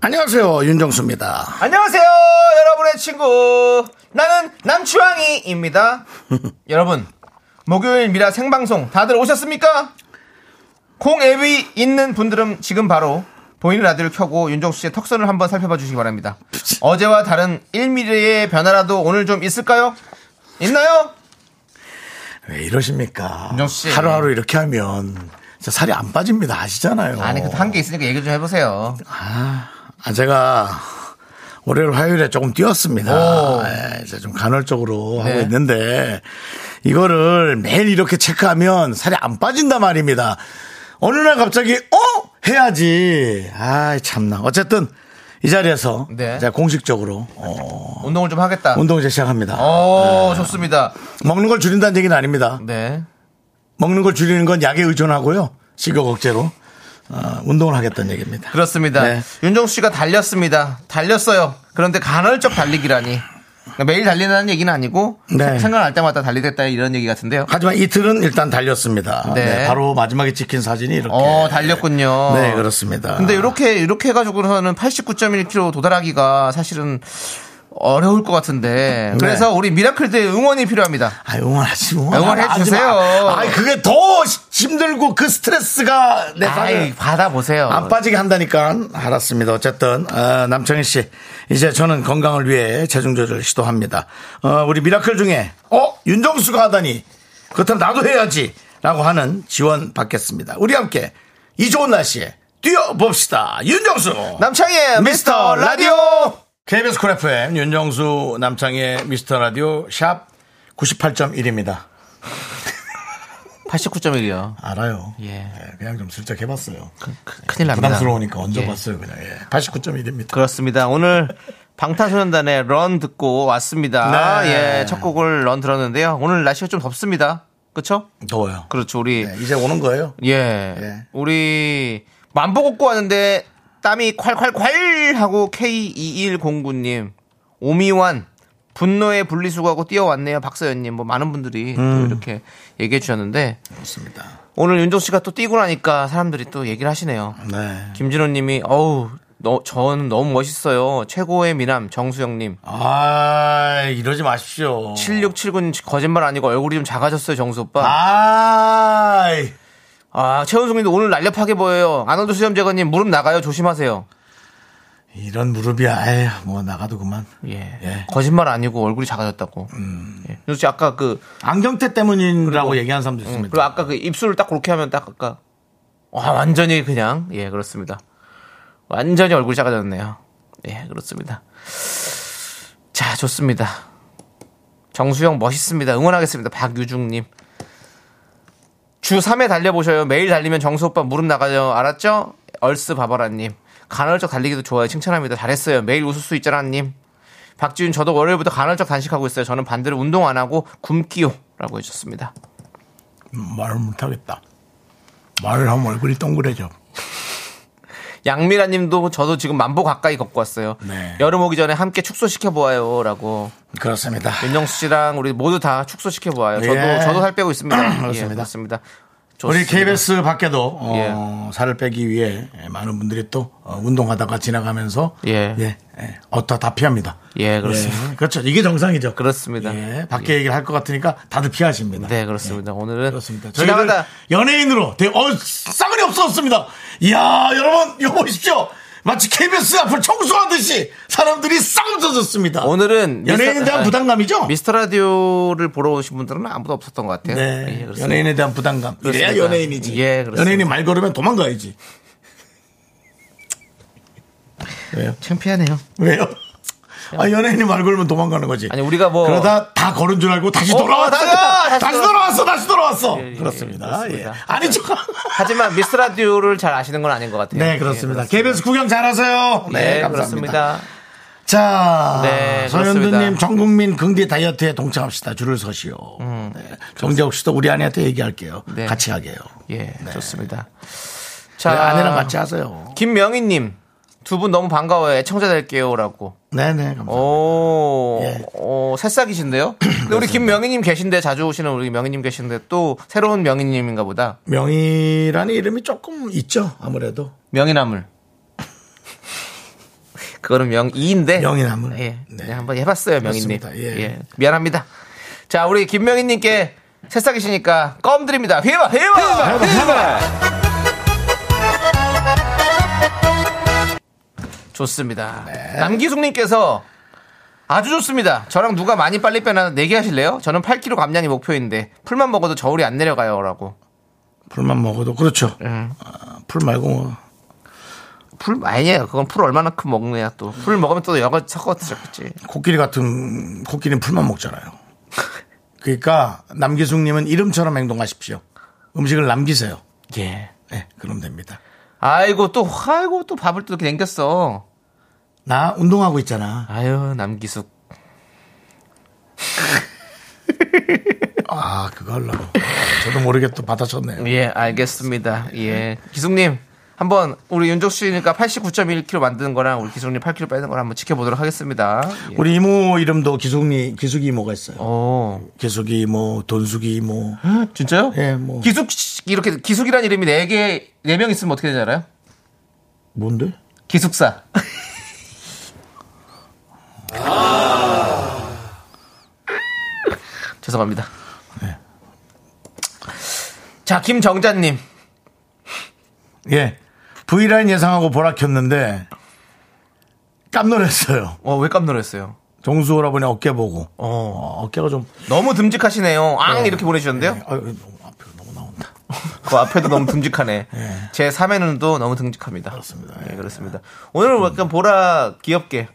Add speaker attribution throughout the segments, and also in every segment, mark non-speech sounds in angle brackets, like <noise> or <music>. Speaker 1: 안녕하세요 윤정수입니다.
Speaker 2: 안녕하세요, 여러분의 친구. 나는 남추왕이입니다.
Speaker 1: <laughs>
Speaker 2: 여러분, 목요일 미라 생방송 다들 오셨습니까? 콩 앱이 있는 분들은 지금 바로 보이는 라디오를 켜고 윤정수 씨의 턱선을 한번 살펴봐
Speaker 1: <laughs>
Speaker 2: 주시기 바랍니다. 어제와 다른 1mm의 변화라도 오늘 좀 있을까요? 있나요?
Speaker 1: 왜 이러십니까?
Speaker 2: 윤정수 씨.
Speaker 1: 하루하루 이렇게 하면 진짜 살이 안 빠집니다 아시잖아요.
Speaker 2: 아니, 그래도 한 개 있으니까 얘기 좀 해보세요.
Speaker 1: 아, 제가 월요일 화요일에 조금 뛰었습니다.
Speaker 2: 오.
Speaker 1: 예, 이제 좀 간헐적으로 하고
Speaker 2: 네.
Speaker 1: 있는데 이거를 매일 이렇게 체크하면 살이 안 빠진단 말입니다. 어느 날 갑자기 어 해야지. 아 참나. 어쨌든 이 자리에서
Speaker 2: 네.
Speaker 1: 제가 공식적으로 어,
Speaker 2: 운동을 좀 하겠다.
Speaker 1: 운동 이제 시작합니다.
Speaker 2: 어. 오, 좋습니다.
Speaker 1: 먹는 걸 줄인다는 얘기는 아닙니다.
Speaker 2: 네.
Speaker 1: 먹는 걸 줄이는 건 약에 의존하고요. 식욕 억제로 어, 운동을 하겠다는 얘기입니다.
Speaker 2: 그렇습니다.
Speaker 1: 네.
Speaker 2: 윤정수 씨가 달렸습니다. 달렸어요. 그런데 간헐적 달리기라니. 그러니까 매일 달리는 얘기는 아니고
Speaker 1: 네.
Speaker 2: 생각날 때마다 달리겠다 이런 얘기 같은데요.
Speaker 1: 하지만 이틀은 일단 달렸습니다.
Speaker 2: 네.
Speaker 1: 네, 바로 마지막에 찍힌 사진이 이렇게.
Speaker 2: 어, 달렸군요.
Speaker 1: 네, 그렇습니다.
Speaker 2: 근데 이렇게 이렇게 해가지고서는 89.1km 도달하기가 사실은 어려울 것 같은데
Speaker 1: 네.
Speaker 2: 그래서 우리 미라클들의 응원이 필요합니다.
Speaker 1: 아, 응원하지 뭐.
Speaker 2: 응원해
Speaker 1: 하지 마.
Speaker 2: 주세요.
Speaker 1: 아, 그게 더 시- 힘들고 그 스트레스가 내
Speaker 2: 아이,
Speaker 1: 살을
Speaker 2: 받아보세요.
Speaker 1: 안 빠지게 한다니까. 알았습니다. 어쨌든 어, 남창희 씨, 이제 저는 건강을 위해 체중 조절 시도합니다. 어, 우리 미라클 중에 어 윤정수가 하다니 그렇다면 나도 해야지라고 하는 지원 받겠습니다. 우리 함께 이 좋은 날씨에 뛰어봅시다. 윤정수.
Speaker 2: 남창희의 미스터 라디오!
Speaker 1: KBS 쿨 FM 윤정수 남창의 미스터 라디오 샵 98.1입니다.
Speaker 2: 89.1이요.
Speaker 1: 알아요.
Speaker 2: 예.
Speaker 1: 예, 그냥 좀 슬쩍 해봤어요.
Speaker 2: 큰일 납니다.
Speaker 1: 부담스러우니까
Speaker 2: 예.
Speaker 1: 얹어봤어요 그냥. 예. 89.1입니다.
Speaker 2: 그렇습니다. 오늘 방탄소년단의 런 듣고 왔습니다.
Speaker 1: 네.
Speaker 2: 예, 첫 곡을 런 들었는데요. 오늘 날씨가 좀 덥습니다. 그렇죠?
Speaker 1: 더워요.
Speaker 2: 그렇죠. 우리
Speaker 1: 예, 이제 오는 거예요.
Speaker 2: 예,
Speaker 1: 예.
Speaker 2: 우리 만보 걷고 왔는데 땀이 콸콸콸 하고 K2109님 오미완 분노의 분리수거하고 뛰어왔네요. 박서연님 뭐 많은 분들이 또 이렇게 얘기해 주셨는데
Speaker 1: 좋습니다.
Speaker 2: 오늘 윤종 씨가 또 뛰고 나니까 사람들이 또 얘기를 하시네요.
Speaker 1: 네.
Speaker 2: 김진호 님이 어우 너, 저는 너무 멋있어요. 최고의 미남 정수영 님.
Speaker 1: 아 이러지 마십시오.
Speaker 2: 7679님 거짓말 아니고 얼굴이 좀 작아졌어요, 정수 오빠.
Speaker 1: 아
Speaker 2: 아, 최은숙 님도 오늘 날렵하게 보여요. 아놀드 수염제거 님 무릎 나가요. 조심하세요.
Speaker 1: 이런 무릎이야. 에휴, 뭐 나가도 그만.
Speaker 2: 예.
Speaker 1: 예.
Speaker 2: 거짓말 아니고 얼굴이 작아졌다고. 예. 윤종 씨 아까 그
Speaker 1: 안경테 때문이라고 음, 얘기하는 사람도 있습니다.
Speaker 2: 그리고 아까 그 입술을 딱 그렇게 하면 딱 아까 와, 완전히 그냥 예, 그렇습니다. 완전히 얼굴이 작아졌네요. 예, 그렇습니다. 자, 좋습니다. 정수영 멋있습니다. 응원하겠습니다. 박유중 님. 주 3회 달려보셔요. 매일 달리면 정수 오빠 무릎 나가요. 알았죠? 얼스 바바라님. 간헐적 달리기도 좋아요. 칭찬합니다. 잘했어요. 매일 웃을 수 있잖아님. 박지윤 저도 월요일부터 간헐적 단식하고 있어요. 저는 반대로 운동 안 하고 굶기요라고 해주셨습니다.
Speaker 1: 말을 못하겠다. 말을 하면 얼굴이 동그래져.
Speaker 2: 양미라 님도 저도 지금 만보 가까이 걷고 왔어요.
Speaker 1: 네.
Speaker 2: 여름 오기 전에 함께 축소시켜 보아요. 라고.
Speaker 1: 그렇습니다.
Speaker 2: 윤정수 씨랑 우리 모두 다 축소시켜 보아요. 저도,
Speaker 1: 예.
Speaker 2: 저도 살
Speaker 1: <clears throat>
Speaker 2: 빼고 있습니다.
Speaker 1: 그렇습니다.
Speaker 2: 예, 그렇습니다.
Speaker 1: 우리
Speaker 2: 좋습니다. 예.
Speaker 1: KBS 밖에도 어, 살을 빼기 위해 많은 분들이 또 어, 운동하다가 지나가면서
Speaker 2: 예.
Speaker 1: 예, 예, 어떠 다 피합니다.
Speaker 2: 예, 그렇습니다.
Speaker 1: 예, 그렇죠. 이게 정상이죠.
Speaker 2: 그렇습니다.
Speaker 1: 예, 밖에 얘기를 할 것 같으니까 다들 피하십니다. 예,
Speaker 2: 네, 그렇습니다. 오늘은.
Speaker 1: 그렇습니다. 저희들
Speaker 2: 지나가다.
Speaker 1: 연예인으로 되게 어 싸그리 없었습니다. 이야 여러분 이거 보십시오. 마치 KBS 앞을 청소하듯이 사람들이 싹 없어졌습니다.
Speaker 2: 오늘은.
Speaker 1: 연예인에
Speaker 2: 미스터-
Speaker 1: 대한
Speaker 2: 아,
Speaker 1: 부담감이죠.
Speaker 2: 미스터 라디오를 보러 오신 분들은 아무도 없었던 것 같아요. 예,
Speaker 1: 네,
Speaker 2: 그렇습니다.
Speaker 1: 연예인에 대한 부담감. 이래야
Speaker 2: 그렇습니다.
Speaker 1: 연예인이지.
Speaker 2: 예, 그렇습니다.
Speaker 1: 연예인이 말 걸으면 도망가야지. 왜요?
Speaker 2: 창피하네요.
Speaker 1: 왜요? 아, 연예인이 말 걸면 도망가는 거지.
Speaker 2: 아니, 우리가 뭐.
Speaker 1: 그러다 다 걸은 줄 알고 다시 돌아왔다가
Speaker 2: 어, 다시
Speaker 1: 다시
Speaker 2: 돌아-
Speaker 1: 돌아왔어, 다시 돌아왔어.
Speaker 2: 예, 예,
Speaker 1: 그렇습니다.
Speaker 2: 그렇습니다.
Speaker 1: 예. 아니, 저.
Speaker 2: 하지만 미스 라디오를 잘 아시는 건 아닌 것 같아요.
Speaker 1: 네, 그렇습니다. KBS 구경 잘하세요. 네,
Speaker 2: 예,
Speaker 1: 감사합니다.
Speaker 2: 그렇습니다.
Speaker 1: 자,
Speaker 2: 네,
Speaker 1: 서현두님
Speaker 2: 그렇습니다.
Speaker 1: 전국민 긍디 다이어트에 동참합시다. 줄을 서시오. 네. 정재욱 씨도 우리 아내한테 얘기할게요.
Speaker 2: 음, 네.
Speaker 1: 같이 하게요.
Speaker 2: 예, 좋습니다.
Speaker 1: 네,
Speaker 2: 자,
Speaker 1: 아내랑 같이 하세요.
Speaker 2: 김명희님 두 분 너무 반가워요. 청자 될게요라고.
Speaker 1: 네네, 감사합니다.
Speaker 2: 어. 오,
Speaker 1: 예.
Speaker 2: 어, 새싹이신데요. 근데 우리 김명희님 계신데 자주 오시는 우리 명희님 계신데 또 새로운 명희님인가 보다.
Speaker 1: 명희라는 이름이 조금 있죠, 아무래도.
Speaker 2: 명희나물. 그거는 명이인데.
Speaker 1: 명이나물.
Speaker 2: 예,
Speaker 1: 네.
Speaker 2: 그냥 한번 해봤어요 명희님.
Speaker 1: 그렇습니다. 예.
Speaker 2: 예. 미안합니다. 자, 우리 김명희님께 새싹이시니까 껌 드립니다. 휘바 휘바 휘바. 좋습니다.
Speaker 1: 네.
Speaker 2: 남기숙님께서 아주 좋습니다. 저랑 누가 많이 빨리 빼나 내기하실래요? 저는 8kg 감량이 목표인데 풀만 먹어도 저울이 안 내려가요라고.
Speaker 1: 풀만 먹어도, 그렇죠. 아, 풀 말고 뭐.
Speaker 2: 풀 아니에요. 그건 풀 얼마나큼 먹느냐 또. 풀 먹으면 또 여가 섞어지겠지.
Speaker 1: 코끼리 같은, 코끼리는 풀만 먹잖아요. 그러니까 남기숙님은 이름처럼 행동하십시오. 음식을 남기세요.
Speaker 2: 예.
Speaker 1: 네, 그럼 됩니다.
Speaker 2: 아이고 또 아이고 또 밥을 또 이렇게 남겼어.
Speaker 1: 나 운동하고 있잖아.
Speaker 2: 아유 남기숙.
Speaker 1: 아, 그거 하려고. 저도 모르게 또 받아쳤네요.
Speaker 2: 예 알겠습니다. 예 기숙님 한번 우리 윤종 씨니까 89.1kg 만드는 거랑 우리 기숙님 8kg 빼는 거랑 한번 지켜보도록 하겠습니다. 예.
Speaker 1: 우리 이모 이름도 기숙이 기숙이 모가 있어요.
Speaker 2: 오.
Speaker 1: 기숙이 뭐 돈숙이 뭐
Speaker 2: 진짜요?
Speaker 1: 예, 뭐.
Speaker 2: 기숙 씨- 이렇게 기숙이란 이름이 네 개, 네 명 있으면 어떻게 되지 알아요?
Speaker 1: 뭔데?
Speaker 2: 기숙사. 아. 죄송합니다. 네. 자, 김정자님.
Speaker 1: 예. V 라인 예상하고 보라 켰는데 깜놀했어요.
Speaker 2: 어, 왜 깜놀했어요?
Speaker 1: 정수 오라버니 어깨 보고 어,
Speaker 2: 어.
Speaker 1: 어깨가 좀
Speaker 2: 너무 듬직하시네요. 앙! 이렇게 보내주셨는데요?
Speaker 1: 아, 너무 앞에 너무 나온다.
Speaker 2: 그 앞에도 너무 <laughs> 듬직하네. 제 3의 눈도 너무 듬직합니다. 그렇습니다. 예, 그렇습니다. 오늘은 뭐 약간 보라 귀엽게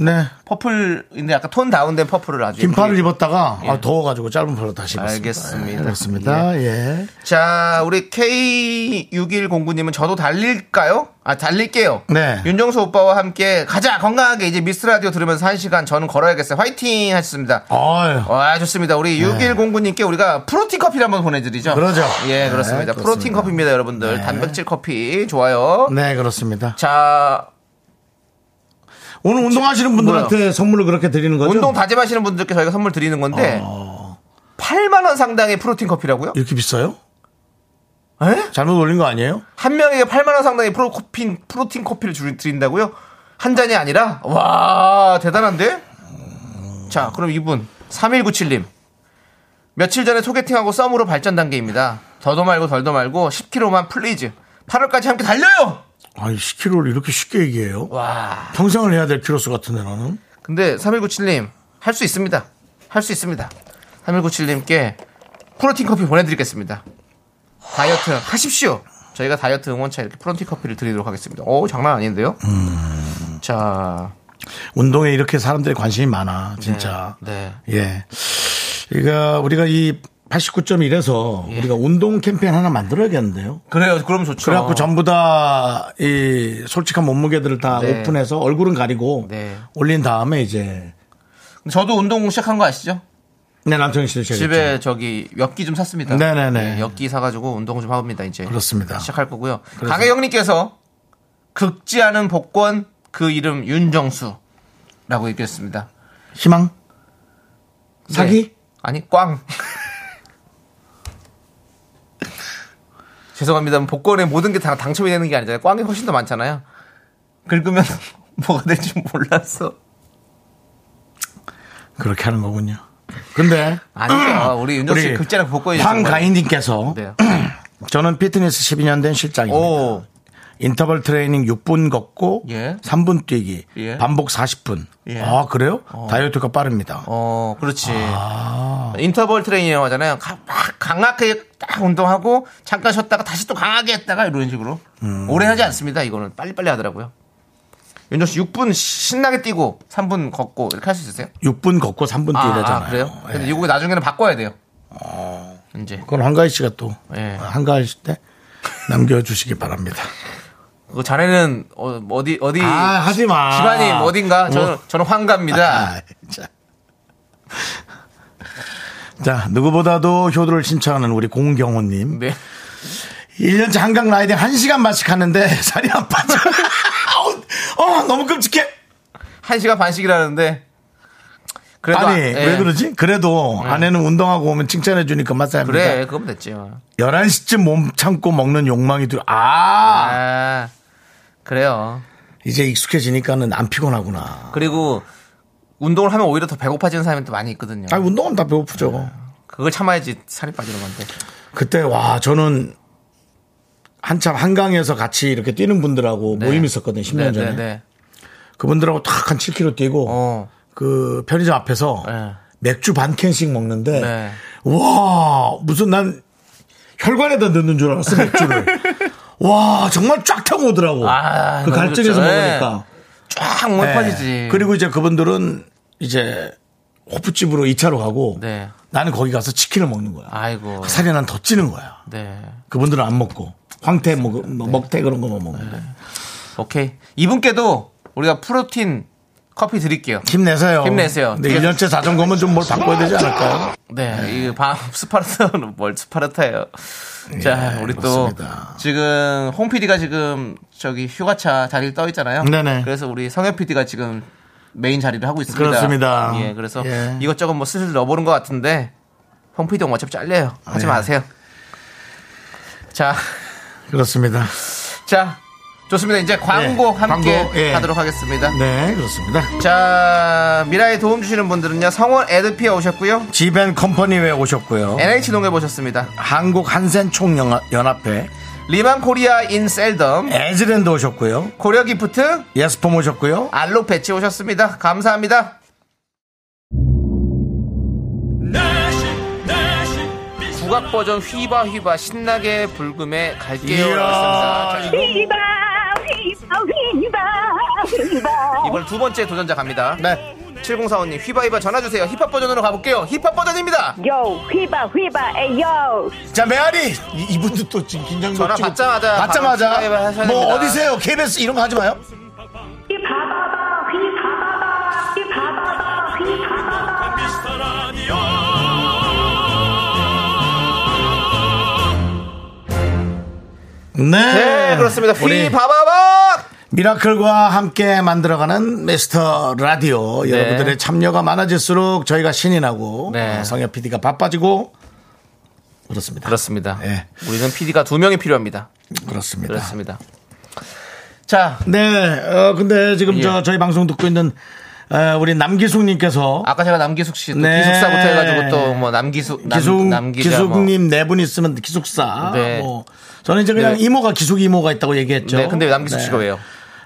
Speaker 1: 네.
Speaker 2: 퍼플인데 약간 톤 다운된 퍼플을 아주
Speaker 1: 긴팔을
Speaker 2: 예쁘게.
Speaker 1: 입었다가 아, 더워가지고 짧은 팔로 다시 입었습니다.
Speaker 2: 알겠습니다.
Speaker 1: 예, 그렇습니다. 예.
Speaker 2: 자, 우리 K6109님은 저도 달릴까요? 아, 달릴게요.
Speaker 1: 네.
Speaker 2: 윤정수 오빠와 함께 가자! 건강하게 이제 미스 라디오 들으면서 한 시간 저는 걸어야겠어요. 화이팅! 하셨습니다.
Speaker 1: 아유.
Speaker 2: 와, 좋습니다. 우리 6109님께 우리가 프로틴 커피를 한번 보내드리죠.
Speaker 1: 네. 그러죠.
Speaker 2: 예, 그렇습니다.
Speaker 1: 네, 그렇습니다.
Speaker 2: 프로틴 커피입니다, 여러분들. 단백질 커피. 좋아요.
Speaker 1: 네 그렇습니다.
Speaker 2: 자,
Speaker 1: 오늘 운동하시는 분들한테 선물을 그렇게 드리는 거죠? 어.
Speaker 2: 운동 다짐하시는 분들께 저희가 선물 드리는 건데, 8만원 상당의 프로틴 커피라고요?
Speaker 1: 이렇게 비싸요?
Speaker 2: 에?
Speaker 1: 잘못 올린 거 아니에요?
Speaker 2: 한 명에게 8만 원 상당의 프로 커피, 프로틴 커피를 줄- 드린다고요? 한 잔이 아니라 와 대단한데? 자 그럼 이분 3197님 며칠 전에 소개팅하고 썸으로 발전 단계입니다 더도 말고 덜도 말고 10kg만 플리즈 8월까지 함께 달려요
Speaker 1: 아니 10kg를 이렇게 쉽게 얘기해요?
Speaker 2: 와
Speaker 1: 평생을 해야 될 키로수 같은데 나는
Speaker 2: 근데 3197님 할 수 있습니다 할 수 있습니다 3197님께 프로틴 커피 보내드리겠습니다 다이어트 하십시오 저희가 다이어트 응원차 이렇게 프로틴 커피를 드리도록 하겠습니다 오 장난 아닌데요 음. 자
Speaker 1: 운동에 이렇게 사람들이 관심이 많아 진짜
Speaker 2: 네.
Speaker 1: 예 그러니까 우리가 이 89.1에서
Speaker 2: 예.
Speaker 1: 우리가 운동 캠페인 하나 만들어야겠는데요
Speaker 2: 그래요. 그럼 좋죠.
Speaker 1: 그래갖고 전부 다 이 솔직한 몸무게들을 다
Speaker 2: 네.
Speaker 1: 오픈해서 얼굴은 가리고
Speaker 2: 네.
Speaker 1: 올린 다음에 이제
Speaker 2: 저도 운동 시작한 거 아시죠?
Speaker 1: 네 남편이 씨도
Speaker 2: 집에 저기 엽기 좀 샀습니다.
Speaker 1: 네네네.
Speaker 2: 예, 엽기 사가지고 운동 좀 합니다 이제.
Speaker 1: 그렇습니다.
Speaker 2: 시작할 거고요. 강혜영님께서 극지 않은 복권 그 이름 윤정수라고 얘기했습니다.
Speaker 1: 희망 사기
Speaker 2: 네. 아니 <laughs> 꽝. 죄송합니다. 뭐 복권에 모든 게 다 당첨이 되는 게 아니잖아요. 꽝이 훨씬 더 많잖아요. 긁으면 <laughs> 뭐가 될지 몰랐어.
Speaker 1: 그렇게 하는 거군요 근데
Speaker 2: 아니죠. 우리 윤정수 씨
Speaker 1: 우리
Speaker 2: 극지 않은 복권이
Speaker 1: 황가인님께서
Speaker 2: 네.
Speaker 1: <clears throat> 저는 피트니스 12년 된 실장입니다.
Speaker 2: 오.
Speaker 1: 인터벌 트레이닝 6분 걷고
Speaker 2: 예.
Speaker 1: 3분 뛰기
Speaker 2: 예.
Speaker 1: 반복 40분.
Speaker 2: 예.
Speaker 1: 아 그래요? 다이어트가 빠릅니다.
Speaker 2: 어, 그렇지.
Speaker 1: 아.
Speaker 2: 인터벌 트레이닝이라고 하잖아요. 가- 막 강하게 딱 운동하고 잠깐 쉬었다가 다시 또 강하게 했다가 이런 식으로.
Speaker 1: 음.
Speaker 2: 오래 하지 않습니다. 이거는 빨리빨리 하더라고요. 윤정 씨 6분 신나게 뛰고 3분 걷고 이렇게 할 수 있으세요?
Speaker 1: 6분 걷고 3분
Speaker 2: 아,
Speaker 1: 뛰래잖아요. 예. 어.
Speaker 2: 아, 그래요? 근데 이거 나중에는 바꿔야 돼요. 이제
Speaker 1: 그건 한가희 씨가 또 아,
Speaker 2: 예.
Speaker 1: 한가할 때 남겨주시기 바랍니다.
Speaker 2: 그 자네는 어, 어디 어디
Speaker 1: 아 하지 마.
Speaker 2: 집안이 어딘가 저는
Speaker 1: 뭐.
Speaker 2: 저는 환갑입니다.
Speaker 1: 아, 자. 자 누구보다도 효도를 신청하는 우리 공경호님.
Speaker 2: 네.
Speaker 1: 1년째 한강 라이딩 1시간만씩 하는데 <laughs> 살이 안 빠져. 아우, 어, 너무 끔찍해.
Speaker 2: 한 시간 반씩이라는데 그래도
Speaker 1: 아니,
Speaker 2: 아- 예.
Speaker 1: 왜 그러지? 그래도 아내는 운동하고 오면 칭찬해주니까 맞습니다.
Speaker 2: 그래 그거면 됐죠.
Speaker 1: 11시쯤 몸 참고 먹는 욕망이 들어. 아,
Speaker 2: 아 그래요.
Speaker 1: 이제 익숙해지니까는 안 피곤하구나.
Speaker 2: 그리고 운동을 하면 오히려 더 배고파지는 사람이 또 많이 있거든요.
Speaker 1: 아, 운동하면 다 배고프죠.
Speaker 2: 그걸 참아야지 살이 빠지는 건데.
Speaker 1: 그때, 와, 저는 한참 한강에서 같이 이렇게 뛰는 분들하고 모임 있었거든요, 10년
Speaker 2: 네,
Speaker 1: 전에.
Speaker 2: 네, 네.
Speaker 1: 그분들하고 탁 한 7km 뛰고,
Speaker 2: 어.
Speaker 1: 그 편의점 앞에서
Speaker 2: 네.
Speaker 1: 맥주 반 캔씩 먹는데
Speaker 2: 네.
Speaker 1: 와 무슨 난 혈관에다 넣는 줄 알았어
Speaker 2: <laughs>
Speaker 1: 맥주를 와 정말 쫙 타고 오더라고
Speaker 2: 아,
Speaker 1: 그
Speaker 2: 너무
Speaker 1: 갈증에서
Speaker 2: 좋죠.
Speaker 1: 먹으니까
Speaker 2: 쫙 멀빠지지.
Speaker 1: 네. 그리고 이제 그분들은 이제 호프집으로 2차로 가고
Speaker 2: 네.
Speaker 1: 나는 거기 가서 치킨을 먹는 거야
Speaker 2: 아이고.
Speaker 1: 그 살이 난 더 찌는 거야
Speaker 2: 네.
Speaker 1: 그분들은 안 먹고 황태 먹, 먹태 그런 거만 먹는데
Speaker 2: 네. 오케이. 이분께도 우리가 프로틴 커피 드릴게요.
Speaker 1: 힘내세요
Speaker 2: 힘내세요.
Speaker 1: 근데 1년째 자전거면 좀 뭘 바꿔야 되지 않을까요?
Speaker 2: 네, 이 방 <laughs> 스파르타는 뭘 스파르타예요. 자, 우리
Speaker 1: 그렇습니다.
Speaker 2: 또 지금 홍 PD가 지금 저기 휴가차 자리를 떠 있잖아요.
Speaker 1: 네네.
Speaker 2: 그래서 우리 성현 PD가 지금 메인 자리를 하고 있습니다.
Speaker 1: 그렇습니다.
Speaker 2: 예, 그래서
Speaker 1: 예.
Speaker 2: 이것저것 뭐 슬슬 넣어보는 것 같은데 홍 PD 가 어차피 잘려요. 하지
Speaker 1: 네.
Speaker 2: 마세요. 자,
Speaker 1: 그렇습니다
Speaker 2: 자, 좋습니다. 이제 광고
Speaker 1: 네,
Speaker 2: 함께
Speaker 1: 광고, 예.
Speaker 2: 하도록 하겠습니다.
Speaker 1: 네 그렇습니다
Speaker 2: 자, 미라에 도움 주시는 분들은요. 성원 에드피에 오셨고요.
Speaker 1: 지벤 컴퍼니에 오셨고요.
Speaker 2: NH 농협 오셨습니다.
Speaker 1: 한국 한센 총연합회
Speaker 2: 리만 코리아 인 셀덤
Speaker 1: 에즈랜드 오셨고요.
Speaker 2: 고려 기프트
Speaker 1: 예스폼 오셨고요.
Speaker 2: 알록 배치 오셨습니다. 감사합니다.
Speaker 3: 내시 내시 미스터
Speaker 2: 국악 버전 휘바 휘바 신나게 불금에 갈게요.
Speaker 1: 이야.
Speaker 2: 자,
Speaker 4: 휘바 휘바 휘바 휘바
Speaker 2: 이번 두 번째 도전자 갑니다.
Speaker 1: 네.
Speaker 2: 7045님 휘바 휘바 전화 주세요. 힙합 버전으로 가볼게요. 힙합 버전입니다.
Speaker 4: 요 휘바 휘바 에요
Speaker 1: 자, 메아리! 이, 이분도 또 지금 긴장도
Speaker 2: 전화
Speaker 1: 지금
Speaker 2: 받자마자 바로 시작해
Speaker 1: 받자마자.
Speaker 2: 하셔야
Speaker 1: 뭐
Speaker 2: 됩니다.
Speaker 1: 어디세요? KBS 이런 거 하지 마요.
Speaker 4: 휘바바바 휘바바바 휘바바바 휘바바바
Speaker 3: 라디오
Speaker 1: 네.
Speaker 2: 네 그렇습니다.
Speaker 1: 우리
Speaker 2: 휘바바바
Speaker 1: 미라클과 함께 만들어가는 미스터 라디오. 여러분들의 참여가 많아질수록 저희가 신이 나고
Speaker 2: 네.
Speaker 1: 어, 성엽 PD가 바빠지고 그렇습니다.
Speaker 2: 그렇습니다.
Speaker 1: 예.
Speaker 2: 우리는 PD가 두 명이 필요합니다.
Speaker 1: 그렇습니다.
Speaker 2: 그렇습니다. 자
Speaker 1: 네, 어, 근데 지금
Speaker 2: 예.
Speaker 1: 저, 저희 방송 듣고 있는, 어, 우리 남기숙님께서.
Speaker 2: 아까 제가 남기숙 씨 또
Speaker 1: 네.
Speaker 2: 기숙사부터 해가지고 또 뭐 남기숙 남,
Speaker 1: 기숙,
Speaker 2: 남기자 뭐.
Speaker 1: 기숙님 네 분 있으면 기숙사.
Speaker 2: 네.
Speaker 1: 뭐. 저는 이제 그냥
Speaker 2: 네.
Speaker 1: 이모가 기숙 이모가 있다고 얘기했죠.
Speaker 2: 네, 근데 남기숙
Speaker 1: 네.
Speaker 2: 씨가 왜요?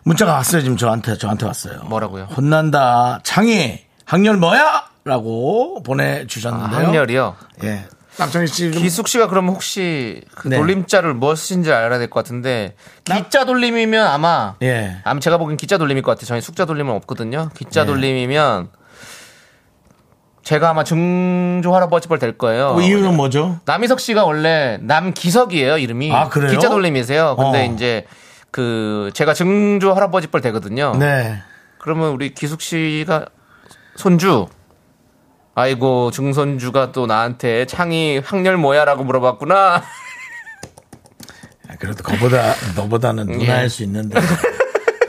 Speaker 1: 문자가 왔어요, 지금 저한테, 저한테 왔어요.
Speaker 2: 뭐라고요?
Speaker 1: 혼난다. 창희, 학렬 뭐야? 라고
Speaker 2: 아,
Speaker 1: 보내주셨는데요.
Speaker 2: 학렬이요.
Speaker 1: 예. 남창희 씨. 좀-
Speaker 2: 기숙 씨가 그럼 혹시 그
Speaker 1: 네.
Speaker 2: 돌림자를 무엇인지 알아야 될 것 같은데 기자 돌림이면 아마
Speaker 1: 예.
Speaker 2: 아마 제가 보기엔 기자 돌림일 것 같아요. 저희 숙자 돌림은 없거든요. 기자 돌림이면 제가 아마 증조 할아버지뻘 될 거예요.
Speaker 1: 뭐 이유는 뭐죠?
Speaker 2: 남희석 씨가 원래 남기석이에요 이름이.
Speaker 1: 아, 그래요?
Speaker 2: 기자 돌림이세요. 근데
Speaker 1: 어.
Speaker 2: 이제 그 제가 증조 할아버지뻘 되거든요.
Speaker 1: 네.
Speaker 2: 그러면 우리 기숙 씨가 손주. 아이고 중손주가 또 나한테 창이 학렬 뭐야라고 물어봤구나. <laughs>
Speaker 1: 그래도 그보다, 너보다는
Speaker 2: 예.
Speaker 1: 누나일 수
Speaker 2: <laughs>
Speaker 1: 있는데.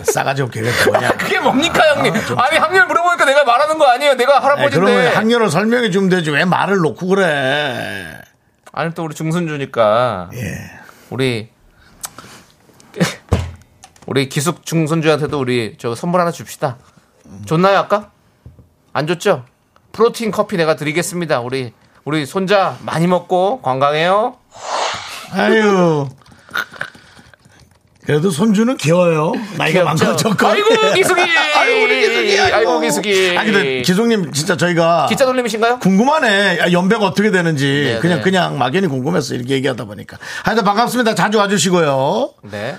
Speaker 1: 싸가지 없게 그랬다 뭐냐.
Speaker 2: 그게 뭡니까 형님? 아, 니 학렬 물어보니까 내가 말하는 거 아니에요. 내가
Speaker 1: 아니, 예, 그러면
Speaker 2: 할아버지인데.
Speaker 1: 학렬을 설명해 주면 되지 왜 말을 놓고 그래?
Speaker 2: 아니 또 우리 중손주니까
Speaker 1: 예.
Speaker 2: 우리 <laughs> 우리 기숙 중손주한테도 우리 저 선물 하나 줍시다. 줬나요 아까? 안 줬죠? 프로틴 커피 내가 드리겠습니다. 우리 우리 손자 많이 먹고 건강해요.
Speaker 1: 아유. 그래도 손주는 귀여워요. 나이가
Speaker 2: 귀엽죠?
Speaker 1: 많고 적고.
Speaker 2: 아이고 기숙이.
Speaker 1: <laughs> 아이고 우리 기숙이.
Speaker 2: 아이고 기숙이.
Speaker 1: 아니 근데 기숙님 진짜 저희가
Speaker 2: 기자 돌림이신가요?
Speaker 1: 궁금하네. 야, 연배가 어떻게 되는지
Speaker 2: 네,
Speaker 1: 그냥
Speaker 2: 네.
Speaker 1: 그냥 막연히 궁금했어. 이렇게 얘기하다 보니까. 하여튼 반갑습니다. 자주 와주시고요.
Speaker 2: 네.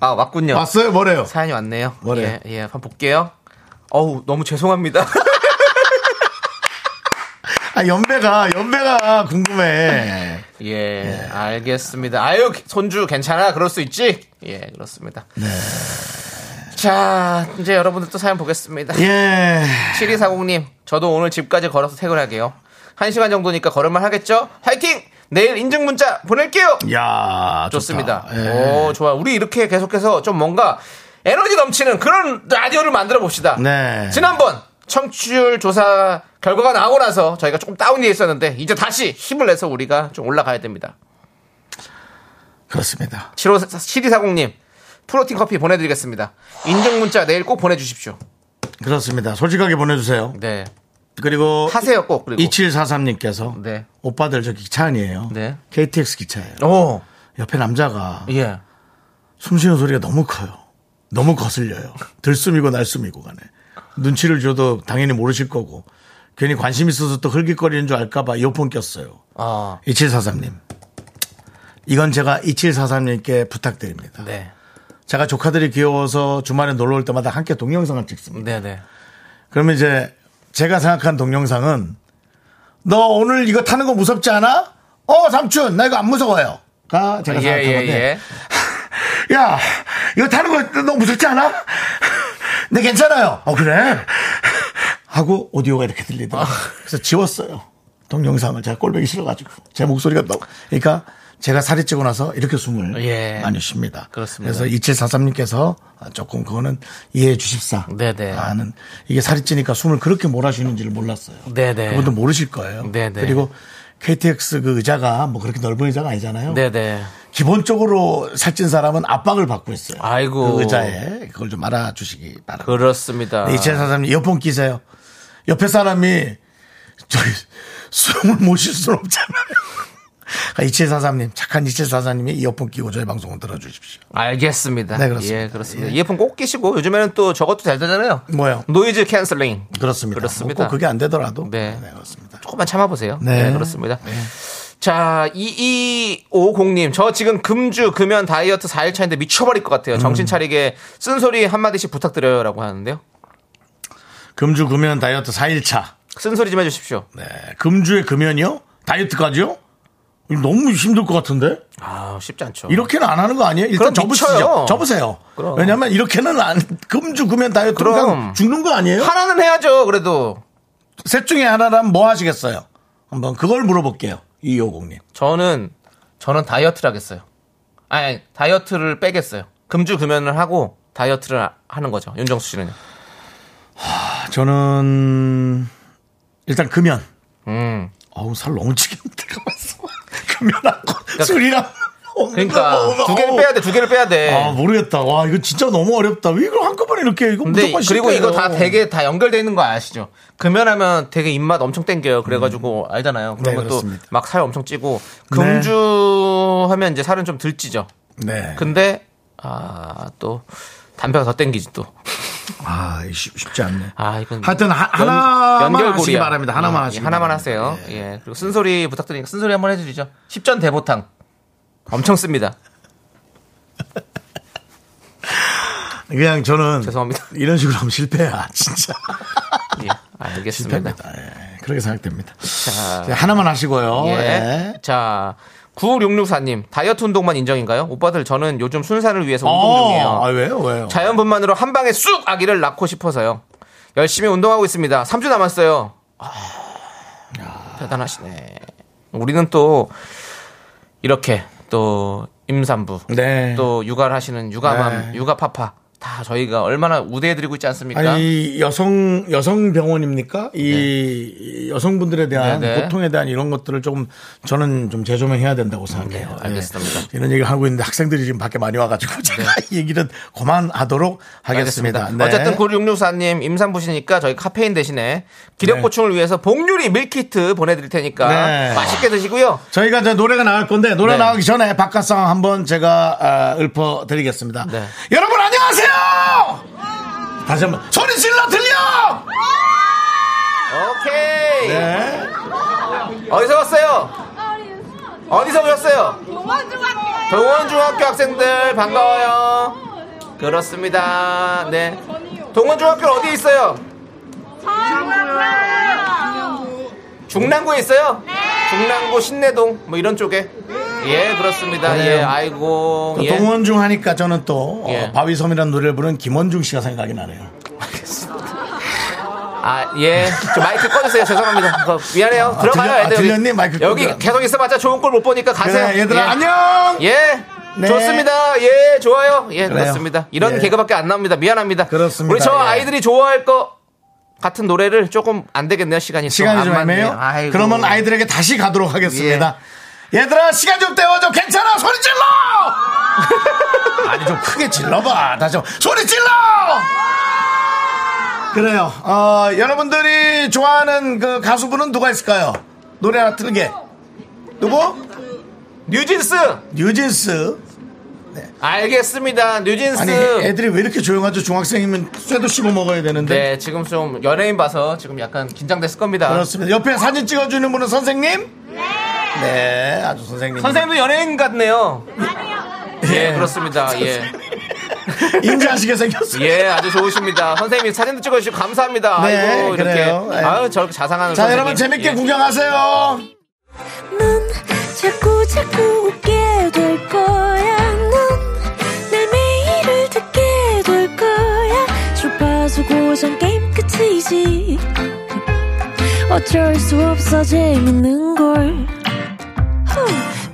Speaker 2: 아 왔군요.
Speaker 1: 왔어요 뭐래요?
Speaker 2: 사연이 왔네요.
Speaker 1: 뭐래요?
Speaker 2: 예, 예, 한번 볼게요. 어우 너무 죄송합니다.
Speaker 1: 아, 연배가, 연배가 궁금해.
Speaker 2: <laughs> 예, 알겠습니다. 아유, 손주 괜찮아. 그럴 수 있지? 예, 그렇습니다.
Speaker 1: 네.
Speaker 2: 자, 이제 여러분들 또 사연 보겠습니다.
Speaker 1: 예.
Speaker 2: 7240님, 저도 오늘 집까지 걸어서 퇴근하게요. 한시간 정도니까 걸을만 하겠죠? 화이팅! 내일 인증 문자 보낼게요!
Speaker 1: 야
Speaker 2: 좋습니다.
Speaker 1: 좋다. 예.
Speaker 2: 오, 좋아. 우리 이렇게 계속해서 좀 뭔가 에너지 넘치는 그런 라디오를 만들어 봅시다.
Speaker 1: 네.
Speaker 2: 지난번 청취율 조사 결과가 나오고 나서 저희가 조금 다운이 있었는데 이제 다시 힘을 내서 우리가 좀 올라가야 됩니다.
Speaker 1: 그렇습니다.
Speaker 2: 7 5 7240님 프로틴 커피 보내드리겠습니다. 인증 문자 내일 꼭 보내주십시오.
Speaker 1: 그렇습니다. 솔직하게 보내주세요.
Speaker 2: 네.
Speaker 1: 그리고.
Speaker 2: 하세요 꼭 그리고.
Speaker 1: 2743님께서.
Speaker 2: 어. 네.
Speaker 1: 오빠들 저 기차 아니에요.
Speaker 2: 네.
Speaker 1: KTX 기차예요.
Speaker 2: 오.
Speaker 1: 옆에 남자가
Speaker 2: 예.
Speaker 1: 숨 쉬는 소리가 너무 커요. 너무 거슬려요. 들숨이고 날숨이고 간에. 눈치를 줘도 당연히 모르실 거고. 괜히 관심 있어서 또 흘깃거리는 줄 알까봐 이어폰 꼈어요.
Speaker 2: 아.
Speaker 1: 2743님. 이건 제가 2743님께 부탁드립니다.
Speaker 2: 네.
Speaker 1: 제가 조카들이 귀여워서 주말에 놀러 올 때마다 함께 동영상을 찍습니다.
Speaker 2: 네네.
Speaker 1: 그러면 이제 제가 생각한 동영상은 너 오늘 이거 타는 거 무섭지 않아? 어, 삼촌, 나 이거 안 무서워요. 가 제가
Speaker 2: 예,
Speaker 1: 생각한
Speaker 2: 예,
Speaker 1: 건데
Speaker 2: 예.
Speaker 1: 야, 이거 타는 거 너무 무섭지 않아? <laughs> 네, 괜찮아요. 어, 그래? 하고 오디오가 이렇게 들리더라고요.
Speaker 2: 아.
Speaker 1: 그래서 지웠어요. 동영상을 제가 꼴보기 싫어가지고. 제 목소리가 너무. 그러니까 제가 살이 찌고 나서 이렇게 숨을
Speaker 2: 예.
Speaker 1: 많이 쉽니다.
Speaker 2: 그렇습니다.
Speaker 1: 그래서 2743님께서 아, 조금 그거는 이해해 주십사.
Speaker 2: 네네.
Speaker 1: 나는 이게 살이 찌니까 숨을 그렇게 몰아쉬는지를 몰랐어요.
Speaker 2: 네네.
Speaker 1: 그분도 모르실 거예요.
Speaker 2: 네네.
Speaker 1: 그리고 KTX 그 의자가 뭐 그렇게 넓은 의자가 아니잖아요.
Speaker 2: 네네.
Speaker 1: 기본적으로 살찐 사람은 압박을 받고 있어요.
Speaker 2: 아이고.
Speaker 1: 그 의자에 그걸 좀 알아주시기 바랍니다.
Speaker 2: 그렇습니다.
Speaker 1: 네, 이채 사장님 이어폰 끼세요. 옆에 사람이 저기 숨을 못 쉴 수는 없잖아요. 이채 사장님 착한 이채 사장님이 이어폰 끼고 저희 방송을 들어주십시오.
Speaker 2: 알겠습니다.
Speaker 1: 네, 그렇습니다.
Speaker 2: 예, 그렇습니다. 이어폰 꼭 끼시고 요즘에는 또 저것도 잘 되잖아요.
Speaker 1: 뭐요?
Speaker 2: 노이즈 캔슬링.
Speaker 1: 그렇습니다.
Speaker 2: 그렇습니다.
Speaker 1: 뭐꼭 그게 안 되더라도
Speaker 2: 네.
Speaker 1: 그렇습니다.
Speaker 2: 조금만 참아보세요.
Speaker 1: 네.
Speaker 2: 네, 그렇습니다. 자, 2250님. 저 지금 금주, 금연 다이어트 4일 차인데 미쳐버릴 것 같아요.
Speaker 1: 음.
Speaker 2: 정신 차리게 쓴소리 한마디씩 부탁드려요. 라고 하는데요.
Speaker 1: 금주 금연 다이어트 4일차.
Speaker 2: 쓴소리 좀 해주십시오.
Speaker 1: 네. 금주에 금연이요? 다이어트까지요? 너무 힘들 것 같은데?
Speaker 2: 아, 쉽지 않죠.
Speaker 1: 이렇게는 안 하는 거 아니에요? 일단
Speaker 2: 그럼
Speaker 1: 접으시죠.
Speaker 2: 미쳐요.
Speaker 1: 접으세요.
Speaker 2: 그럼.
Speaker 1: 왜냐면 이렇게는 안, 금주 금연 다이어트
Speaker 2: 그럼.
Speaker 1: 그냥 죽는 거 아니에요?
Speaker 2: 하나는 해야죠. 그래도.
Speaker 1: 셋 중에 하나라면 뭐 하시겠어요? 한번 그걸 물어볼게요. 이호공님.
Speaker 2: 저는, 저는 다이어트를 하겠어요. 아니, 아니, 다이어트를 빼겠어요. 금주, 금연을 하고 다이어트를 하는 거죠. 윤정수 씨는요.
Speaker 1: 아, 저는 일단 금연.
Speaker 2: 음.
Speaker 1: 어우 살 너무 지겠는데 가봤어. <laughs> 금연하고 술이랑. 먹는 거
Speaker 2: 그러니까
Speaker 1: 먹으면
Speaker 2: 두 개를
Speaker 1: 뭐, 어우.
Speaker 2: 빼야 돼, 두 개를 빼야 돼.
Speaker 1: 아 모르겠다. 와 이거 진짜 너무 어렵다. 왜 이걸 한꺼번에 이렇게 이거
Speaker 2: 근데
Speaker 1: 무조건
Speaker 2: 그리고
Speaker 1: 실패해요.
Speaker 2: 이거 다 되게 다 연결돼 있는 거 아시죠? 금연하면 되게 입맛 엄청 땡겨요. 그래가지고 알잖아요. 그러면 또
Speaker 1: 음. 네, 그렇습니다.
Speaker 2: 막 살 엄청 찌고 금주 하면 이제 살은 좀 덜 찌죠.
Speaker 1: 네.
Speaker 2: 근데 아 또 담배가 더 땡기지 또.
Speaker 1: 아 쉽- 쉽지 않네.
Speaker 2: 아 이건
Speaker 1: 하여튼 하- 하나만 하시기 바랍니다. 하나만
Speaker 2: 예,
Speaker 1: 하시기
Speaker 2: 하나만
Speaker 1: 바랍니다. 네.
Speaker 2: 하세요. 예. 그리고 쓴소리 부탁드리니까 쓴소리 한번 해주시죠. 10전 대보탕 엄청 씁니다.
Speaker 1: 그냥 저는 <laughs>
Speaker 2: 죄송합니다.
Speaker 1: 이런 식으로 하면 실패야 진짜.
Speaker 2: 예, 알겠습니다.
Speaker 1: 실패입니다. 예, 그렇게 생각됩니다.
Speaker 2: 자,
Speaker 1: 자, 하나만 하시고요.
Speaker 2: 예.
Speaker 1: 예.
Speaker 2: 자, 9664님, 다이어트 운동만 인정인가요? 오빠들, 저는 요즘 순산을 위해서 운동
Speaker 1: 어, 아,
Speaker 2: 중이에요.
Speaker 1: 왜요? 왜요?
Speaker 2: 자연분만으로 한 방에 쑥 아기를 낳고 싶어서요. 열심히 운동하고 있습니다. 3주 남았어요. 아, 대단하시네. 우리는 또, 이렇게, 또, 임산부,
Speaker 1: 네.
Speaker 2: 또, 육아를 하시는
Speaker 1: 네.
Speaker 2: 육아맘, 육아파파. 다 저희가 얼마나 우대해드리고 있지 않습니까?
Speaker 1: 아니 이 여성 여성 병원입니까? 이 여성분들에 대한
Speaker 2: 네, 네.
Speaker 1: 고통에 대한 이런 것들을 조금 저는 좀 재조명해야 된다고 생각해요.
Speaker 2: 네, 알겠습니다. 네.
Speaker 1: 예. 이런 얘기를 하고 있는데 학생들이 지금 밖에 많이 와가지고 <laughs> 제가 이 얘기는 그만하도록 하겠습니다. 네.
Speaker 2: 어쨌든 9664님 임산부시니까 저희 카페인 대신에 기력
Speaker 1: 네.
Speaker 2: 보충을 위해서 복유리 밀키트 보내드릴 테니까
Speaker 1: 네.
Speaker 2: 맛있게 드시고요.
Speaker 1: 저희가 이제 노래가 나갈 건데 노래
Speaker 2: 네.
Speaker 1: 나가기 전에 바깥 상황 한번 제가 아, 읊어드리겠습니다.
Speaker 2: 네.
Speaker 1: 여러분 안녕하세요. 다시 한번 소리 질러 들려.
Speaker 2: 오케이.
Speaker 1: 네.
Speaker 2: 어디서 왔어요? 어디서 오셨어요? 동원중학교 학생들 반가워요. 그렇습니다. 네. 동원중학교 어디 있어요? 중랑구에 있어요? 중랑구 신내동 뭐 이런 쪽에. 예, 그렇습니다.
Speaker 1: 그래요.
Speaker 2: 예, 아이고.
Speaker 1: 또
Speaker 2: 예.
Speaker 1: 네. 그 동원중 하니까 저는 또 어,
Speaker 2: 예.
Speaker 1: 바위섬이라는 노래를 부른 김원중 씨가 생각이 나네요.
Speaker 2: 아, 예. 저 마이크 꺼주세요. 죄송합니다. 그거 미안해요.
Speaker 1: 아,
Speaker 2: 들어가요,
Speaker 1: 들려- 아,
Speaker 2: 애들.
Speaker 1: 들렸니? 마이크
Speaker 2: 여기
Speaker 1: 끄고.
Speaker 2: 계속 있어봤자 좋은 꼴 못 보니까 가세요.
Speaker 1: 그래, 얘들아
Speaker 2: 예.
Speaker 1: 안녕.
Speaker 2: 예.
Speaker 1: 네.
Speaker 2: 좋습니다. 예, 좋아요. 예,
Speaker 1: 그래요.
Speaker 2: 그렇습니다. 이런
Speaker 1: 예.
Speaker 2: 개그밖에 안 나옵니다. 미안합니다.
Speaker 1: 그렇습니다.
Speaker 2: 우리 저
Speaker 1: 예.
Speaker 2: 아이들이 좋아할 거 같은 노래를 조금 안 되겠네요. 시간이 좀
Speaker 1: 시간이
Speaker 2: 안
Speaker 1: 좀
Speaker 2: 맞네요.
Speaker 1: 애매해요.
Speaker 2: 아이고.
Speaker 1: 그러면 아이들에게 다시 가도록 하겠습니다. 얘들아 시간 좀 때워줘. 괜찮아 소리 질러. <laughs> 아니 좀 크게 질러봐. 다시 한번. 소리 질러. 그래요. 어, 여러분들이 좋아하는 그 가수분은 누가 있을까요? 노래 하나 틀게. 누구?
Speaker 2: 뉴진스.
Speaker 1: 뉴진스.
Speaker 2: 알겠습니다. 뉴진스.
Speaker 1: 아니 애들이 왜 이렇게 조용하죠? 중학생이면 쇠도 씹어 먹어야 되는데.
Speaker 2: 네, 지금 좀 연예인 봐서 지금 약간 긴장됐을 겁니다.
Speaker 1: 그렇습니다. 옆에 사진 찍어주는 분은 선생님? 네. 네, 아주 선생님.
Speaker 2: 선생님도 연예인 같네요. 예, 그렇습니다. 예.
Speaker 1: 인자하시게 생겼어요.
Speaker 2: 예, 아주 좋으십니다. 선생님 사진도 찍어주시고 감사합니다.
Speaker 1: 네,
Speaker 2: 아이고, 이렇게.
Speaker 1: 그래요. 네.
Speaker 2: 아유, 저렇게 자상한.
Speaker 1: 자,
Speaker 2: 선생님.
Speaker 1: 여러분 재밌게
Speaker 2: 예.
Speaker 1: 구경하세요.
Speaker 5: 넌 자꾸 자꾸 웃게 될 거야. 넌내 매일을 듣게 될 거야. 주파수 고정 게임 끝이지. 어쩔 수 없어 재밌는 걸. 후.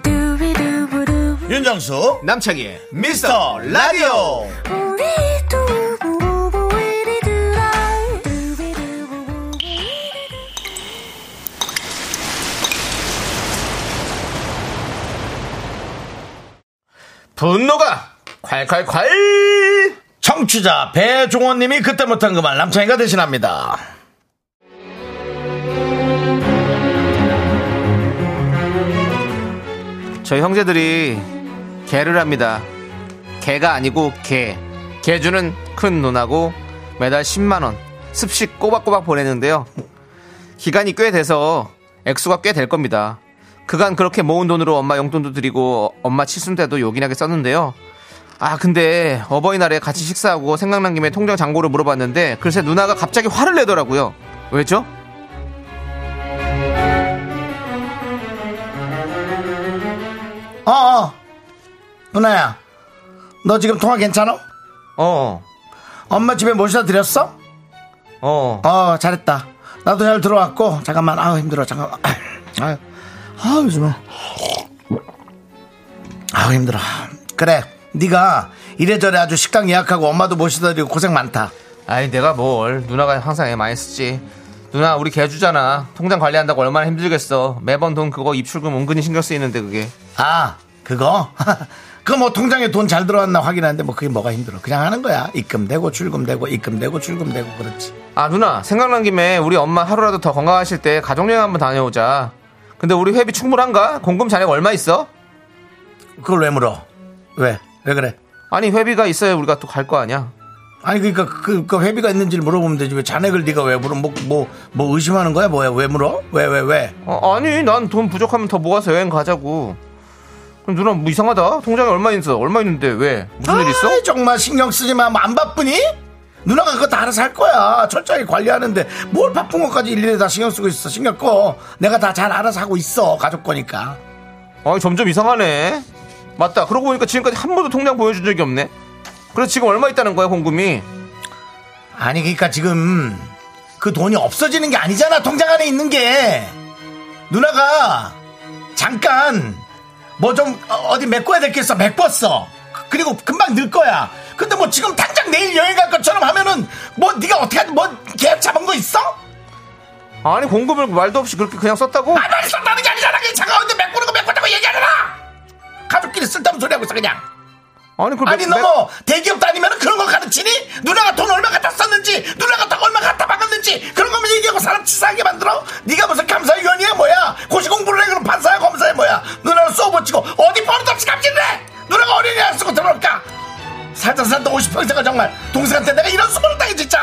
Speaker 5: 두비두부두.
Speaker 1: 윤정수,
Speaker 2: 남창희의
Speaker 1: 미스터 라디오.
Speaker 5: 우리 두부부부 우리 두라. 두비두부부 우리 두라.
Speaker 2: 분노가 콸콸콸!
Speaker 1: 청취자 배종원님이 그때 못한 그 말 남창희가 대신합니다.
Speaker 2: 저희 형제들이 개를 합니다. 개가 아니고 개. 개주는 큰 누나고 매달 10만 원 습식 꼬박꼬박 보내는데요. 기간이 꽤 돼서 액수가 꽤 될 겁니다. 그간 그렇게 모은 돈으로 엄마 용돈도 드리고 엄마 치순대도 요긴하게 썼는데요. 아 근데 어버이날에 같이 식사하고 생각난 김에 통장 잔고를 물어봤는데 글쎄 누나가 갑자기 화를 내더라고요. 왜죠?
Speaker 1: 어, 어. 누나야, 너 지금 통화 괜찮아?
Speaker 2: 어,
Speaker 1: 엄마 집에 모셔다 드렸어?
Speaker 2: 어.
Speaker 1: 어, 잘했다. 나도 잘 들어왔고, 잠깐만, 아우, 힘들어, 잠깐만. <coughs> 아유, 아유, 요즘은. 아우, 힘들어. 그래, 네가 이래저래 아주 식당 예약하고 엄마도 뭐 모시다 드리고 고생 많다.
Speaker 2: 아이 내가 뭘 누나가 항상 애 많이 쓰지 누나 우리 개 주잖아 통장 관리한다고 얼마나 힘들겠어 매번 돈 그거 입출금 은근히 신경 쓰이는데 그게
Speaker 1: 아, 그거? <laughs> 그 뭐 통장에 돈 잘 들어왔나 확인하는데 뭐 그게 뭐가 힘들어. 그냥 하는 거야. 입금되고 출금되고 입금되고 출금되고 그렇지.
Speaker 2: 아 누나 생각난 김에 우리 엄마 하루라도 더 건강하실 때 가족여행 한번 다녀오자 근데 우리 회비 충분한가? 공금 잔액 얼마 있어?
Speaker 1: 그걸 왜 물어? 왜? 왜 그래?
Speaker 2: 아니 회비가 있어야 우리가 또 갈 거 아니야
Speaker 1: 아니 그러니까 그, 그 회비가 있는지를 물어보면 되지 왜 잔액을 네가 왜 물어? 뭐뭐 뭐, 뭐 의심하는 거야? 뭐야? 왜 물어? 왜 왜 왜?
Speaker 2: 어, 아니 난 돈 부족하면 더 모아서 여행 가자고 그럼 누나 뭐 이상하다 통장에 얼마 있어 얼마 있는데 왜 무슨 일 있어?
Speaker 1: 아이, 정말 신경 쓰지 마. 뭐안 바쁘니? 누나가 그거 다 알아서 할 거야. 철저히 관리하는데 뭘 바쁜 것까지 일일이 다 신경 쓰고 있어. 신경 꺼. 내가 다 잘 알아서 하고 있어. 가족 거니까.
Speaker 2: 아니 어, 점점 이상하네. 맞다. 그러고 보니까 지금까지 한 번도 통장 보여준 적이 없네. 그래서 지금 얼마 있다는 거야 공금이?
Speaker 1: 아니 그러니까 지금 그 돈이 없어지는 게 아니잖아 통장 안에 있는 게 누나가 잠깐 뭐 좀 어디 메꿔야 될 게 있어 메꿨어 그- 그리고 금방 늘 거야 근데 뭐 지금 당장 내일 여행 갈 것처럼 하면은 뭐 네가 어떻게 하든 뭐 계획 잡은 거 있어?
Speaker 2: 아니 공금을 말도 없이 그렇게 그냥 썼다고?
Speaker 1: 아말 썼다는 게 아니잖아 그냥 차가운데 메꾸는 거 메꿨다고 얘기하잖아 가족끼리 쓸데없는 소리 하고 있어 그냥
Speaker 2: 아니 그걸
Speaker 1: 아니
Speaker 2: 매-
Speaker 1: 너 뭐 대기업 다니면 그런 거 가르치니? 누나가 돈 얼마 갖다 썼는지 누나가 돈 얼마 갖다 박았는지 그런 거만 얘기하고 사람 치사하게 만들어? 네가 무슨 감사위원이야 뭐야 고시공부를 해 그럼 판사야 검사야 뭐야 누나는 쏘붙이고 어디 버릇없이 감질을 해 누나가 어린이 안 쓰고 들어올까 살다 살다 50평생을 정말 동생한테 내가 이런 수모를 당해 진짜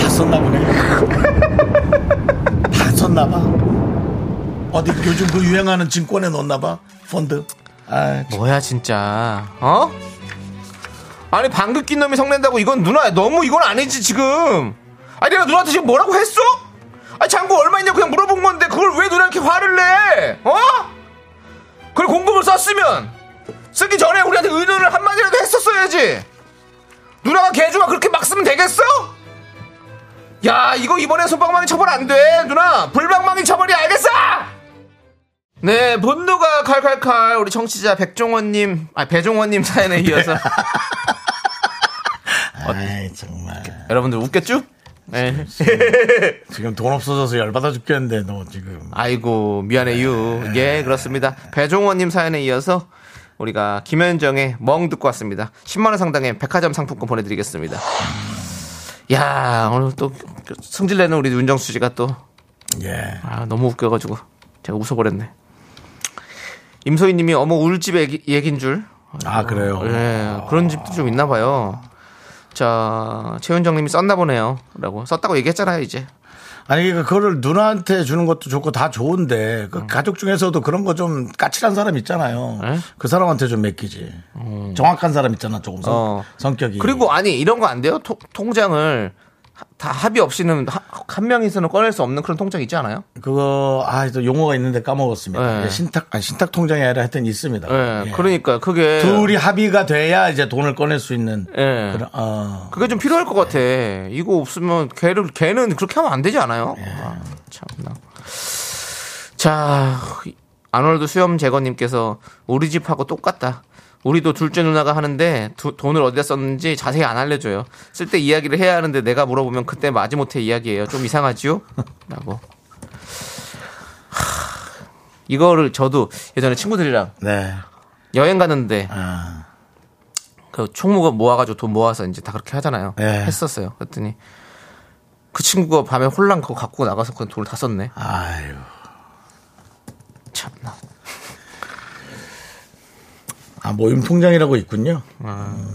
Speaker 1: 다 썼나 보네 다 썼나 봐 어디 요즘 그 유행하는 증권에 넣었나 봐 펀드 아
Speaker 2: 뭐야 진짜? 어? 아니 방귀 낀 놈이 성낸다고 이건 누나 너무 이건 아니지 지금. 아니 내가 누나한테 지금 뭐라고 했어? 아, 잔고 얼마 있냐고 그냥 물어본 건데 그걸 왜 누나한테 화를 내? 어? 그걸 공금을 썼으면 쓰기 전에 우리한테 의논을 한마디라도 했었어야지. 누나가 개주가 그렇게 막 쓰면 되겠어? 야, 이거 이번에 소방망이 처벌 안 돼. 누나, 불방망이 처벌이 알겠어? 네, 분노가 칼칼칼 우리 청취자 백종원님, 아 배종원님 사연에 이어서
Speaker 1: 아이 정말
Speaker 2: <laughs> 여러분들 웃겼죠? 네.
Speaker 1: 지금 돈 없어져서 열받아 죽겠는데 너 지금
Speaker 2: 아이고 미안해요. 예 그렇습니다. 배종원님 사연에 이어서 우리가 김현정의 멍 듣고 왔습니다. 10만 원 상당의 백화점 상품권 보내드리겠습니다. 야 오늘 또 성질내는 우리 윤정수 씨가 또
Speaker 1: 예
Speaker 2: 아, 너무 웃겨가지고 제가 웃어버렸네. 임소희님이 어머 울집 얘기, 얘긴 줄.
Speaker 1: 아, 그래요?
Speaker 2: 예, 그런 집도 좀 있나 봐요. 자 최윤정님이 썼나 보네요.라고 썼다고 얘기했잖아요 이제.
Speaker 1: 아니 그러니까 그거를 누나한테 주는 것도 좋고 다 좋은데 그 가족 중에서도 그런 거 좀 까칠한 사람 있잖아요
Speaker 2: 음. 예? 음.
Speaker 1: 그 사람한테 좀 맡기지 정확한 사람 있잖아 조금 성,
Speaker 2: 어.
Speaker 1: 성격이
Speaker 2: 그리고 아니 이런 거 안 돼요? 통- 통장을 하- 다 합의 없이는 하- 한 명이서는 꺼낼 수 없는 그런 통장 있지 않아요?
Speaker 1: 그거 아또 용어가 있는데 까먹었습니다
Speaker 2: 예.
Speaker 1: 예, 신탁 아니 신탁 통장이 아니라 하여튼 있습니다
Speaker 2: 예.
Speaker 1: 예.
Speaker 2: 그러니까 그게
Speaker 1: 둘이 합의가 돼야 이제 돈을 꺼낼 수 있는
Speaker 2: 예.
Speaker 1: 그런 어.
Speaker 2: 그게 좀 필요할 것 같아. 이거 없으면 걔를 걔는 그렇게 하면 안 되지 않아요? 아, 참나. 자, 아놀드 수염 제거님께서 우리 집하고 똑같다. 우리도 둘째 누나가 하는데 두- 돈을 어디다 썼는지 자세히 안 알려줘요. 쓸 때 이야기를 해야 하는데 내가 물어보면 그때 마지못해 이야기해요. 좀 이상하지요? 라고. 하, 이거를 저도 예전에 친구들이랑
Speaker 1: 네
Speaker 2: 여행 갔는데
Speaker 1: 아.
Speaker 2: 그 총무가 모아가지고 돈 모아서 이제 다 그렇게 하잖아요.
Speaker 1: 예.
Speaker 2: 했었어요. 그랬더니 그 친구가 밤에 홀랑 그거 갖고 나가서 그냥 돈을 다 썼네.
Speaker 1: 아유.
Speaker 2: 참나.
Speaker 1: 아, 모임 통장이라고 있군요.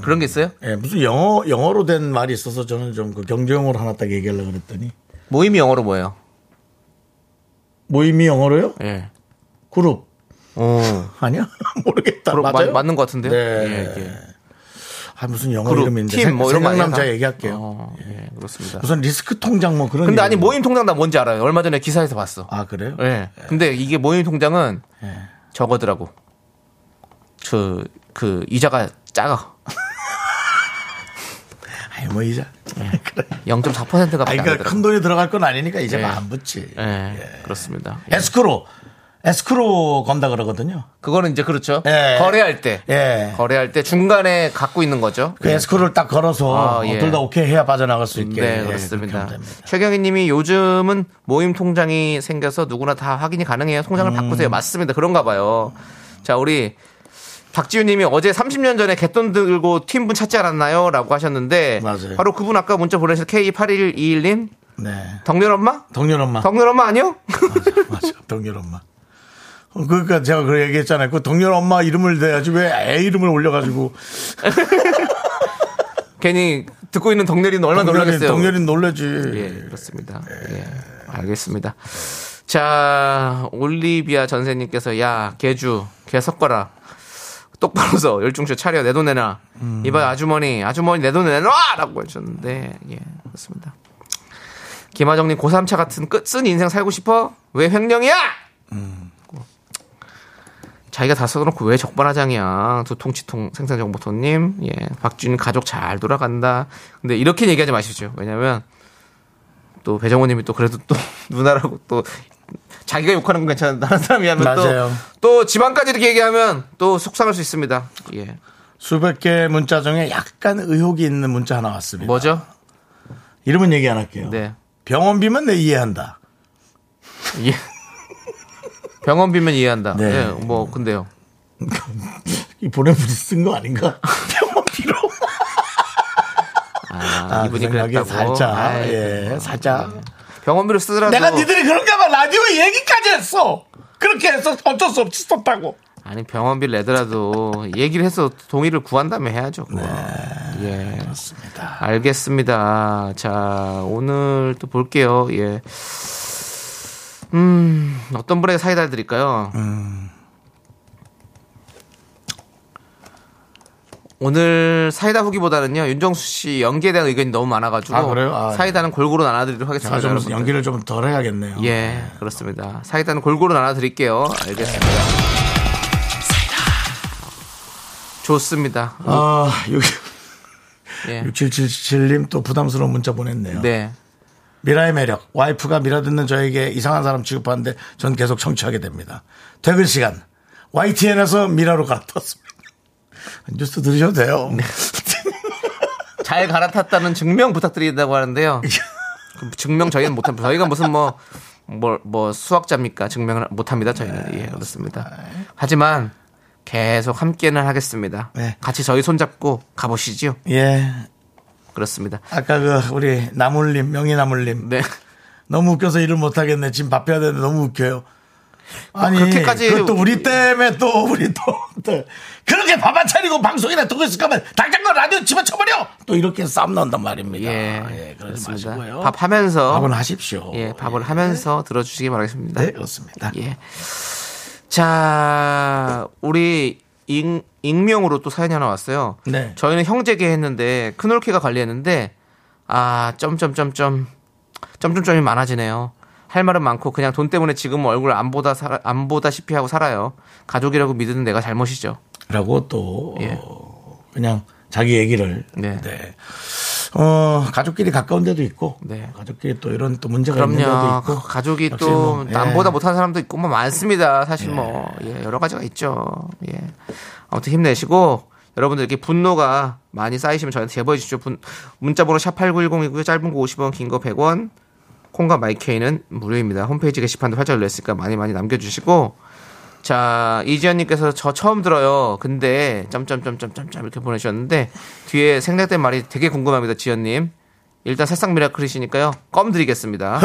Speaker 2: 그런 게 있어요?
Speaker 1: 예, 무슨 영어, 영어로 된 말이 있어서 저는 좀 그 경제용어로 하나 딱 얘기하려고 그랬더니.
Speaker 2: 모임이 영어로 뭐예요?
Speaker 1: 모임이 영어로요?
Speaker 2: 예.
Speaker 1: 그룹.
Speaker 2: 오.
Speaker 1: 아니야? <laughs> 모르겠다.
Speaker 2: 어. 그럼
Speaker 1: 맞아요?
Speaker 2: 맞, 는것 같은데요?
Speaker 1: 네.
Speaker 2: 예, 예.
Speaker 1: 아, 무슨 영어
Speaker 2: 그룹,
Speaker 1: 이름인데.
Speaker 2: 팀, 뭐 이런 거 아니야?
Speaker 1: 생각나면 제가
Speaker 2: 다?
Speaker 1: 얘기할게요.
Speaker 2: 어, 예, 그렇습니다.
Speaker 1: 무슨 리스크 통장 뭐 그런.
Speaker 2: 근데 아니
Speaker 1: 이름이에요.
Speaker 2: 모임 통장 나 뭔지 알아요. 얼마 전에 기사에서 봤어.
Speaker 1: 아, 그래요?
Speaker 2: 예. 근데 이게 모임 통장은
Speaker 1: 예.
Speaker 2: 저거더라고. 그, 그, 이자가 작아.
Speaker 1: 아니, 뭐 이자. <laughs>
Speaker 2: 0.4%가
Speaker 1: 아,
Speaker 2: 밖에 예. 안
Speaker 1: 그러니까
Speaker 2: 되더라고.
Speaker 1: 큰 돈이 들어갈 건 아니니까 이제가
Speaker 2: 예.
Speaker 1: 안 붙지.
Speaker 2: 예, 그렇습니다.
Speaker 1: 에스크로. 에스크로 건다 그러거든요.
Speaker 2: 그거는 이제 그렇죠.
Speaker 1: 예.
Speaker 2: 거래할 때.
Speaker 1: 예.
Speaker 2: 거래할 때 중간에 갖고 있는 거죠.
Speaker 1: 그 에스크로를 딱 걸어서
Speaker 2: 아, 예.
Speaker 1: 둘 다 오케이 해야 빠져나갈 수 있게.
Speaker 2: 네,
Speaker 1: 예, 그렇게
Speaker 2: 그렇습니다.
Speaker 1: 하면 됩니다.
Speaker 2: 최경희 님이 요즘은 모임 통장이 생겨서 누구나 다 확인이 가능해요.
Speaker 1: 음.
Speaker 2: 통장을 바꾸세요. 맞습니다. 그런가 봐요. 자, 우리 박지윤 님이 어제 30년 전에 갯돈 들고 팀분 찾지 않았나요? 라고 하셨는데
Speaker 1: 맞아요.
Speaker 2: 바로 그분 아까 문자 보내실 K8121님
Speaker 1: 네.
Speaker 2: 덕렬 엄마?
Speaker 1: 덕렬 엄마.
Speaker 2: 덕렬 엄마 아니요? <laughs>
Speaker 1: 맞아, 맞아. 덕렬 엄마. 어, 그러니까 제가 그 얘기했잖아요. 그 덕렬 엄마 이름을 대야지 왜 애 이름을 올려가지고
Speaker 2: 괜히 듣고 있는 덕렬이는 얼마나
Speaker 1: 덕렬이,
Speaker 2: 놀라겠어요.
Speaker 1: 덕렬이 놀래지.
Speaker 2: 예, 그렇습니다. 예, 알겠습니다. 자, 올리비아 전세님께서 야, 개주, 개 섞어라. 똑바로 서 열중쇼 차려 내 돈 내놔. 이봐 아주머니, 아주머니 내 돈 내놔라고 해주셨는데 예, 그렇습니다. 김하정님 고3차 같은 끝쓴 인생 살고 싶어? 왜 횡령이야? 자기가 다 써놓고 왜 적반하장이야. 두통치통 생산정보통님, 예, 박준 가족 잘 돌아간다. 근데 이렇게 얘기하지 마십시오. 왜냐면 또 배정호님이 또 그래도 또 <laughs> 누나라고 또 자기가 욕하는 건 괜찮은데 다른 사람이 하면
Speaker 1: 맞아요.
Speaker 2: 또또 지방까지 이렇게 얘기하면 또 속상할 수 있습니다. 예,
Speaker 1: 수백 개 문자 중에 약간 의혹이 있는 문자 하나 왔습니다.
Speaker 2: 뭐죠?
Speaker 1: 이름은 얘기 안 할게요.
Speaker 2: 네,
Speaker 1: 병원비만 내 이해한다.
Speaker 2: 예. 병원비면 이해한다.
Speaker 1: 네.
Speaker 2: 예, 뭐 근데요.
Speaker 1: 이 보내분이 쓴 거
Speaker 2: <laughs>
Speaker 1: 아닌가? 병원비로.
Speaker 2: 아,
Speaker 1: 아,
Speaker 2: 이분이
Speaker 1: 그 생각에
Speaker 2: 그랬다고. 네.
Speaker 1: 살짝,
Speaker 2: 아이,
Speaker 1: 예, 살짝.
Speaker 2: 병원비로 쓰더라도
Speaker 1: 내가 니들이 그런가 봐. 라디오에 얘기까지 했어. 그렇게 해서 어쩔 수 없이 썼다고.
Speaker 2: 아니 병원비를 내더라도 얘기를 해서 동의를 구한다면 해야죠. 그거.
Speaker 1: 네.
Speaker 2: 예.
Speaker 1: 그렇습니다.
Speaker 2: 알겠습니다. 자, 오늘 또 볼게요. 예. 음, 어떤 분에게 사이다
Speaker 1: 음.
Speaker 2: 드릴까요? 오늘 사이다 후기보다는요 윤정수 씨 연기에 대한 의견이 너무 많아가지고
Speaker 1: 아, 그래요? 아,
Speaker 2: 사이다는 골고루 나눠드리도록 하겠습니다.
Speaker 1: 제가 좀
Speaker 2: 여러분들.
Speaker 1: 연기를 좀 덜 해야겠네요.
Speaker 2: 예 그렇습니다. 사이다는 골고루 나눠드릴게요. 알겠습니다. 좋습니다.
Speaker 1: 아, 6,
Speaker 2: 예.
Speaker 1: 6777님 네. 또 부담스러운 문자 보냈네요.
Speaker 2: 네.
Speaker 1: 미라의 매력. 와이프가 미라 듣는 저에게 이상한 사람 취급하는데 전 계속 청취하게 됩니다. 퇴근 시간. YTN에서 미라로 갈아탔습니다. <laughs> 뉴스 들으셔도 돼요.
Speaker 2: 잘 갈아탔다는 증명 부탁드린다고 하는데요. 그 증명 저희는 못합니다. 저희가 무슨 뭐, 뭐, 뭐 수학자입니까? 증명을 못합니다. 저희는. 예, 그렇습니다. 하지만 계속 함께는 하겠습니다.
Speaker 1: 네.
Speaker 2: 같이 저희 손잡고 가보시죠.
Speaker 1: <laughs> 예.
Speaker 2: 그렇습니다.
Speaker 1: 아까 그 우리 나물님, 명희나물님.
Speaker 2: 네.
Speaker 1: 너무 웃겨서 일을 못하겠네. 지금 바빠야 되는데 너무 웃겨요. 아니,
Speaker 2: 뭐 그렇게까지-
Speaker 1: 그것도 우리 때문에 또 우리 또, 또 그렇게 밥 안 차리고 방송이나 듣고 있을 거면 당장 너 라디오 집어쳐버려! 또 이렇게 싸움 나온단 말입니다.
Speaker 2: 예.
Speaker 1: 그러지
Speaker 2: 그렇습니다.
Speaker 1: 마시고요.
Speaker 2: 밥 하면서. 어?
Speaker 1: 밥은 하십시오.
Speaker 2: 예, 밥을 하면서 들어주시기 바라겠습니다.
Speaker 1: 네, 그렇습니다.
Speaker 2: 예. 자, 우리 익, 익명으로 또 사연이 하나 왔어요.
Speaker 1: 네.
Speaker 2: 저희는 형제계 했는데 큰올케가 관리했는데 아, 점점점점 점점점이 많아지네요. 할 말은 많고 그냥 돈 때문에 지금 얼굴 안 보다 살아, 안 보다시피 하고 살아요. 가족이라고 믿는 내가 잘못이죠.
Speaker 1: 라고 또
Speaker 2: 예.
Speaker 1: 어, 그냥 자기 얘기를
Speaker 2: 네.
Speaker 1: 네. 어, 가족끼리 가까운 데도 있고
Speaker 2: 네.
Speaker 1: 가족끼리 또 이런 또 문제가 있는 데도
Speaker 2: 그럼요.
Speaker 1: 있고
Speaker 2: 가족이
Speaker 1: 역시
Speaker 2: 또
Speaker 1: 뭐, 예.
Speaker 2: 남보다 못한 사람도 있고 뭐 많습니다. 사실 뭐 예, 여러 가지가 있죠. 예. 아무튼 힘내시고 여러분들 이렇게 분노가 많이 쌓이시면 저한테 제보해 주십시오. 분- 문자번호 샵 8910이고요. 짧은 거 50원, 긴 거 100원. 콩과 마이케이는 무료입니다. 홈페이지 게시판도 활짝 열렸으니까 많이 많이 남겨주시고 자 이지연님께서 저 처음 들어요. 근데 점점점점점점 이렇게 보내주셨는데 뒤에 생략된 말이 되게 궁금합니다. 지연님 일단 새싹 미라클이시니까요. 껌 드리겠습니다.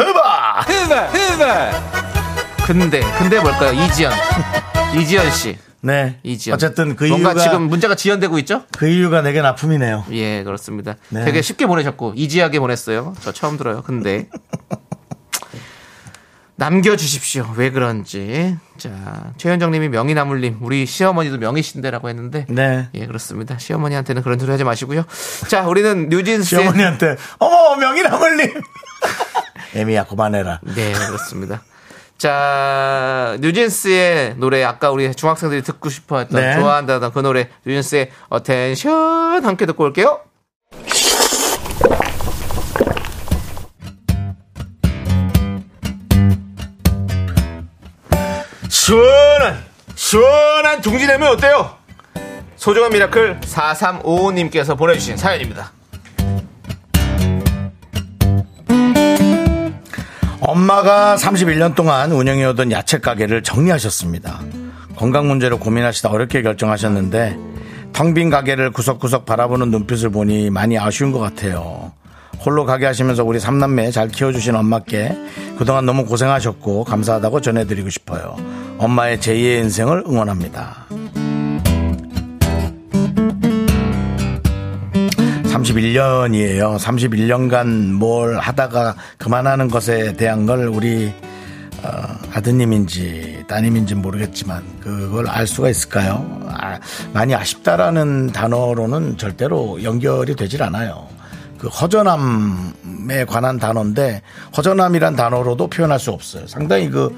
Speaker 2: 근데 근데 뭘까요? 이지연 이지연 씨
Speaker 1: 네.
Speaker 2: 이지연
Speaker 1: 어쨌든 그
Speaker 2: 뭔가
Speaker 1: 이유가
Speaker 2: 지금 문제가 지연되고 있죠?
Speaker 1: 그 이유가 내겐 아픔이네요.
Speaker 2: 예 그렇습니다.
Speaker 1: 네.
Speaker 2: 되게 쉽게 보내셨고 이지하게 보냈어요. 저 처음 들어요. 근데 남겨주십시오. 왜 그런지 자 최현정님이 명희나물님 우리 시어머니도 명희신데라고 했는데
Speaker 1: 네.
Speaker 2: 예 그렇습니다. 시어머니한테는 그런 소리 하지 마시고요. 자 우리는 뉴진스 의
Speaker 1: 시어머니한테 어머 명이라물님 <laughs> 애미야 그만해라.
Speaker 2: 네, 그렇습니다. 자, 뉴진스의 노래, 아까 우리 중학생들이 듣고 싶어 했던,
Speaker 1: 네.
Speaker 2: 좋아한다던 그 노래, 뉴진스의 어텐션 함께 듣고 올게요.
Speaker 1: 시원한 시원한 둥지 내면 어때요?
Speaker 2: 소중한 미라클 4355님께서 보내주신 사연입니다.
Speaker 1: 엄마가 31년 동안 운영해오던 야채 가게를 정리하셨습니다. 건강 문제로 고민하시다 어렵게 결정하셨는데 텅 빈 가게를 구석구석 바라보는 눈빛을 보니 많이 아쉬운 것 같아요. 홀로 가게 하시면서 우리 삼남매 잘 키워주신 엄마께 그동안 너무 고생하셨고 감사하다고 전해드리고 싶어요. 엄마의 제2의 인생을 응원합니다. 31년이에요. 31년간 뭘 하다가 그만하는 것에 대한 걸 우리 어, 아드님인지 따님인지 모르겠지만 그걸 알 수가 있을까요? 아, 많이 아쉽다라는 단어로는 절대로 연결이 되질 않아요. 그 허전함에 관한 단어인데 허전함이란 단어로도 표현할 수 없어요. 상당히 그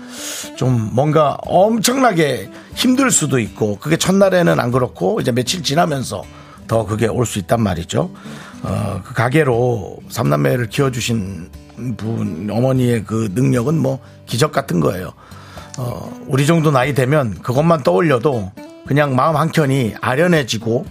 Speaker 1: 좀 뭔가 엄청나게 힘들 수도 있고 그게 첫날에는 안 그렇고 이제 며칠 지나면서 더 그게 올 수 있단 말이죠. 어, 그 가게로 삼남매를 키워주신 분 어머니의 그 능력은 뭐 기적 같은 거예요. 어, 우리 정도 나이 되면 그것만 떠올려도 그냥 마음 한 켠이 아련해지고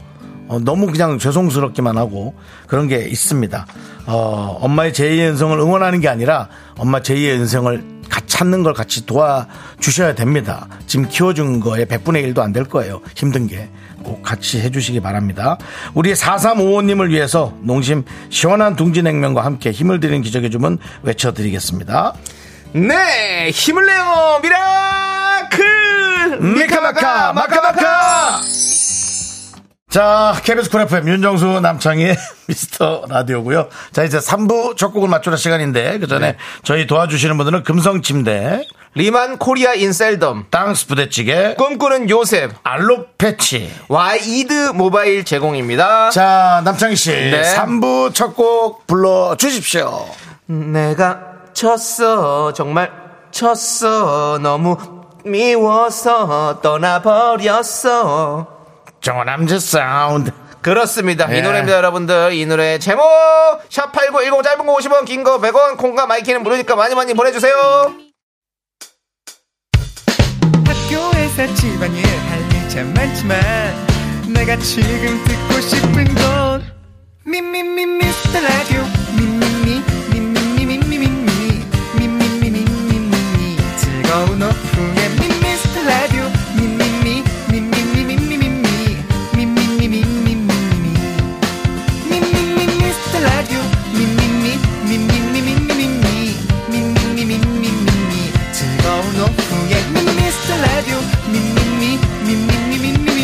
Speaker 1: 어, 너무 그냥 죄송스럽기만 하고 그런 게 있습니다. 어, 엄마의 제2의 인생을 응원하는 게 아니라 엄마 제2의 인생을 같이 찾는 걸 같이 도와주셔야 됩니다. 지금 키워준 거에 100분의 1도 안 될 거예요. 힘든 게 꼭 같이 해주시기 바랍니다. 우리 4355님을 위해서 농심 시원한 둥지냉면과 함께 힘을 드리는 기적의 주문 외쳐드리겠습니다.
Speaker 2: 네! 힘을 내요! 미라클!
Speaker 1: 미카마카 마카마카 자 KBS 쿨 FM 윤정수 남창희의 <laughs> 미스터 라디오고요 네. 자 이제 3부 첫 곡을 맞추는 시간인데 그 전에 저희 도와주시는 분들은 금성침대
Speaker 2: 리만 코리아 인셀덤,
Speaker 1: 땅스 부대찌개
Speaker 2: 꿈꾸는 요셉,
Speaker 1: 알로패치
Speaker 2: 와이드 모바일 제공입니다.
Speaker 1: 자 남창희 씨
Speaker 2: 네.
Speaker 1: 3부 첫 곡 불러주십시오
Speaker 2: 내가 쳤어 정말 쳤어 너무 미워서 떠나버렸어
Speaker 1: 정원남자 사운드
Speaker 2: 그렇습니다
Speaker 1: 예.
Speaker 2: 이 노래입니다 여러분들 이 노래 제목 샵8910 짧은 거 50원 긴 거 100원 콩과 마이키는 무료니까 많이 많이 보내주세요
Speaker 6: 학교에서 집안일 할 일 참 많지만 내가 지금 듣고 싶은 건 미미미 미스터 라디오 미미미 미미미 미미미 미미미 미미미 즐거운 오후에 미스터 라디오 미미미 미미미 미미미 미미미 미미미 미미미 미스터 라디오 미미미 미미미 미미미 미미미 미미미 즐거운 오후에 미스터 라디오 미미미 미미미 미미미 미미미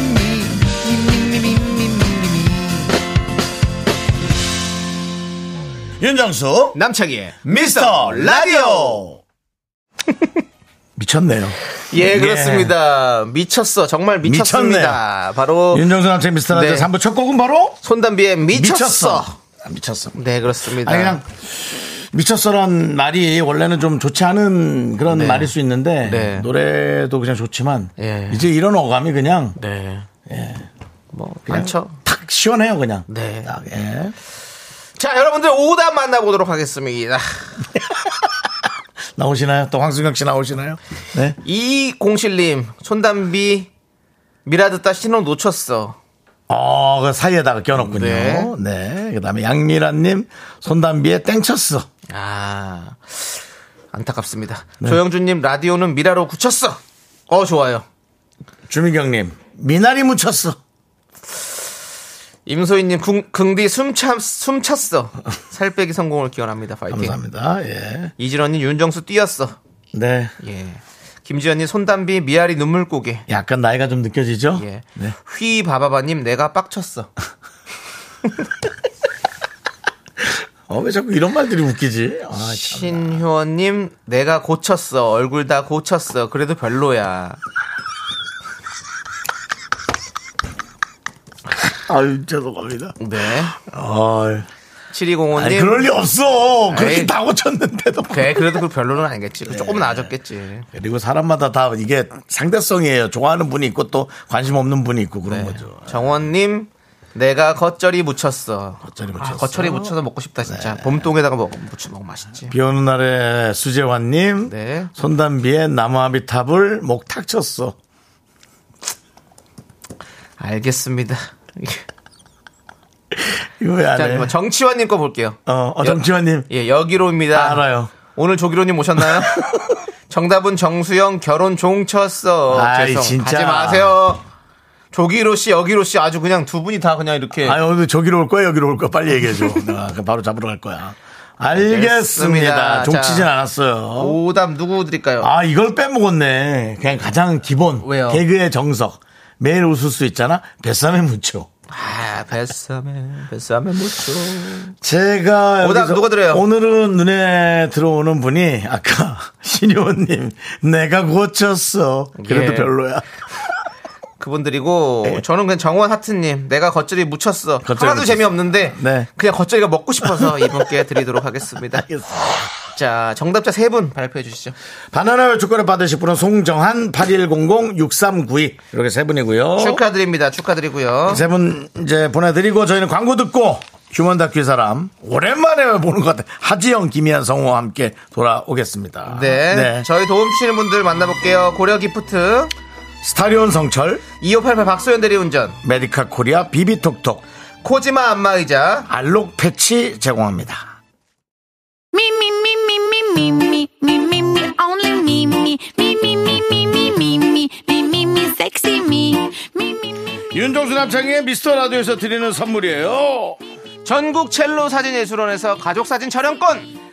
Speaker 1: 윤정수
Speaker 2: 남창희의
Speaker 1: 미스터 라디오 <laughs> 미쳤네요
Speaker 2: 예 그렇습니다 미쳤어 정말 미쳤습니다 바로
Speaker 1: 윤정수 남창희 미스터 라디오
Speaker 2: 네.
Speaker 1: 3부 첫 곡은 바로
Speaker 2: 손담비의 미쳤어.
Speaker 1: 아, 미쳤어
Speaker 2: 네 그렇습니다
Speaker 1: 아니 그냥 미쳤어란 말이 원래는 좀 좋지 않은 그런
Speaker 2: 네.
Speaker 1: 말일 수 있는데
Speaker 2: 네.
Speaker 1: 노래도 그냥 좋지만
Speaker 2: 예.
Speaker 1: 이제 이런 어감이 그냥
Speaker 2: 네. 뭐 많죠
Speaker 1: 탁 시원해요 그냥
Speaker 2: 네.
Speaker 1: 딱, 예.
Speaker 2: 자, 여러분들 오답 만나보도록 하겠습니다.
Speaker 1: 나오시나요? 또 황승경 씨 나오시나요? 네.
Speaker 2: 207님, 손담비, 미라 듣다 신호 놓쳤어.
Speaker 1: 어, 그 사이에다가 껴놓군요. 네.
Speaker 2: 네.
Speaker 1: 그 다음에 양미란님, 손담비에 땡쳤어.
Speaker 2: 아, 안타깝습니다.
Speaker 1: 네.
Speaker 2: 조영준님, 라디오는 미라로 굳혔어. 어, 좋아요.
Speaker 1: 주민경님, 미나리 묻혔어.
Speaker 2: 임소희님, 긍- 긍디 숨참, 숨찼어. 살 빼기 성공을 기원합니다. 파이팅.
Speaker 1: 감사합니다. 예.
Speaker 2: 이진원님, 윤정수 뛰었어.
Speaker 1: 네.
Speaker 2: 예. 김지연님, 손담비, 미아리 눈물 고개.
Speaker 1: 약간 나이가 좀 느껴지죠?
Speaker 2: 예.
Speaker 1: 네. 아,
Speaker 2: 휘 바바바님, 내가 빡쳤어.
Speaker 1: 어, 왜 자꾸 이런 말들이 웃기지? 아, 참.
Speaker 2: 신효원님, 내가 고쳤어. 얼굴 다 고쳤어. 그래도 별로야.
Speaker 1: 아유, 죄송합니다.
Speaker 2: 네.
Speaker 1: 아
Speaker 2: 7205님.
Speaker 1: 아니, 그럴 리 없어. 그렇게
Speaker 2: 에이.
Speaker 1: 다 고쳤는데도.
Speaker 2: 그래, 그래도 그 별로는 아니겠지.
Speaker 1: 네.
Speaker 2: 조금 나아졌겠지.
Speaker 1: 그리고 사람마다 다 이게 상대성이에요. 좋아하는 분이 있고 또 관심 없는 분이 있고
Speaker 2: 네.
Speaker 1: 그런 거죠.
Speaker 2: 정원님, 내가 겉절이 묻혔어.
Speaker 1: 겉절이
Speaker 2: 아,
Speaker 1: 묻혔어. 네.
Speaker 2: 겉절이 묻혀서 먹고 싶다, 진짜. 봄동에다가 먹, 무쳐 먹으면 맛있지.
Speaker 1: 비 오는 날에 수재환님
Speaker 2: 네.
Speaker 1: 손담비의 나무아비탑을 목탁 쳤어.
Speaker 2: 알겠습니다. <laughs>
Speaker 1: 이거 왜안
Speaker 2: 자, 그럼
Speaker 1: 해?
Speaker 2: 정치원님 거 볼게요.
Speaker 1: 아, 네. 어, 어 정치환님
Speaker 2: 예, 여기로입니다.
Speaker 1: 아, 알아요.
Speaker 2: 오늘 조기로님
Speaker 1: <laughs>
Speaker 2: 오셨나요? 정답은 정수영 결혼 종쳤어.
Speaker 1: 아이,
Speaker 2: 죄송.
Speaker 1: 진짜.
Speaker 2: 하지 마세요. 조기로 씨, 여기로 씨 아주 그냥 두 분이 다 그냥 이렇게
Speaker 1: 아니 오늘 저기로 올 거야 여기로 올 거야 빨리 얘기해
Speaker 2: <laughs>
Speaker 1: 줘. 내가 그럼 바로 잡으러 갈 거야. 알겠습니다.
Speaker 2: 알겠습니다.
Speaker 1: 종치진
Speaker 2: 자.
Speaker 1: 않았어요.
Speaker 2: 오답 누구 드릴까요?
Speaker 1: 아 이걸 빼먹었네. 그냥 가장 기본
Speaker 2: 왜요?
Speaker 1: 개그의 정석. 매일 웃을 수 있잖아. 뱃삼에 묻혀.
Speaker 2: 아, 뱃삼에 뱃삼에 묻혀.
Speaker 1: 제가
Speaker 2: 오답
Speaker 1: 여기서
Speaker 2: 누가 드려요?
Speaker 1: 오늘은 눈에 들어오는 분이 아까 <laughs> 신효원님 내가 고쳤어. 그래도
Speaker 2: 예.
Speaker 1: 별로야.
Speaker 2: 그분들이고
Speaker 1: 네.
Speaker 2: 저는 그냥 정원 하트님 내가 겉절이 묻혔어.
Speaker 1: 겉절이
Speaker 2: 하나도
Speaker 1: 묻혔어.
Speaker 2: 재미없는데
Speaker 1: 네.
Speaker 2: 그냥 겉절이가 먹고 <laughs> 싶어서 이분께 드리도록 하겠습니다. 자, 정답자 세 분 발표해 주시죠.
Speaker 1: 바나나 축구를 받으실 분은 송정한 81006392 이렇게 세
Speaker 2: 어?
Speaker 1: 분이고요.
Speaker 2: 축하드립니다. 축하드리고요.
Speaker 1: 세 분 이제 보내드리고 저희는 광고 듣고 휴먼 다큐 사람 오랜만에 보는 것 같아. 하지영, 김희한, 성우와 함께 돌아오겠습니다.
Speaker 2: 네. 저희 도움 주시는 분들 만나볼게요. 고려 기프트,
Speaker 1: 스타리온 성철,
Speaker 2: 2588 박소연 대리운전,
Speaker 1: 메디카 코리아, 비비톡톡,
Speaker 2: 코지마 안마의자,
Speaker 1: 알록 패치 제공합니다.
Speaker 5: Me, me, me, me, me, me, me, me, me, me, only me, me, me, me, me, me, me, me, me, me, me, me, sexy me, me, me, me.
Speaker 1: 윤종수 남창의 미스터 라디오에서 드리는 선물이에요.
Speaker 2: 전국 첼로 사진예술원에서 가족사진 촬영권,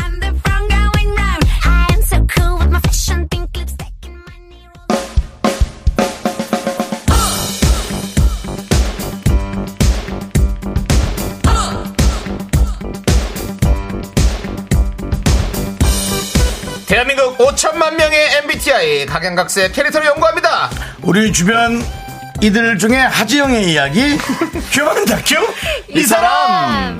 Speaker 5: the wrong going round. I am so cool with my fashion pink lipstick and my new
Speaker 2: 대한민국 5천만 명의 MBTI 각양각색 캐릭터를 연구합니다
Speaker 1: 우리 주변 이들 중에 예, 하지영의
Speaker 2: <laughs>
Speaker 1: 이야기 휴먼 다큐 이 사람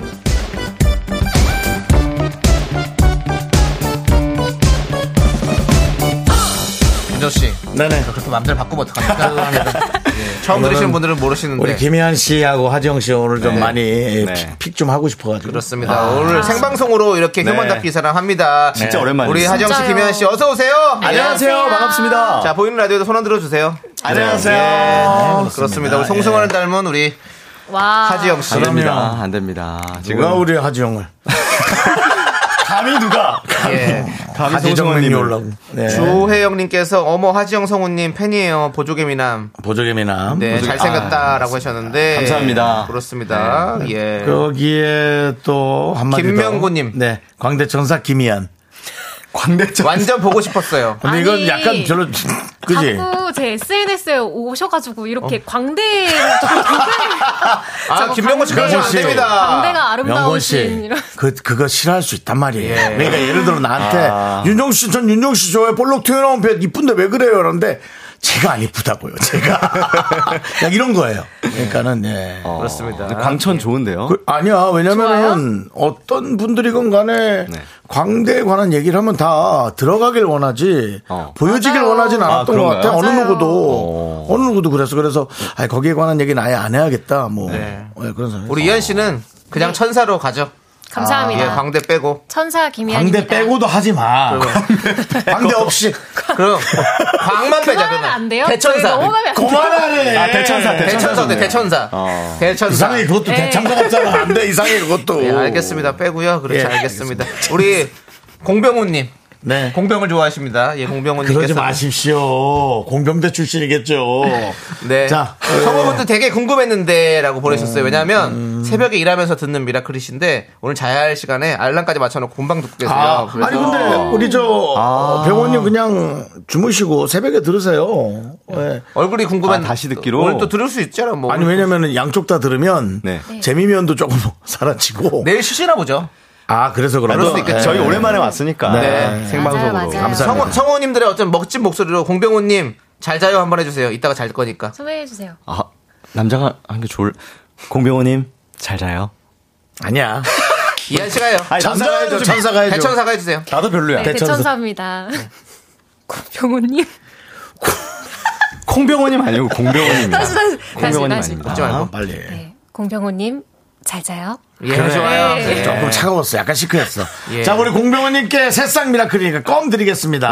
Speaker 2: 윤정씨
Speaker 1: 네네
Speaker 2: 그렇게 맘대로 바꾸면
Speaker 1: <laughs>
Speaker 2: 어떡합니까 예, 처음 들으시는 분들은 모르시는데
Speaker 1: 우리 김희한 씨하고 하지영 씨 오늘 좀
Speaker 2: 네.
Speaker 1: 많이
Speaker 7: 네.
Speaker 1: 픽 좀 하고 싶어가지고
Speaker 2: 그렇습니다 오늘 생방송으로 이렇게 휴먼 다큐 사랑 합니다
Speaker 7: 아.
Speaker 2: 네.
Speaker 7: 진짜 오랜만이에요. 네.
Speaker 2: 우리 하정씨 김현씨 어서오세요
Speaker 7: 안녕하세요. 아. 반갑습니다.
Speaker 2: 자 보이는 라디오에도 손 흔들어 주세요. 네,
Speaker 7: 안녕하세요. 네,
Speaker 2: 그렇습니다. 우리 송승환을
Speaker 7: 예.
Speaker 2: 닮은 우리 하지영 씨.
Speaker 7: 안 됩니다. 안 됩니다. 지금
Speaker 1: 누가 우리 하지영을
Speaker 7: <laughs> 감히 누가
Speaker 2: 예.
Speaker 7: 감히
Speaker 1: 하지정님이
Speaker 7: 송승헌님을.
Speaker 1: 올라고 네.
Speaker 2: 조혜영님께서 어머 하지영 성우님 팬이에요. 보조개미남.
Speaker 1: 보조개미남
Speaker 2: 네
Speaker 7: 보조개- 아,
Speaker 2: 잘생겼다라고 하셨는데
Speaker 7: 감사합니다. 네.
Speaker 2: 그렇습니다. 예.
Speaker 1: 거기에 또 한마디 더.
Speaker 2: 김명구님.
Speaker 1: 네 광대 천사 김희한
Speaker 7: 광대점
Speaker 2: 완전 보고 싶었어요.
Speaker 1: 근데 이건
Speaker 8: 아니,
Speaker 1: 약간 별로 그지
Speaker 8: 자꾸 제 SNS에 오셔가지고 이렇게 광대
Speaker 7: 뭐
Speaker 8: 아
Speaker 2: 김명곤 씨 그러시면 안 됩니다.
Speaker 8: 광대가
Speaker 1: 명건
Speaker 8: 아름다우신
Speaker 1: 씨,
Speaker 8: 이런
Speaker 1: 그 그거 싫어할 수 있단 말이에요.
Speaker 2: 예.
Speaker 1: 그러니까 예를 들어 나한테 윤종 씨, 전 윤종 씨 좋아요. 볼록 튀어나온 배 이쁜데 왜 그래요? 그런데 제가 안 이쁘다고요. 제가 그냥 이런 거예요. 그러니까는 예.
Speaker 7: 어?
Speaker 2: 그렇습니다.
Speaker 7: 광천 좋은데요.
Speaker 1: 그- 아니야 왜냐면은 어떤 분들이건 간에
Speaker 7: 네.
Speaker 1: 광대에 관한 얘기를 하면 다 들어가길 원하지
Speaker 7: 어.
Speaker 1: 보여지길 원하진 않았던
Speaker 7: 아,
Speaker 1: 것
Speaker 7: 그런가요?
Speaker 1: 같아 어느
Speaker 8: 맞아요.
Speaker 1: 누구도 어느 누구도 그래서 그래서 아 거기에 관한 얘기는 아예 안 해야겠다 뭐
Speaker 2: 네.
Speaker 1: 예, 그런 생각
Speaker 2: 우리 이현 씨는 그냥
Speaker 7: 네.
Speaker 2: 천사로 가죠.
Speaker 8: 감사합니다.
Speaker 2: 예, 광대 빼고.
Speaker 8: 천사 김희안입니다.
Speaker 1: 광대 빼고도 하지 마 광대 없이
Speaker 2: 그럼 광만 빼자
Speaker 8: 그만하면
Speaker 2: 그러면.
Speaker 8: 안 돼요? 저희
Speaker 2: 대천사.
Speaker 8: 넘어가면 안 돼요.
Speaker 1: 그만하래
Speaker 7: 아 대천사
Speaker 2: 대천사 대
Speaker 7: 대천사네요.
Speaker 2: 대천사.
Speaker 7: 어.
Speaker 2: 대천사.
Speaker 1: 이상해
Speaker 8: 네.
Speaker 1: 그것도 대참사 같잖아 네, 안 돼 이상해 그것도
Speaker 2: 예, 알겠습니다. 빼고요. 그렇지
Speaker 1: 예,
Speaker 2: 알겠습니다. 우리 공병우님
Speaker 1: 네
Speaker 2: 공병을 좋아하십니다. 예,
Speaker 1: 그러지
Speaker 2: 공병우님께서
Speaker 1: 마십시오 공병대 출신이겠죠
Speaker 2: 네.
Speaker 1: 자
Speaker 2: 성우분들 되게 궁금했는데라고 보내셨어요. 왜냐하면 새벽에 일하면서 듣는 미라클이신데 오늘 자야 할 시간에 알람까지 맞춰놓고 금방 듣고 계세요.
Speaker 1: 아,
Speaker 2: 그래서
Speaker 1: 아니 근데 우리 저 어, 병원님 그냥 주무시고 새벽에 들으세요. 예.
Speaker 2: 얼굴이 궁금한
Speaker 7: 아, 다시 듣기로?
Speaker 2: 오늘 또 들을 수 있잖아. 뭐
Speaker 1: 아니
Speaker 2: 오늘
Speaker 1: 왜냐면은 양쪽 다 들으면
Speaker 7: 네.
Speaker 1: 재미면도 조금 <laughs> 사라지고
Speaker 2: 내일 쉬시나 보죠.
Speaker 1: 아 그래서 그런가.
Speaker 2: 네. 그럴 수도 있겠죠.
Speaker 7: 저희
Speaker 1: 예.
Speaker 7: 오랜만에 왔으니까
Speaker 2: 네.
Speaker 7: 생방송으로
Speaker 8: 맞아요, 맞아요.
Speaker 1: 감사합니다.
Speaker 2: 성우, 성우님들의 어떤 멋진 목소리로 공병호님 잘 자요 한번 해주세요. 이따가 잘 거니까.
Speaker 8: 소개해주세요.
Speaker 7: 아, 남자가 한 게 좋을 공병호님 잘 자요.
Speaker 1: 아니야.
Speaker 2: 예, 이한 씨가요.
Speaker 7: 아니,
Speaker 1: 천사가
Speaker 7: 남자가
Speaker 1: 해줘.
Speaker 7: 좀-
Speaker 1: 천사가 해줘.
Speaker 2: 대천사가 해주세요.
Speaker 7: 나도 별로야.
Speaker 8: 네, 대천사입니다. 구병호님
Speaker 7: 콩병호님 아니고 공병호님이야.
Speaker 8: <laughs> 다시 다시 다시
Speaker 7: 공병호님
Speaker 8: 다시.
Speaker 7: 아닙니다.
Speaker 2: 웃지 말고.
Speaker 1: 빨리.
Speaker 8: 네, 공병호님 잘 자요.
Speaker 2: 예, 좋아요.
Speaker 8: 네.
Speaker 2: 예.
Speaker 1: 조금 차가웠어. 약간 시크했어.
Speaker 2: 예.
Speaker 1: 자 우리 공병원님께 새싹 미라클이니까 껌 드리겠습니다.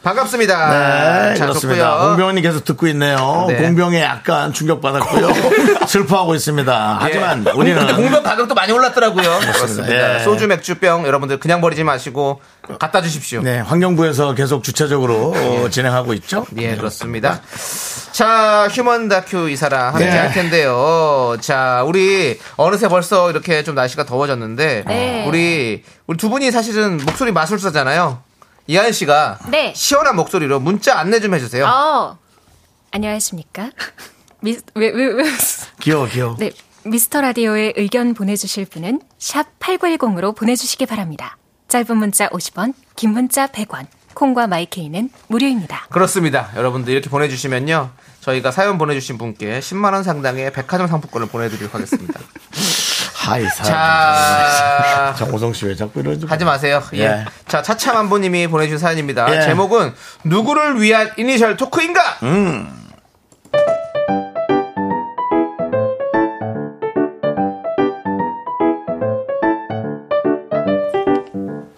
Speaker 2: 반갑습니다.
Speaker 1: 네,
Speaker 2: 잘
Speaker 1: 그렇습니다.
Speaker 2: 좋고요. 예.
Speaker 1: 공병원이 계속 듣고 있네요.
Speaker 2: 네.
Speaker 1: 공병에 약간 충격받았고요. 슬퍼하고 있습니다.
Speaker 2: 예.
Speaker 1: 하지만
Speaker 2: 공-
Speaker 1: 우리는
Speaker 2: 근데 공병 가격도 많이 올랐더라고요. 그렇습니다.
Speaker 1: 예.
Speaker 2: 소주 맥주병 여러분들 그냥 버리지 마시고 갖다 주십시오.
Speaker 1: 네, 환경부에서 계속 주체적으로 어, 진행하고 있죠.
Speaker 2: 예, 그렇습니다. 자, 휴먼 다큐 이 사람 함께
Speaker 1: 네.
Speaker 2: 할 텐데요. 자, 우리 어느새 벌써 이렇게 좀 날씨가 더워졌는데
Speaker 8: 네.
Speaker 2: 우리 우리 두 분이 사실은 목소리 마술사잖아요. 이한 씨가
Speaker 8: 네.
Speaker 2: 시원한 목소리로 문자 안내 좀 해주세요.
Speaker 8: 어 안녕하십니까? 미왜왜 왜,
Speaker 1: 귀여워, 귀여워.
Speaker 8: 네, 미스터 라디오에 의견 보내주실 분은 샵 8910으로 보내주시기 바랍니다. 짧은 문자 50원, 긴 문자 100원, 콩과 마이케이는 무료입니다.
Speaker 2: 그렇습니다. 여러분들 이렇게 보내주시면요. 저희가 사연 보내주신 분께 10만원 상당의 백화점 상품권을 보내드리도록 하겠습니다.
Speaker 1: 하이,
Speaker 2: 자,
Speaker 1: 정호성 씨 왜 자꾸 이러지?
Speaker 2: 아, 하지 마세요. 예.
Speaker 1: 예.
Speaker 2: 자, 차차만보님이 보내주신 사연입니다.
Speaker 1: 예.
Speaker 2: 제목은 누구를 위한 이니셜 토크인가?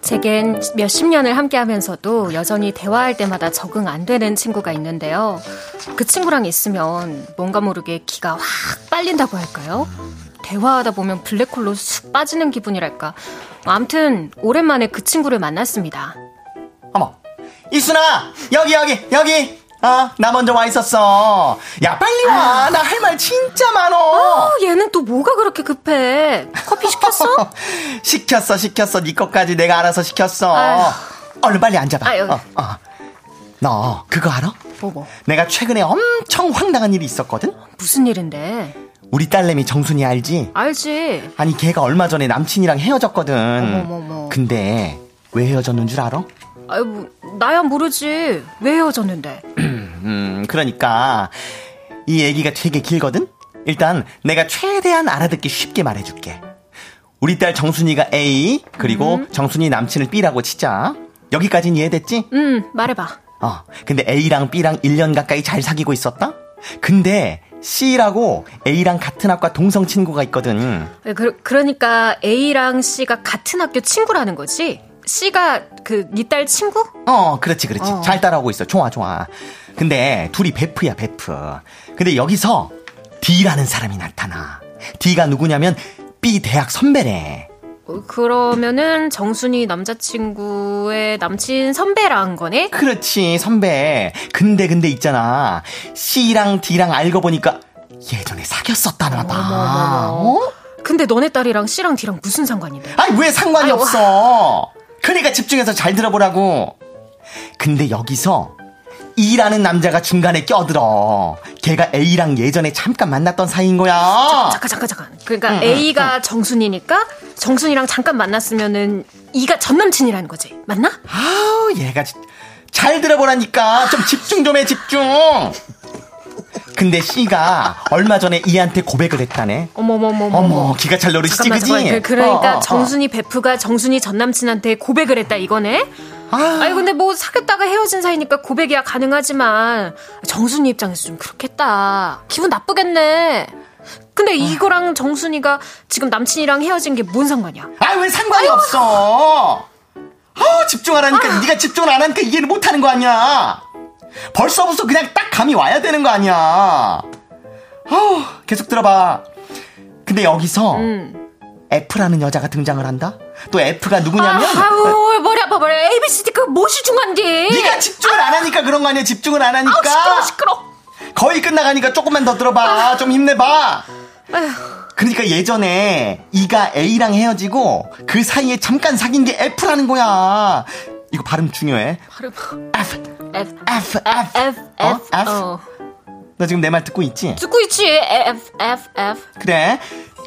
Speaker 8: 제게 관계는 몇십 년을 함께하면서도 여전히 대화할 때마다 적응 안 되는 친구가 있는데요. 그 친구랑 있으면 뭔가 모르게 기가 확 빨린다고 할까요? 대화하다 보면 블랙홀로 쑥 빠지는 기분이랄까. 암튼 오랜만에 그 친구를 만났습니다.
Speaker 1: 어머, 이순아, 여기, 여기, 여기. 어, 나 먼저 와 있었어. 야, 빨리 와. 나 할 말 진짜 많어.
Speaker 8: 어, 얘는 또 뭐가 그렇게 급해? 커피 시켰어?
Speaker 1: <laughs> 시켰어, 시켰어. 네 것까지 내가 알아서 시켰어.
Speaker 8: 아휴.
Speaker 1: 얼른 빨리 앉아봐.
Speaker 8: 아유.
Speaker 1: 어, 어. 너 그거 알아?
Speaker 8: <laughs> 뭐 뭐.
Speaker 1: 내가 최근에 엄청 황당한 일이 있었거든?
Speaker 8: 무슨 일인데?
Speaker 1: 우리 딸내미 정순이 알지?
Speaker 8: 알지.
Speaker 1: 아니 걔가 얼마 전에 남친이랑 헤어졌거든.
Speaker 8: 어머머머.
Speaker 1: 근데 왜 헤어졌는 줄 알아?
Speaker 8: 아유, 뭐, 나야 모르지. 왜 헤어졌는데?
Speaker 1: 음, 그러니까 이 얘기가 되게 길거든. 일단 내가 최대한 알아듣기 쉽게 말해줄게. 우리 딸 정순이가 A 그리고 정순이 남친을 B라고 치자. 여기까지는 이해됐지?
Speaker 8: 음, 말해봐.
Speaker 1: 어. 근데 A랑 B랑 1년 가까이 잘 사귀고 있었다. 근데 C라고 A랑 같은 학과 동성 친구가 있거든.
Speaker 8: 그, 그러니까 A랑 C가 같은 학교 친구라는 거지? C가 그 니 딸 친구?
Speaker 1: 어, 그렇지, 그렇지.
Speaker 8: 어.
Speaker 1: 잘 따라오고 있어. 좋아, 좋아. 근데 네, 둘이 베프야, 베프. 근데 여기서 D라는 사람이 나타나. D가 누구냐면 B 대학 선배래.
Speaker 8: 어, 그러면은 정순이 남자친구의 남친 선배랑 거네?
Speaker 1: 그렇지, 선배. 네, 근데, 근데 있잖아. C랑 D랑 알고 보니까 예전에 사귀었었다나
Speaker 8: 아,
Speaker 1: 봐.
Speaker 8: 뭐,
Speaker 1: 어?
Speaker 8: 근데 너네 딸이랑 C랑 D랑 무슨 상관인데?
Speaker 1: 아니, 왜 상관이
Speaker 8: 아니, 와.
Speaker 1: 없어? 그러니까 집중해서 잘 들어보라고. 근데 여기서 E라는 남자가 중간에 껴들어. 걔가 A랑 예전에 잠깐 만났던 사이인 거야.
Speaker 8: 잠깐 잠깐 잠깐. 그러니까 A가 정순이니까 정순이랑 잠깐 만났으면은 E가 전 남친이라는 거지. 맞나?
Speaker 1: 아우, 얘가 진- 잘 들어보라니까. 좀 집중 좀 해, 집중. 근데 C가 얼마 전에 E한테 고백을 했다네.
Speaker 8: 어머머머머.
Speaker 1: 어머, 기가 찰 노릇이지,
Speaker 8: 잠깐만,
Speaker 1: 그지?
Speaker 8: 잠깐만. 그, 그러니까
Speaker 1: 어, 어, 어.
Speaker 8: 정순이 베프가 정순이 전 남친한테 고백을 했다 이거네.
Speaker 1: 아.
Speaker 8: 아니 근데 뭐 사귀었다가 헤어진 사이니까 고백이야 가능하지만 정순이 입장에서 좀 그렇겠다. 기분 나쁘겠네.
Speaker 1: 아.
Speaker 8: 근데 이거랑 정순이가 지금 남친이랑 헤어진 게 뭔 상관이야?
Speaker 1: 아, 왜 상관이 없어? 아, 집중하라니까. 네가 집중을 안 하니까 이해를 못 하는 거 아니야. 벌써부터 그냥 딱 감이 와야 되는 거 아니야. 아, 계속 들어봐. 근데 여기서
Speaker 7: 음.
Speaker 1: F라는 여자가 등장을 한다. 또 F가 누구냐면
Speaker 8: 아우 머리 아파 머리. A B C D 그 무엇이 중요한데?
Speaker 1: 네가 그러니까. 집중을 안 하니까 그런 거 아니야. 집중을 안 하니까.
Speaker 8: 아우 시끄러 시끄러.
Speaker 1: 거의 끝나가니까 조금만 더 들어봐. 좀 힘내봐.
Speaker 8: 아휴.
Speaker 1: 그러니까 예전에 이가 A랑 헤어지고 그 사이에 잠깐 사귄 게 F라는 거야. 이거 발음 중요해.
Speaker 8: 발음.
Speaker 1: F,
Speaker 8: F
Speaker 1: F, F.
Speaker 8: F
Speaker 1: 어?
Speaker 8: F
Speaker 1: F?
Speaker 8: 어.
Speaker 1: 너 지금 내 말 듣고 있지?
Speaker 8: 듣고 있지? F F F.
Speaker 1: 그래.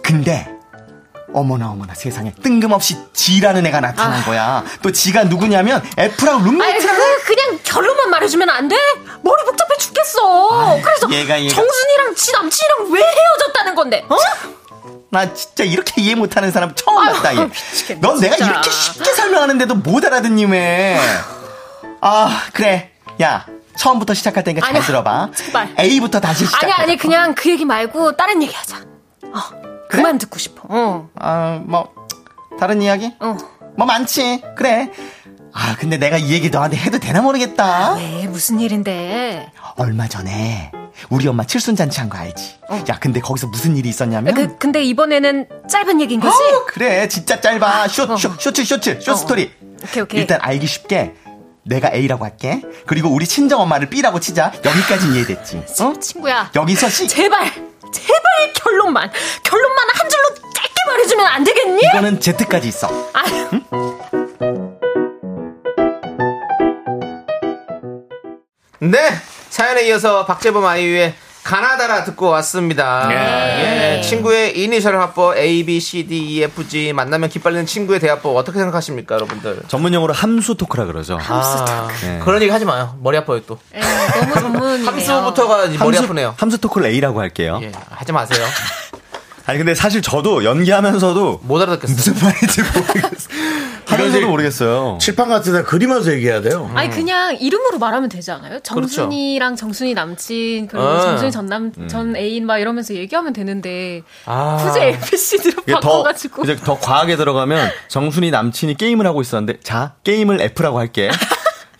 Speaker 1: 근데 어머나 어머나 세상에 뜬금없이 G라는 애가 나타난 거야. 또 G가 누구냐면 F랑
Speaker 8: 아. 아니
Speaker 1: 룸메이트라는
Speaker 8: 그, 그냥 결론만 말해주면 안 돼? 머리 복잡해 죽겠어.
Speaker 1: 아이,
Speaker 8: 그래서
Speaker 1: 얘가, 얘가.
Speaker 8: 정순이랑 지 남친이랑 왜 헤어졌다는 건데? 어?
Speaker 1: 나 진짜 이렇게 이해 못하는 사람 처음 봤다 얘.
Speaker 8: 미치겠네,
Speaker 1: 넌 내가
Speaker 8: 진짜.
Speaker 1: 이렇게 쉽게 설명하는데도 못 알아듣니 왜? 아 그래. 야 처음부터 시작할 테니까 잘
Speaker 8: 아니야,
Speaker 1: 들어봐.
Speaker 8: 제발.
Speaker 1: A부터 다시 시작.
Speaker 8: 아니 아니 그냥 그 얘기 말고 다른 얘기 하자. 어 그만 듣고 싶어. 어
Speaker 1: 아뭐 다른 이야기?
Speaker 8: 어.
Speaker 1: 뭐 많지. 그래. 아 근데 내가 이 얘기 너한테 해도 되나 모르겠다.
Speaker 8: 왜 무슨 일인데?
Speaker 1: 얼마 전에 우리 엄마 칠순 잔치 한 거 알지? 야 근데 거기서 무슨 일이 있었냐면.
Speaker 8: 어. 그 근데 이번에는 짧은 얘기인 거지?
Speaker 1: 어, 그래 진짜 짧아 쇼,
Speaker 8: 어.
Speaker 1: 쇼, 쇼츠 쇼츠 쇼
Speaker 8: 어.
Speaker 1: 스토리
Speaker 8: 오케이, 오케이.
Speaker 1: 일단 알기 쉽게 내가 A라고 할게 그리고 우리 친정 엄마를 B라고 치자 여기까지 이해됐지 어?
Speaker 8: 친구야.
Speaker 1: 여기서 시
Speaker 8: 제발 제발 결론만 결론만 한 줄로 짧게 말해주면 안 되겠니?
Speaker 1: 이거는 Z까지 있어
Speaker 8: 아휴.
Speaker 2: 네 사연에 이어서 박재범 아이유의 가나다라 듣고 왔습니다. 예, 친구의 이니셜 화법 A B C D E F G 만나면 기빨리는 친구의 대화법 어떻게 생각하십니까, 여러분들?
Speaker 7: 전문용어로 함수 토크라 그러죠.
Speaker 2: 아, 그런 얘기 하지 마요. 머리 아파요 또.
Speaker 8: 예, 너무
Speaker 2: <laughs>
Speaker 8: 전문이에요.
Speaker 2: 함수부터가 이제 머리
Speaker 7: 함수-
Speaker 2: 아프네요.
Speaker 7: 함수 토크를 A라고 할게요.
Speaker 2: 예, 하지 마세요.
Speaker 7: 아니 근데 사실 저도 <laughs> 연기하면서도
Speaker 2: 못
Speaker 1: <laughs>
Speaker 2: 알아듣겠어요.
Speaker 7: 무슨 말인지 모르겠어. 하면서도 모르겠어요.
Speaker 1: 칠판 같은 데 그리면서 얘기해야 돼요.
Speaker 8: 아니 그냥 이름으로 말하면 되지 않아요? 정순이랑 정순이 남친 그리고
Speaker 2: 어.
Speaker 8: 정순이 전남 전 애인 막 이러면서 얘기하면 되는데
Speaker 2: 아.
Speaker 8: 굳이 ABCD로
Speaker 7: 이게 더
Speaker 8: 바꿔가지고
Speaker 7: 이제 더 과하게 들어가면 정순이 남친이 게임을 하고 있었는데 자 게임을 F라고 할게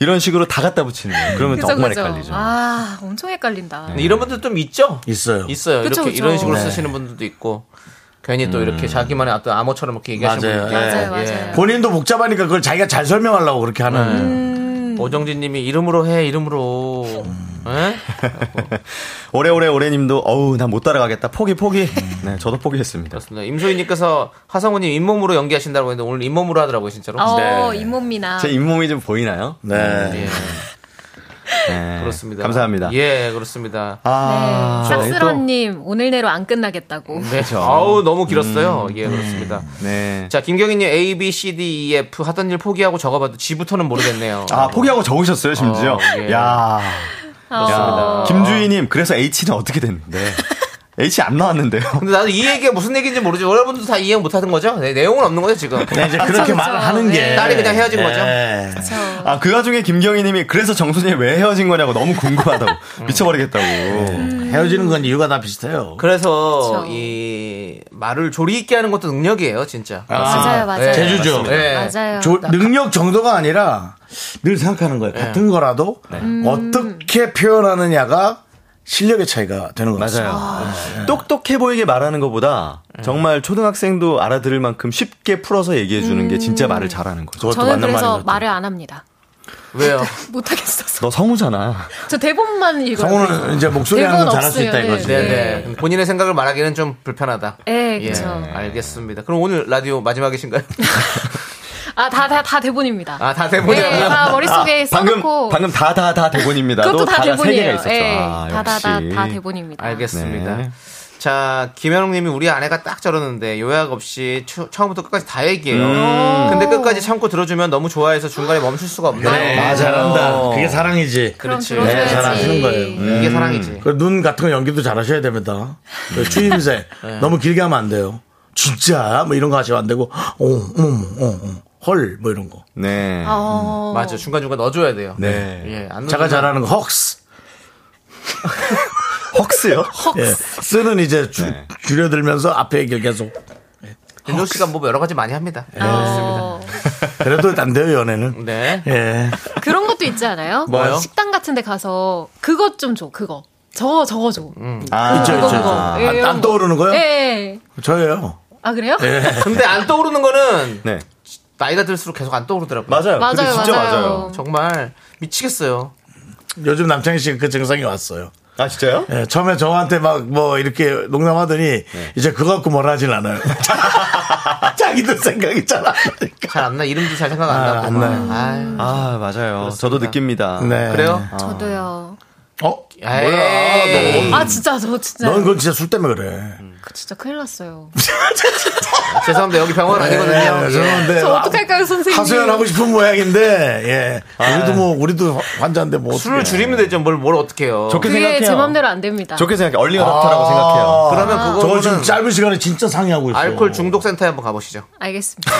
Speaker 7: 이런 식으로 다 갖다 붙이는 거예요. 그러면
Speaker 8: 그죠,
Speaker 7: 정말
Speaker 8: 그죠.
Speaker 7: 헷갈리죠.
Speaker 8: 아 엄청 헷갈린다.
Speaker 2: 근데 이런 분들 좀 있죠?
Speaker 1: 있어요.
Speaker 2: 있어요.
Speaker 8: 그쵸,
Speaker 2: 이렇게
Speaker 8: 그쵸.
Speaker 2: 이런 식으로
Speaker 8: 네.
Speaker 2: 쓰시는 분들도 있고 괜히 또 이렇게 자기만의 어떤 암호처럼 이렇게 얘기하시는
Speaker 1: 맞아요.
Speaker 2: 분들
Speaker 8: 맞아요,
Speaker 2: 예.
Speaker 8: 맞아요.
Speaker 1: 본인도 복잡하니까 그걸 자기가 잘 설명하려고 그렇게 하는.
Speaker 7: 네.
Speaker 8: 음.
Speaker 2: 오정진님이 이름으로 해 이름으로. 예?
Speaker 7: 오래오래 오래님도 어우 난 못 따라가겠다 포기 포기. 네 저도 포기했습니다.
Speaker 2: 그렇습니다. 임소희님께서 하성우님 잇몸으로 연기하신다고 했는데 오늘 잇몸으로 하더라고요 진짜로.
Speaker 8: 어 잇몸미나
Speaker 7: 제 잇몸이 좀 보이나요?
Speaker 1: 네.
Speaker 2: 예,
Speaker 7: 네.
Speaker 2: 그렇습니다.
Speaker 7: 감사합니다.
Speaker 2: 예, 그렇습니다.
Speaker 7: 아,
Speaker 8: 네. 싹스런님 오늘 내로 안 끝나겠다고.
Speaker 2: 네. 아우 너무 길었어요. 예, 그렇습니다.
Speaker 1: 음.
Speaker 7: 네.
Speaker 2: 자, 김경희님 A, B, C, D, E, F 하던 일 포기하고 적어봐도 지부터는 모르겠네요.
Speaker 1: 뭐.
Speaker 7: 아 포기하고 적으셨어요 심지어.
Speaker 2: 어, 예.
Speaker 7: 야.
Speaker 8: 어,
Speaker 2: 그렇습니다.
Speaker 7: 김주희님 그래서 H는 어떻게
Speaker 2: <laughs>
Speaker 7: 됐는데? H 안 나왔는데요.
Speaker 2: 근데 나도 이 얘기가 무슨 얘기인지 모르지. 여러분도 다 이해 못하는 거죠? 네, 내용은 없는 거죠 지금. 아,
Speaker 1: 네, 이제 그렇게
Speaker 8: 그쵸.
Speaker 1: 말을 하는 게.
Speaker 8: 네.
Speaker 2: 예. 딸이 그냥 헤어진 거죠.
Speaker 1: 네.
Speaker 7: 아, 그 와중에 김경희님이 그래서 정순이 왜 헤어진 거냐고 너무 궁금하다고 미쳐버리겠다고.
Speaker 1: 음. 헤어지는 건 이유가 다 비슷해요.
Speaker 2: 그래서
Speaker 8: 그쵸.
Speaker 2: 이 말을 조리 있게 하는 것도 능력이에요, 진짜.
Speaker 8: 맞아요, 맞아요.
Speaker 1: 제주죠.
Speaker 2: 맞습니다. 예.
Speaker 8: 맞아요.
Speaker 1: 조- 능력 정도가 아니라 늘 생각하는
Speaker 7: 네.
Speaker 1: 거예요. 같은 거라도
Speaker 8: 음.
Speaker 1: 어떻게 표현하느냐가 실력의 차이가 되는 것 같습니다.
Speaker 8: 아.
Speaker 1: 네.
Speaker 7: 똑똑해 보이게 말하는 것보다 정말 초등학생도 알아들을 만큼 쉽게 풀어서 얘기해 주는 게 진짜 말을 잘하는 거죠.
Speaker 8: 음. 저는 그래서
Speaker 1: 말인 것 같아요.
Speaker 8: 말을 안 합니다.
Speaker 2: 왜요?
Speaker 8: 못하겠어서.
Speaker 7: 너 성우잖아.
Speaker 8: 저 대본만 읽어요.
Speaker 1: 성우는 이제 목소리 하는 건
Speaker 8: 대본
Speaker 1: 잘할 수 있다
Speaker 8: 없어요.
Speaker 1: 이거지.
Speaker 8: 네.
Speaker 2: 네네. 본인의 생각을 말하기는 좀 불편하다.
Speaker 8: 예, 그쵸.
Speaker 2: 알겠습니다. 그럼 오늘 라디오 마지막이신가요?
Speaker 8: <laughs> 아, 다, 다, 다 대본입니다.
Speaker 2: 아, 다
Speaker 8: 네,
Speaker 2: 대본이
Speaker 8: 다 머릿속에
Speaker 7: 아, 방금
Speaker 8: 써놓고.
Speaker 7: 방금 다 다 다 대본입니다.
Speaker 8: 그것도
Speaker 7: 다
Speaker 8: 다
Speaker 7: 다세 개가
Speaker 8: 대본이에요. 예.
Speaker 7: 있었죠. 아,
Speaker 8: 다, 다, 다,
Speaker 7: 역시.
Speaker 8: 다 대본입니다.
Speaker 2: 알겠습니다.
Speaker 7: 네.
Speaker 2: 자, 김현웅 님이 우리 아내가 딱 저러는데 요약 없이 추- 처음부터 끝까지 다 얘기해요. 근데 끝까지 참고 들어주면 너무 좋아해서 중간에 멈출 수가 없네.
Speaker 1: 그래, 나 잘한다. 그게 사랑이지.
Speaker 8: 그럼
Speaker 2: 그렇지.
Speaker 1: 네,
Speaker 8: 들어줘야지. 음.
Speaker 1: 잘 아시는 거예요.
Speaker 7: 음.
Speaker 2: 이게 사랑이지.
Speaker 1: 그눈 같은 거 연기도 잘 하셔야 됩니다. 그 추임새. 너무 길게 하면 안 돼요. 진짜? 뭐 이런 거 하시면 안 되고, 어, 음, 어, 어, 헐, 뭐 이런 거.
Speaker 7: 네.
Speaker 8: 어,
Speaker 2: 음, 맞아. 중간중간 넣어줘야 돼요.
Speaker 7: 네.
Speaker 2: 예, 안
Speaker 1: 제가
Speaker 2: 넣어주면-
Speaker 1: 잘하는 거,
Speaker 8: <laughs>
Speaker 1: 헉스.
Speaker 7: 헉스요?
Speaker 1: 예. 쓰는 이제 줄-
Speaker 7: 네.
Speaker 1: 줄여들면서 앞에 얘기를 계속.
Speaker 2: 윤종 씨가 뭐 여러 가지 많이 합니다.
Speaker 8: 어,
Speaker 1: 그래도 안 돼요, 연애는.
Speaker 2: 네.
Speaker 1: 예.
Speaker 8: 그런 것도 있지 않아요?
Speaker 2: 뭐요?
Speaker 8: 식당 같은 데 가서 그것 좀 줘, 그거. 저거, 저거 줘.
Speaker 7: 아,
Speaker 1: 있죠, 있죠.
Speaker 8: 그거,
Speaker 1: 있죠.
Speaker 8: 그거. 예,
Speaker 1: 아,
Speaker 8: 이런
Speaker 1: 안
Speaker 8: 거.
Speaker 1: 떠오르는 거요?
Speaker 8: 예.
Speaker 1: 저예요.
Speaker 8: 아, 그래요? <laughs>
Speaker 2: 근데 안 떠오르는 거는
Speaker 7: 네.
Speaker 2: 나이가 들수록 계속 안 떠오르더라고요.
Speaker 7: 맞아요.
Speaker 8: 맞아요,
Speaker 7: 근데 진짜 맞아요.
Speaker 8: 맞아요.
Speaker 2: 정말 미치겠어요.
Speaker 1: 요즘 남창희 씨가 그 증상이 왔어요.
Speaker 7: 아, 진짜요?
Speaker 1: 예, 처음에 저한테 막 뭐 이렇게 농담하더니
Speaker 2: 네.
Speaker 1: 이제 그거 갖고 뭐라 하진 않아요. <laughs> 자기도 생각이 잘 안 나니까.
Speaker 2: 잘 안 나. 이름도 잘 생각 안
Speaker 1: 아,
Speaker 2: 나고.
Speaker 1: 안 나요.
Speaker 2: 아유,
Speaker 7: 아, 맞아요. 저도 느낍니다.
Speaker 1: 네.
Speaker 2: 그래요?
Speaker 8: 저도요.
Speaker 1: 어?
Speaker 2: 에이.
Speaker 1: 뭐야?
Speaker 8: 아, 진짜, 저 진짜.
Speaker 1: 넌 그건 진짜 술 때문에 그래.
Speaker 8: 그 진짜 큰일 났어요.
Speaker 2: 죄송합니다. 여기 병원 아니거든요.
Speaker 1: 예,
Speaker 2: 예.
Speaker 1: 죄송한데.
Speaker 8: 저 어떡할까요, 선생님?
Speaker 1: 하소연하고 싶은 모양인데, 예. 우리도 뭐, 우리도 환자인데 뭐.
Speaker 2: 아, 네. 술을
Speaker 1: 어떡해.
Speaker 2: 줄이면 되죠. 뭘, 뭘 어떻게 해요.
Speaker 7: 좋게
Speaker 8: 그게
Speaker 7: 생각해요.
Speaker 8: 제 맘대로 안 됩니다.
Speaker 7: 좋게 생각해. 얼리가 좋다라고 생각해요.
Speaker 1: 아,
Speaker 2: 그러면
Speaker 1: 저거 지금
Speaker 2: 그거는
Speaker 1: 짧은 시간에 진짜 상의하고 있어요.
Speaker 2: 알코올 중독센터에 한번 가보시죠.
Speaker 8: 알겠습니다.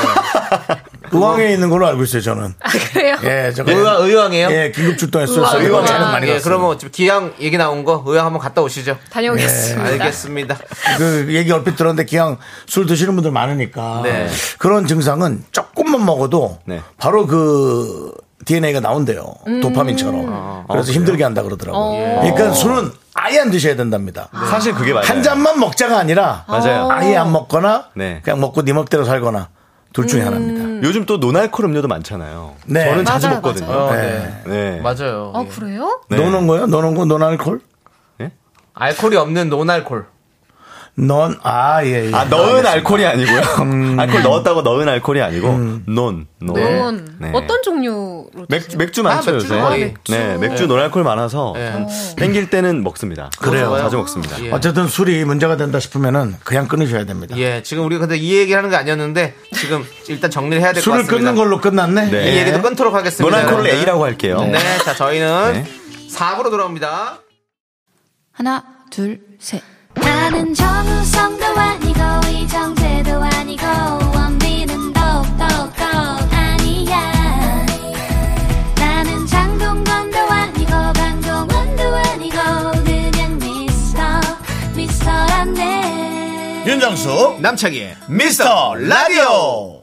Speaker 1: 의왕에 있는 걸로 알고 있어요, 저는.
Speaker 8: 아, 그래요?
Speaker 1: 예, 저거.
Speaker 2: 의왕, 의왕에요?
Speaker 1: 예, 긴급 출동했어요.
Speaker 8: 의왕,
Speaker 1: 의왕
Speaker 8: 의왕.
Speaker 1: 저는 많이
Speaker 2: 예,
Speaker 1: 갔어요.
Speaker 2: 그러면 지금 기왕 얘기 나온 거 의왕 한번 갔다 오시죠.
Speaker 1: 네.
Speaker 8: 다녀오겠습니다.
Speaker 2: 예, 알겠습니다.
Speaker 1: 그 얘기 얼핏 들었는데 그냥 술 드시는 분들 많으니까
Speaker 2: 네.
Speaker 1: 그런 증상은 조금만 먹어도
Speaker 7: 네.
Speaker 1: 바로 그 DNA가 나온대요 도파민처럼 그래서 힘들게 한다 그러더라고요. 그러니까 술은 아예 안 드셔야 된답니다.
Speaker 7: 사실 그게 맞아요.
Speaker 1: 한 잔만 먹자가 아니라
Speaker 8: 어.
Speaker 7: 맞아요.
Speaker 1: 아예 안 먹거나
Speaker 7: 네.
Speaker 1: 그냥 먹고 네 멋대로 살거나 둘 중에 하나입니다.
Speaker 7: 요즘 또 노날콜 음료도 많잖아요.
Speaker 1: 네.
Speaker 7: 저는 자주
Speaker 8: 맞아요,
Speaker 7: 먹거든요.
Speaker 2: 어,
Speaker 1: 네.
Speaker 2: 네.
Speaker 7: 네.
Speaker 2: 맞아요.
Speaker 8: 어,
Speaker 2: 예.
Speaker 8: 그래요?
Speaker 7: 네.
Speaker 1: 노는 거요? 노는 거? 노날콜?
Speaker 2: 알코올이 없는 노날콜.
Speaker 1: 넌, 아, 예, 예.
Speaker 7: 아, 넣은 알콜이 아니고요. 알콜 넣었다고 넣은 알콜이 아니고 논. 논.
Speaker 8: 그건
Speaker 7: 네.
Speaker 8: 어떤 종류로?
Speaker 7: 맥주,
Speaker 8: 드세요?
Speaker 7: 맥주
Speaker 2: 아,
Speaker 7: 많죠,
Speaker 2: 맥주도
Speaker 7: 요새.
Speaker 2: 거의.
Speaker 7: 네,
Speaker 8: 맥주.
Speaker 7: 맥주 노날콜 많아서
Speaker 2: 예.
Speaker 7: 참 땡길 때는 먹습니다.
Speaker 1: 그래요.
Speaker 7: 자주 먹습니다.
Speaker 2: 예.
Speaker 1: 어쨌든 술이 문제가 된다 싶으면은 그냥 끊으셔야 됩니다.
Speaker 2: 예, 지금 우리가 근데 이 얘기를 하는 게 아니었는데 지금 일단 정리를 해야 될 것
Speaker 1: 술을
Speaker 2: 같습니다.
Speaker 1: 끊는 걸로 끝났네. 예.
Speaker 7: 네.
Speaker 2: 이 얘기도 끊도록 하겠습니다.
Speaker 7: 노날콜을
Speaker 2: 여러분들.
Speaker 7: A라고 할게요.
Speaker 2: 네, 자 저희는
Speaker 7: 네.
Speaker 2: 4부로 돌아옵니다.
Speaker 9: 하나, 둘, 셋.
Speaker 5: 나는 정우성도 아니고 이정재도 아니고 원빈은 더욱더
Speaker 1: 윤정수.
Speaker 6: 남창희의 미스터
Speaker 7: 어.
Speaker 6: 라디오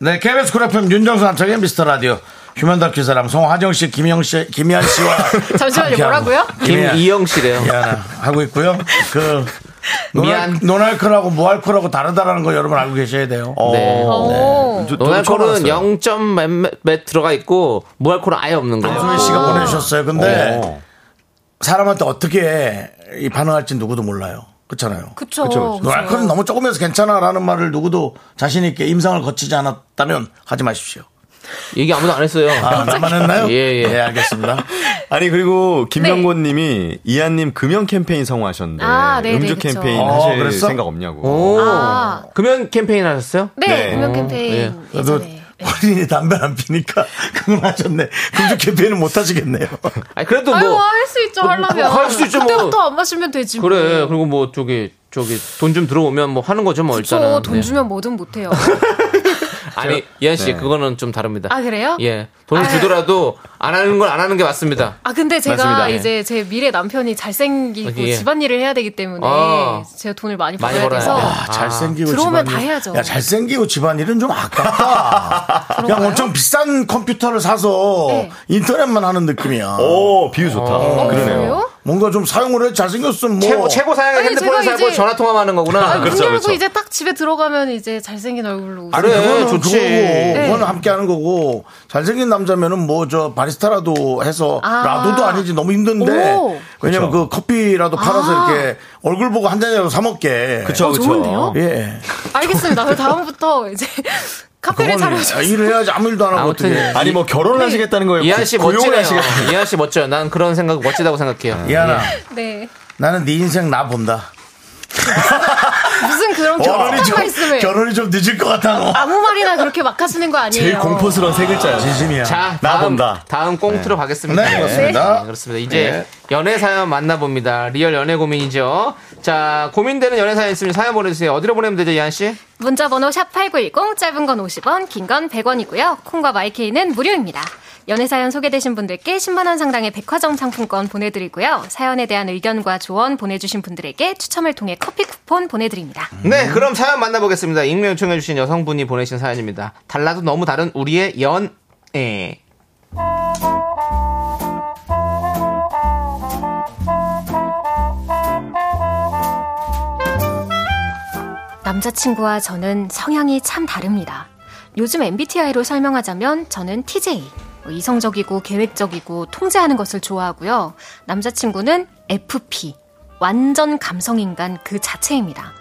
Speaker 1: 네, KBS 쿨 FM 윤정수 남창의 미스터 라디오. 휴먼 다큐 사람 송하정 씨, 김영 씨, 김현 씨와
Speaker 8: <laughs> 잠시만요,
Speaker 1: 함께하고.
Speaker 8: 뭐라고요?
Speaker 1: 김혜연.
Speaker 2: 김이영 씨래요.
Speaker 1: 미안 하고 있고요. 그
Speaker 2: 미안.
Speaker 1: 노날 거라고 모할 거라고 다르다라는 거 여러분 알고 계셔야 돼요.
Speaker 6: 어.
Speaker 2: 네.
Speaker 8: 오.
Speaker 7: 어. 저- 저도 처음
Speaker 2: 노날콜은
Speaker 7: 알았어요.
Speaker 2: 0.몇 들어가 있고 무알콜은 아예 없는 거예요.
Speaker 1: 소희 씨가 보내주셨어요. 근데
Speaker 7: 어.
Speaker 1: 사람한테 어떻게 이 반응할지 누구도 몰라요. 그렇잖아요.
Speaker 8: 그쵸.
Speaker 1: 노알콜은 너무 조금해서 괜찮아라는 말을 누구도 자신 있게 임상을 거치지 않았다면 하지 마십시오.
Speaker 2: 얘기 아무도 안 했어요.
Speaker 1: 아, 나만 했나요? 네,
Speaker 2: 예, 예.
Speaker 8: <laughs>
Speaker 1: 알겠습니다.
Speaker 7: 아니 그리고 김명곤 님이 이한님 금연 캠페인 성공하셨는데
Speaker 8: 아, 네네,
Speaker 7: 음주
Speaker 8: 그쵸.
Speaker 7: 캠페인
Speaker 1: 어,
Speaker 7: 하실
Speaker 1: 그랬어?
Speaker 7: 생각 없냐고.
Speaker 2: 오.
Speaker 8: 아.
Speaker 2: 금연 캠페인 하셨어요?
Speaker 8: 네,
Speaker 7: 네.
Speaker 8: 음영
Speaker 2: 어,
Speaker 8: 캠페인.
Speaker 1: 그래도
Speaker 8: 예전에.
Speaker 1: 본인이 담배 안 피니까 <laughs> 그건 하셨네. 금주 캠페인은 못 하시겠네요.
Speaker 2: 아니 그래도
Speaker 8: 아유,
Speaker 2: 뭐
Speaker 8: 할수 있죠, 하려면.
Speaker 2: 할수 있죠, 뭐.
Speaker 8: 그때부터 안 마시면 되지. 뭐.
Speaker 2: 그래 그리고 뭐 저기 저기 돈 좀 들어오면 뭐 하는 거죠 뭐
Speaker 8: 저
Speaker 2: 일단은.
Speaker 8: 돈
Speaker 2: 네.
Speaker 8: 주면 뭐든
Speaker 2: <laughs>
Speaker 8: 못해요.
Speaker 2: 아니 이한 씨 그거는 좀 다릅니다.
Speaker 8: 아, 그래요?
Speaker 2: 예 돈을
Speaker 8: 아.
Speaker 2: 주더라도 안 하는 건 안 하는 게 맞습니다.
Speaker 8: 아, 근데 제가
Speaker 2: 맞습니다. 예.
Speaker 8: 이제 제 미래 남편이 잘생기고
Speaker 2: 예.
Speaker 8: 집안일을 해야 되기 때문에
Speaker 2: 아.
Speaker 8: 제가 돈을 많이
Speaker 2: 많이
Speaker 8: 벌어야
Speaker 2: 벌어야
Speaker 8: 돼서. 아,
Speaker 2: 돼.
Speaker 1: 야, 아, 잘생기고
Speaker 8: 들어오면
Speaker 1: 집안일-
Speaker 8: 다 해야죠.
Speaker 1: 야, 잘생기고 집안일은 좀
Speaker 8: <laughs>
Speaker 1: 아깝다. 그냥
Speaker 8: 그런가요?
Speaker 1: 엄청 비싼 컴퓨터를 사서
Speaker 8: 네.
Speaker 1: 인터넷만 하는 느낌이야.
Speaker 7: 오, 비유 좋다. 그러네요.
Speaker 8: 어, 그래요?
Speaker 1: 뭔가 좀 사용을 해 잘생겼으면 뭐.
Speaker 2: 최고 최고 사양
Speaker 8: 아니,
Speaker 2: 핸드폰을 사고
Speaker 8: 제가 이제- 아,
Speaker 2: 전화 통화만 하는 거구나.
Speaker 8: 문
Speaker 7: 그렇죠,
Speaker 8: 열고
Speaker 7: 그렇죠.
Speaker 8: 이제 딱 집에 들어가면 이제 잘생긴 얼굴로. 웃어요.
Speaker 1: 아니,
Speaker 2: 그래,
Speaker 1: 그거는
Speaker 2: 좋지.
Speaker 1: 그거고, 그거는
Speaker 8: 네.
Speaker 1: 함께 하는 거고, 잘생긴 남자면은 뭐, 저, 바리스타라도 해서,
Speaker 8: 아.
Speaker 1: 라도도 아니지 너무 힘든데,
Speaker 8: 오.
Speaker 7: 그렇죠.
Speaker 1: 왜냐면 그 커피라도 팔아서 이렇게 얼굴 보고 한 잔이라도 사먹게.
Speaker 7: 그쵸, 그쵸.
Speaker 8: 좋은데요?
Speaker 1: 예.
Speaker 8: 알겠습니다. 그럼 다음부터 이제 카페를
Speaker 1: 그건
Speaker 8: 차려서.
Speaker 1: 일을 해야지 아무 일도 안 하고
Speaker 2: 아무튼
Speaker 1: 어떻게.
Speaker 7: 아니 뭐 결혼을 하시겠다는 거예요.
Speaker 2: 이한 씨
Speaker 7: 고용을
Speaker 2: 멋지네요.
Speaker 7: 하시겠다는
Speaker 2: 이한 씨 멋져요. 난 그런 생각 멋지다고 생각해요.
Speaker 1: 아, 이하나,
Speaker 7: 예.
Speaker 8: 네.
Speaker 1: 나는 네 인생 나 본다.
Speaker 8: 무슨 그런 결혼가 있음에.
Speaker 1: 결혼이 좀 늦을 것 같아, 너.
Speaker 8: 아무 말이나 그렇게 막 하시는 거 아니에요?
Speaker 7: 제일 공포스러운 세 글자예요.
Speaker 1: 진심이야.
Speaker 2: 자,
Speaker 7: 나
Speaker 2: 다음,
Speaker 7: 본다.
Speaker 2: 다음 꽁트로 가겠습니다.
Speaker 1: 네, 그렇습니다.
Speaker 2: 네, 그렇습니다. 이제
Speaker 1: 네.
Speaker 2: 연애 사연 만나봅니다. 리얼 연애 고민이죠. 자, 고민되는 연애 사연 있으면 사연 보내주세요. 어디로 보내면 되죠, 이한 씨?
Speaker 1: 음.
Speaker 8: 문자 번호 샵8910 짧은 건 50원, 긴 건 100원이고요. 콩과 마이케이는 무료입니다. 연애 사연 소개되신 분들께 10만 원 상당의 백화점 상품권 보내 드리고요. 사연에 대한 의견과 조언 보내 주신 분들에게 추첨을 통해 커피 쿠폰 보내 드립니다.
Speaker 2: 네, 그럼 사연 만나보겠습니다. 익명 요청해주신 여성분이 보내신 사연입니다. 달라도 너무 다른 우리의 연애.
Speaker 8: 남자친구와 저는 성향이 참 다릅니다. 요즘 MBTI로 설명하자면 저는 TJ. 이성적이고 계획적이고 통제하는 것을 좋아하고요. 남자친구는 FP. 완전 감성인간 그 자체입니다.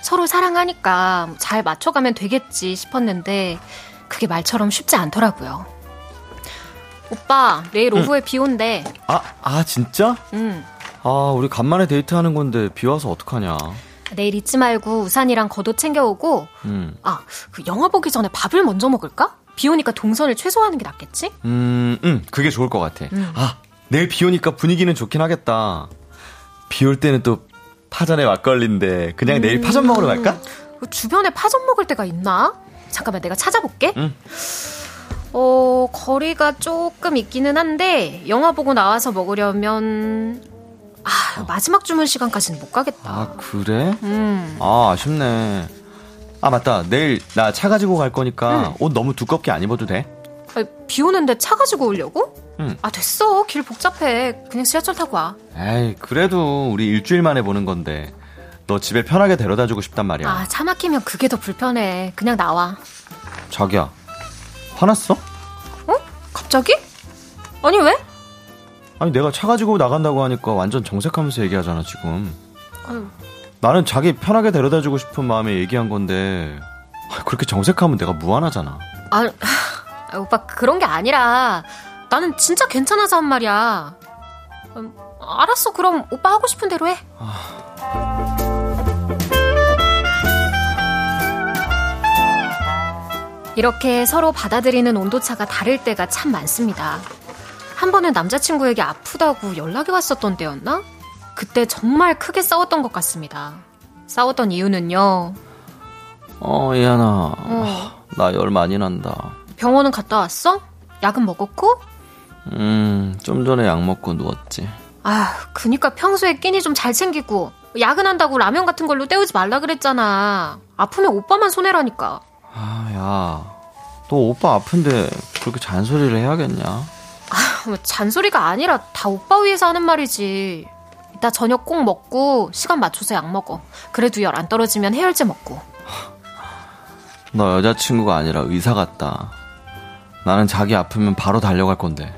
Speaker 8: 서로 사랑하니까 잘 맞춰가면 되겠지 싶었는데 그게 말처럼 쉽지 않더라고요. 오빠, 내일 오후에 비 온대.
Speaker 7: 아, 아 진짜?
Speaker 8: 음.
Speaker 7: 아, 우리 간만에 데이트하는 건데 비 와서 어떡하냐.
Speaker 8: 내일 잊지 말고 우산이랑 겉옷 챙겨오고
Speaker 7: 음.
Speaker 8: 아, 그 영화 보기 전에 밥을 먼저 먹을까? 비 오니까 동선을 최소화하는 게 낫겠지?
Speaker 7: 음, 음, 그게 좋을 것 같아. 아, 내일 비 오니까 분위기는 좋긴 하겠다. 비 올 때는 또 파전에 막걸리인데 그냥
Speaker 8: 음.
Speaker 7: 내일 파전 먹으러 갈까?
Speaker 8: 그 주변에 파전 먹을 데가 있나? 잠깐만 내가 찾아볼게.
Speaker 7: 음.
Speaker 8: 어, 거리가 조금 있기는 한데 영화 보고 나와서 먹으려면
Speaker 7: 어.
Speaker 8: 아, 마지막 주문 시간까지는 못 가겠다.
Speaker 7: 아, 그래?
Speaker 8: 음.
Speaker 7: 아, 아쉽네. 아, 맞다. 내일 나 차 가지고 갈 거니까 옷 너무 두껍게 안 입어도 돼?
Speaker 8: 아, 비 오는데 차 가지고 오려고?
Speaker 7: 음.
Speaker 8: 아, 됐어. 길 복잡해. 그냥 지하철 타고 와.
Speaker 7: 에이, 그래도 우리 일주일 만에 보는 건데. 너 집에 편하게 데려다 주고 싶단 말이야.
Speaker 8: 아, 차 막히면 그게 더 불편해. 그냥 나와.
Speaker 7: 자기야. 화났어?
Speaker 8: 어? 갑자기? 아니, 왜?
Speaker 7: 아니, 내가 차 가지고 나간다고 하니까 완전 정색하면서 얘기하잖아, 지금.
Speaker 8: 아유.
Speaker 7: 나는 자기 편하게 데려다 주고 싶은 마음에 얘기한 건데. 아, 그렇게 정색하면 내가 무안하잖아.
Speaker 8: 아, 아, 오빠 그런 게 아니라 나는 진짜 괜찮아서 한 말이야. 음, 알았어, 그럼 오빠 하고 싶은 대로 해. 이렇게 서로 받아들이는 온도차가 다를 때가 참 많습니다. 한 번은 남자친구에게 아프다고 연락이 왔었던 때였나? 그때 정말 크게 싸웠던 것 같습니다. 싸웠던 이유는요.
Speaker 7: 어, 이하나.
Speaker 8: 어.
Speaker 7: 나 열 많이 난다.
Speaker 8: 병원은 갔다 왔어? 약은 먹었고?
Speaker 7: 음, 좀 전에 약 먹고 누웠지.
Speaker 8: 아, 그니까 평소에 끼니 좀 잘 챙기고 야근한다고 라면 같은 걸로 때우지 말라 그랬잖아. 아프면 오빠만 손해라니까.
Speaker 7: 아, 야. 너 오빠 아픈데 그렇게 잔소리를 해야겠냐?
Speaker 8: 어머, 잔소리가 아니라 다 오빠 위해서 하는 말이지. 이따 저녁 꼭 먹고 시간 맞춰서 약 먹어. 그래도 열 안 떨어지면 해열제 먹고.
Speaker 7: 너 여자친구가 아니라 의사 같다. 나는 자기 아프면 바로 달려갈 건데.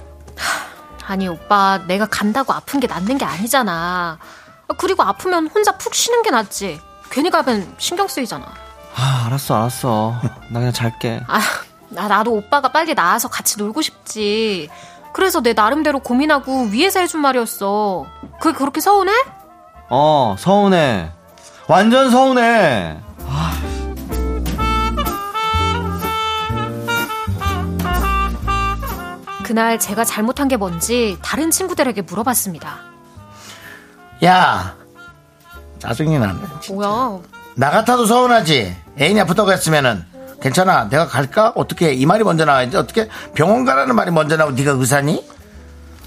Speaker 8: 아니 오빠 내가 간다고 아픈 게 낫는 게 아니잖아. 아, 그리고 아프면 혼자 푹 쉬는 게 낫지. 괜히 가면 신경 쓰이잖아.
Speaker 7: 아, 알았어, 알았어. 나 그냥 잘게.
Speaker 8: 아, 나- 나도 오빠가 빨리 나와서 같이 놀고 싶지. 그래서 내 나름대로 고민하고 위에서 해준 말이었어. 그게 그렇게 서운해?
Speaker 7: 어, 서운해. 완전 서운해.
Speaker 8: 그날 제가 잘못한 게 뭔지 다른 친구들에게 물어봤습니다.
Speaker 1: 야 짜증이 나네
Speaker 8: 뭐야?
Speaker 1: 나 같아도 서운하지. 애인이 아프다고 했으면은 괜찮아. 내가 갈까? 어떻게 이 말이 먼저 나와야지. 어떻게 병원 가라는 말이 먼저 나오고 네가 의사니?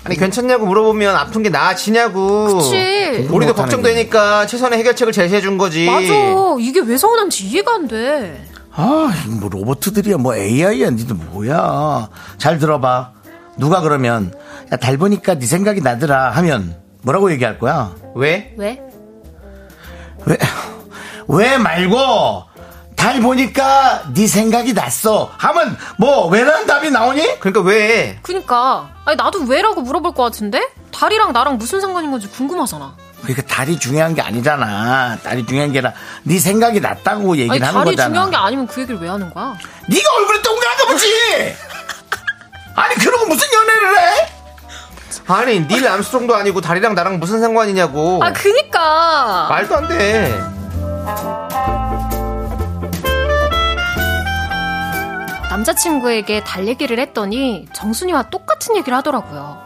Speaker 2: 아니 괜찮냐고 물어보면 아픈 게 나아지냐고.
Speaker 8: 그치.
Speaker 2: 우리도 걱정되니까 최선의 해결책을 제시해 준 거지.
Speaker 8: 맞아.
Speaker 1: 예.
Speaker 8: 이게 왜 서운한지 이해가 안 돼.
Speaker 1: 아, 이뭐 로봇들이야, 뭐 AI야, 니들 뭐야. 잘 들어봐. 누가 그러면 야, 달 보니까 네 생각이 나더라 하면 뭐라고 얘기할 거야?
Speaker 2: 왜?
Speaker 8: 왜?
Speaker 1: 왜? 왜 말고 달 보니까 네 생각이 났어 하면 뭐 왜라는 답이 나오니?
Speaker 2: 그러니까 왜?
Speaker 8: 그니까. 아니, 나도 왜라고 물어볼 것 같은데? 달이랑 나랑 무슨 상관인 건지 궁금하잖아.
Speaker 1: 그러니까 달이 중요한 게 아니잖아. 달이 중요한 게 아니라 네 생각이 났다고 얘기를
Speaker 8: 아니,
Speaker 1: 하는
Speaker 8: 달이
Speaker 1: 거잖아.
Speaker 8: 중요한 게 아니면 그 얘기를 왜 하는 거야?
Speaker 1: 네가 얼굴이 동그란가 보지. 아니 그러고 무슨 연애를 해?
Speaker 2: 아니 닐 암스트롱도 아니고 다리랑 나랑 무슨
Speaker 1: 어.
Speaker 2: 상관이냐고.
Speaker 8: 아, 그니까.
Speaker 1: 아.
Speaker 2: 말도 안 돼.
Speaker 8: 남자친구에게 달 얘기를 했더니 정순이와 똑같은 얘기를 하더라고요.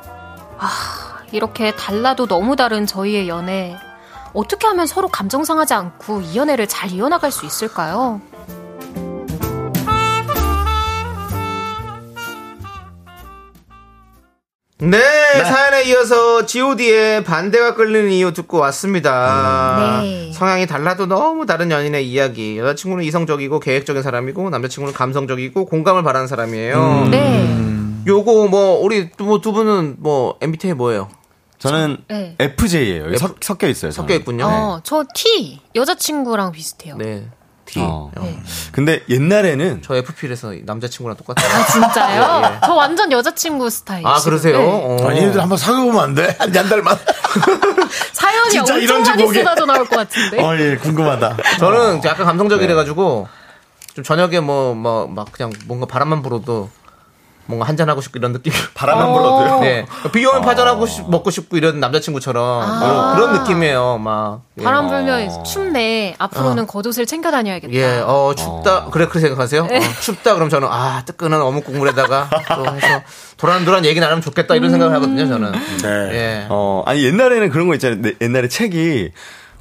Speaker 8: 아, 이렇게 달라도 너무 다른 저희의 연애. 어떻게 하면 서로 감정 상하지 않고 이 연애를 잘 이어나갈 수 있을까요?
Speaker 2: 네, 사연에 이어서 G.O.D의 반대가 끌리는 이유 듣고 왔습니다.
Speaker 8: 음. 네.
Speaker 2: 성향이 달라도 너무 다른 연인의 이야기. 여자친구는 이성적이고 계획적인 사람이고 남자친구는 감성적이고 공감을 바라는 사람이에요.
Speaker 1: 음.
Speaker 8: 네.
Speaker 2: 요거 뭐 우리 뭐 두 분은 뭐 MBTI 뭐예요?
Speaker 7: 저는
Speaker 8: 네.
Speaker 7: FJ예요. 여기
Speaker 2: F-
Speaker 7: 섞- 섞여 있어요. 저는.
Speaker 2: 섞여 있군요.
Speaker 8: 어, 저 T 여자친구랑 비슷해요.
Speaker 2: 네. T.
Speaker 7: 어.
Speaker 8: 네.
Speaker 7: 근데 옛날에는
Speaker 2: 저 FP에서 남자친구랑 똑같아요.
Speaker 8: 진짜요?
Speaker 2: <laughs>
Speaker 8: 네.
Speaker 2: 예, 예.
Speaker 8: 저 완전 여자친구 스타일.
Speaker 2: 아 그러세요? 어.
Speaker 1: 아니 얘들 한번 사귀어보면 안 돼? 한 달만.
Speaker 8: 사연이
Speaker 1: 진짜
Speaker 8: 엄청
Speaker 1: 이런
Speaker 8: 많이
Speaker 1: 제목에.
Speaker 8: 쏟아져 나올 것
Speaker 2: 네?
Speaker 8: 같은데.
Speaker 1: 어, 예, 궁금하다.
Speaker 2: 저는 약간
Speaker 1: 네.
Speaker 2: 감성적이래가지고 좀 저녁에 뭐 뭐 막 그냥 뭔가 바람만 불어도 뭔가 한잔 하고 싶고 이런 느낌.
Speaker 7: 바람만 불어도요.
Speaker 2: 네. <laughs> 비 오면 파전하고 싶- 먹고 싶고 이런 남자친구처럼 뭐 그런 느낌이에요. 막 예. 어.
Speaker 8: 바람 불면 춥네. 앞으로는 겉옷을 챙겨 다녀야겠다.
Speaker 2: 예, 어, 춥다. 그래, 그렇게 생각하세요? 어, 춥다. 그럼 저는, 아, 뜨끈한 어묵 국물에다가 또 해서 도란도란 얘기 나누면 좋겠다. 이런 생각을 하거든요, 저는.
Speaker 1: 네.
Speaker 2: 예.
Speaker 7: 어, 아니 옛날에는 그런 거 있잖아요. 네, 옛날에 책이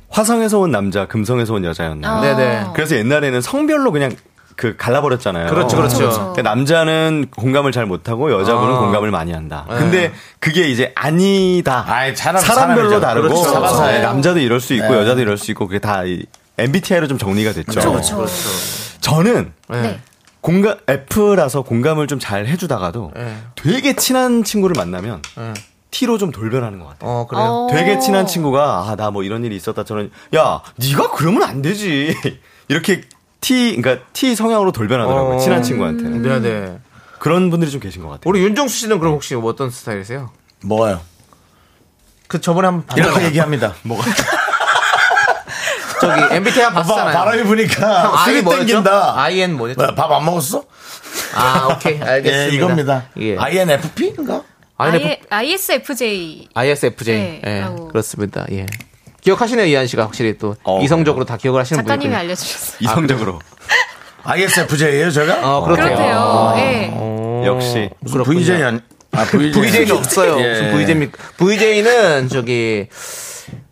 Speaker 7: 화성에서 온 남자, 금성에서 온
Speaker 8: 어.
Speaker 7: 여자였나.
Speaker 8: 아.
Speaker 2: 네네.
Speaker 7: 그래서 옛날에는 성별로 그냥 그 갈라버렸잖아요.
Speaker 2: 그렇죠, 그렇죠.
Speaker 8: 그렇죠.
Speaker 7: 그러니까 남자는 공감을 잘 못하고 여자분은
Speaker 2: 아.
Speaker 7: 공감을 많이 한다. 근데 그게 이제 아니다.
Speaker 1: 아이, 사람,
Speaker 7: 사람별로
Speaker 1: 사람이죠.
Speaker 7: 다르고
Speaker 1: 그렇죠. 사람사이.
Speaker 7: 네, 남자도 이럴 수 있고 여자도 이럴 수 있고 그게 다 MBTI로 좀 정리가 됐죠.
Speaker 8: 그렇죠.
Speaker 7: 저는
Speaker 8: 네.
Speaker 7: 공감 F라서 공감을 좀 잘 해주다가도
Speaker 2: 네.
Speaker 7: 되게 친한 친구를 만나면 T로 좀 돌변하는 것 같아요.
Speaker 2: 어, 그래요.
Speaker 7: 되게 친한 친구가 아 나 뭐 이런 일이 있었다 저는 야 네가 그러면 안 되지 <laughs> 이렇게 T 그러니까 T 성향으로 돌변하더라고요
Speaker 2: 어.
Speaker 7: 친한 친구한테는
Speaker 2: 네네.
Speaker 7: 그런 분들이 좀 계신 것 같아요.
Speaker 2: 우리 윤정수 씨는 그럼 혹시 뭐 어떤 스타일이세요?
Speaker 1: 뭐요?
Speaker 2: 그 저번에 한번 봤
Speaker 1: 이렇게 얘기합니다. 뭐가?
Speaker 2: 저기 MBTI
Speaker 1: 봐,
Speaker 2: 봤잖아요.
Speaker 1: 바람이
Speaker 2: 형,
Speaker 1: 부니까 <laughs>
Speaker 2: I
Speaker 1: 술이
Speaker 2: 뭐였죠?
Speaker 1: 땡긴다.
Speaker 2: IN 뭐였죠?
Speaker 1: 밥 안 먹었어?
Speaker 2: 아, 오케이.
Speaker 1: <laughs>
Speaker 2: 알겠습니다.
Speaker 1: 예, 이겁니다.
Speaker 2: 예.
Speaker 1: INFP인가?
Speaker 2: INF,
Speaker 8: ISFJ.
Speaker 2: ISFJ.
Speaker 8: 네,
Speaker 2: 예.
Speaker 8: 라고.
Speaker 2: 그렇습니다. 예. 기억하시네요, 이한 씨가 확실히 또
Speaker 7: 어,
Speaker 2: 이성적으로 다 기억을 하시는 분이.
Speaker 8: 작가님이 알려주셨어요.
Speaker 7: 이성적으로
Speaker 1: ISFJ예요, 제가?
Speaker 2: 어, 그렇대요.
Speaker 8: 그렇대요. 예.
Speaker 2: 어.
Speaker 7: 역시
Speaker 1: 무슨 VJ 아니?
Speaker 2: <laughs>
Speaker 1: 아, VJ. <laughs> 예.
Speaker 2: VJ는 없어요. 무슨 VJ입니까? VJ는 저기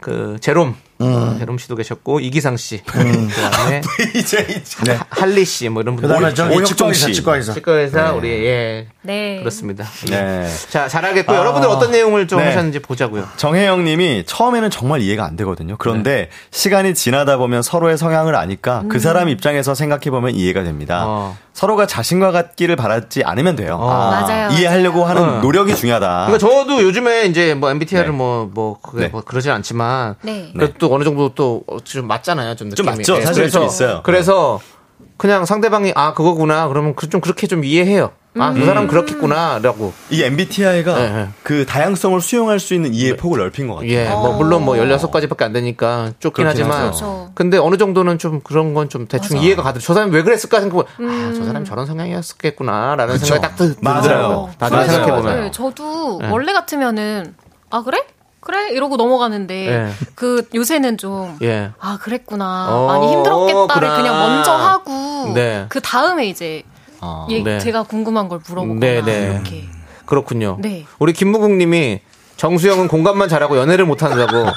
Speaker 2: 그 제롬.
Speaker 1: 음.
Speaker 2: 어, 혜롬 씨도 계셨고 이기상 씨,
Speaker 1: <laughs>
Speaker 2: 그다음에
Speaker 6: 이제 이제
Speaker 1: 네.
Speaker 2: 할리 씨 뭐 이런 분들.
Speaker 1: 그다음에 아, 저기
Speaker 7: 오혁정
Speaker 1: 측정의
Speaker 7: 씨.
Speaker 1: 자치과에서
Speaker 2: 치과 회사 우리 예
Speaker 8: 네.
Speaker 2: 그렇습니다.
Speaker 7: 네.
Speaker 2: 자
Speaker 1: 아.
Speaker 2: 잘하겠고 여러분들 어떤 내용을 좀
Speaker 7: 네.
Speaker 2: 하셨는지 보자고요.
Speaker 7: 정혜영 님이 처음에는 정말 이해가 안 되거든요.
Speaker 2: 네.
Speaker 7: 그런데 시간이 지나다 보면 서로의 성향을 아니까
Speaker 8: 음.
Speaker 7: 그 사람 입장에서 생각해 보면 이해가 됩니다.
Speaker 2: 어.
Speaker 7: 서로가 자신과 같기를 바라지 않으면 돼요.
Speaker 8: 맞아요.
Speaker 7: 이해하려고 하는
Speaker 2: 어.
Speaker 7: 노력이 중요하다.
Speaker 2: 그러니까 저도 요즘에 이제 뭐 MBTI를
Speaker 7: 네.
Speaker 2: 뭐, 뭐, 그게
Speaker 7: 네.
Speaker 2: 뭐 그러진 않지만.
Speaker 8: 네.
Speaker 2: 그래도 또 어느 정도 또 좀 맞잖아요. 좀,
Speaker 7: 좀
Speaker 2: 느낌이.
Speaker 7: 맞죠.
Speaker 2: 예,
Speaker 7: 사실 좀 있어요.
Speaker 2: 그래서 그냥 상대방이 아, 그거구나. 그러면 그- 좀 그렇게 좀 이해해요. 아,
Speaker 7: 음.
Speaker 2: 그 사람 그렇겠구나. 라고.
Speaker 7: 이 MBTI가
Speaker 2: 네, 네.
Speaker 7: 그 다양성을 수용할 수 있는 이해 폭을 넓힌 것 같아요.
Speaker 2: 예, 뭐, 물론 뭐 16가지밖에 안 되니까 좁긴
Speaker 7: 어. 그렇긴
Speaker 2: 하지만.
Speaker 7: 하죠.
Speaker 2: 근데 어느 정도는 좀 그런 건 좀 대충 이해가 가더라고요. 저 사람이 왜 그랬을까 생각해보면,
Speaker 7: 음.
Speaker 2: 아, 저 사람이 저런 성향이었겠구나. 라는 생각이 딱 드-
Speaker 7: 맞아요.
Speaker 2: 들더라고요. 나중에
Speaker 7: 맞아요.
Speaker 2: 생각해보면.
Speaker 8: 네, 저도 원래 같으면은 아 그래? 그래 이러고 넘어가는데
Speaker 2: 예.
Speaker 8: 그 요새는 좀
Speaker 2: 예.
Speaker 8: 아 그랬구나
Speaker 2: 어,
Speaker 8: 많이 힘들었겠다를
Speaker 2: 그렇구나.
Speaker 8: 그냥 먼저 하고
Speaker 2: 네.
Speaker 8: 그 다음에 이제 예,
Speaker 2: 네.
Speaker 8: 제가 궁금한 걸 물어보거나
Speaker 2: 네, 네.
Speaker 8: 이렇게
Speaker 2: 그렇군요.
Speaker 8: 네.
Speaker 2: 우리 김무국 님이 정수영은 공감만 잘하고 연애를 못한다고.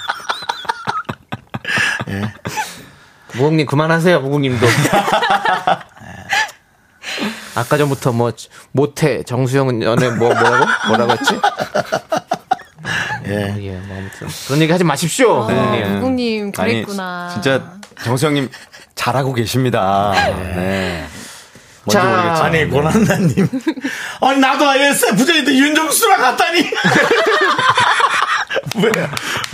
Speaker 2: 무국님 그만하세요, 무국님도. 예. 아까 전부터 뭐 못해 정수영은 연애 뭐 뭐라고 뭐라고 했지?
Speaker 1: 예.
Speaker 2: 예, 뭐 아무튼 그런 얘기 하지 마십시오. 네.
Speaker 8: 아,
Speaker 2: 무국님.
Speaker 8: 무국님
Speaker 7: 아니,
Speaker 8: 그랬구나
Speaker 7: 진짜 정수영님 잘하고 계십니다. 네. 뭔지
Speaker 2: 자,
Speaker 7: 모르겠지만.
Speaker 1: 아니 고난나님 아니 나도 ISFJ인데 윤정수랑 같다니 왜?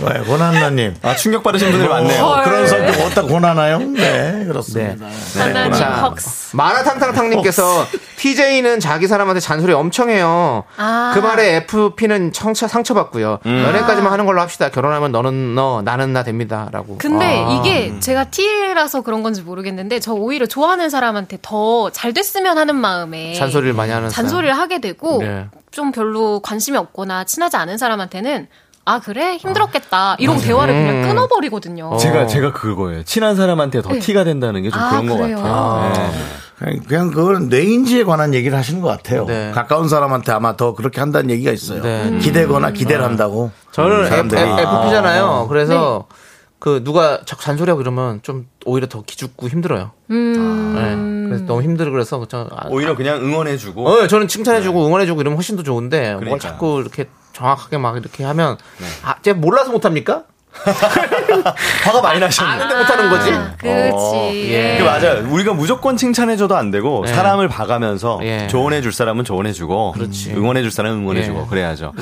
Speaker 1: 왜 고난나님
Speaker 7: 아, 충격받으신 분들이 많네요.
Speaker 1: 어, 그런 성격 어디다 고난하요? 네 그렇습니다
Speaker 8: 하나님
Speaker 2: 자,
Speaker 8: 헉스
Speaker 2: 마라탕탕탕님께서 TJ는 자기 사람한테 잔소리 엄청 해요.
Speaker 8: 아.
Speaker 2: 그 말에 FP는 청차, 상처받고요.
Speaker 8: 아.
Speaker 2: 연애까지만 하는 걸로 합시다. 결혼하면 너는 너, 나는 나 됩니다. 라고.
Speaker 8: 근데
Speaker 2: 아.
Speaker 8: 이게 제가 T라서 그런 건지 모르겠는데 저 오히려 좋아하는 사람한테 더 잘 됐으면 하는 마음에
Speaker 2: 잔소리를 많이 하는 사람.
Speaker 8: 잔소리를 하게 되고
Speaker 2: 네.
Speaker 8: 좀 별로 관심이 없거나 친하지 않은 사람한테는 아 그래 힘들었겠다 이런 대화를 그냥
Speaker 2: 음.
Speaker 8: 끊어버리거든요.
Speaker 7: 제가, 제가 그거예요. 친한 사람한테 더 티가 된다는 게 좀
Speaker 8: 아,
Speaker 7: 그런 것
Speaker 8: 그래요?
Speaker 7: 같아요. 네.
Speaker 1: 그냥, 그냥 그거는 뇌인지에 관한 얘기를 하시는 것 같아요
Speaker 2: 네.
Speaker 1: 가까운 사람한테 아마 더 그렇게 한다는 얘기가 있어요
Speaker 2: 네. 음.
Speaker 1: 기대거나 기대를 한다고
Speaker 7: 음.
Speaker 2: 저는 F,
Speaker 1: 사람들이.
Speaker 2: FP잖아요. 그래서
Speaker 8: 네.
Speaker 2: 그 누가 자- 잔소리하고 이러면 좀 오히려 더 기죽고 힘들어요.
Speaker 8: 음.
Speaker 2: 네. 그래서 너무 힘들어 그래서 저 아,
Speaker 7: 오히려 그냥 응원해주고.
Speaker 2: 어, 저는 칭찬해주고 응원해주고 이러면 훨씬 더 좋은데 뭘
Speaker 7: 그러니까요.
Speaker 2: 자꾸 이렇게 정확하게 막 이렇게 하면 아, 제가 몰라서 못합니까?
Speaker 7: 화가 많이 나셨네.
Speaker 2: 아는데 못하는 거지?
Speaker 8: 그렇지.
Speaker 2: 예.
Speaker 7: 그 맞아요. 우리가 무조건 칭찬해줘도 안 되고
Speaker 2: 예.
Speaker 7: 사람을 봐가면서
Speaker 2: 예.
Speaker 7: 조언해줄 사람은 조언해주고 응원해줄 사람은 응원해주고
Speaker 2: 예.
Speaker 7: 그래야죠.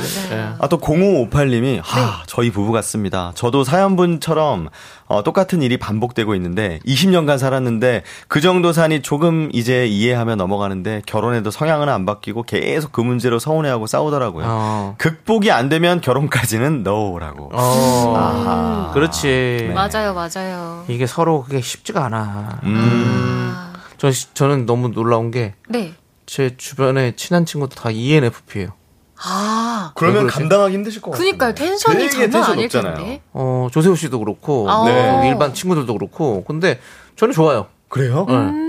Speaker 7: 아, 또 0558님이
Speaker 8: 네.
Speaker 7: 하 저희 부부 같습니다. 저도 사연분처럼 어, 똑같은 일이 반복되고 있는데 20년간 살았는데 그 정도 산이 조금 이제 이해하며 넘어가는데 결혼해도 성향은 안 바뀌고 계속 그 문제로 서운해하고
Speaker 8: 아.
Speaker 7: 싸우더라고요.
Speaker 2: 어.
Speaker 7: 극복이 안 되면 결혼까지는 너라고.
Speaker 2: 어, 그렇지.
Speaker 8: 맞아요, 맞아요.
Speaker 2: 이게 서로 그게 쉽지가 않아. 저, 시- 저는 너무 놀라운
Speaker 8: 네.
Speaker 2: 게 제 주변에 친한 친구도 다 E ENFP예요.
Speaker 8: 아,
Speaker 7: 그러면
Speaker 2: 그러지?
Speaker 7: 감당하기 힘드실 것 같아요.
Speaker 8: 그니까요. 텐션이
Speaker 7: 되게
Speaker 8: 장난
Speaker 7: 텐션
Speaker 8: 아닐
Speaker 7: 높잖아요.
Speaker 8: 텐데.
Speaker 2: 어, 조세호 씨도 그렇고 뭐
Speaker 8: 아. 네.
Speaker 2: 일반 친구들도 그렇고. 근데 저는 좋아요.
Speaker 7: 그래요?
Speaker 2: 네.
Speaker 1: 음.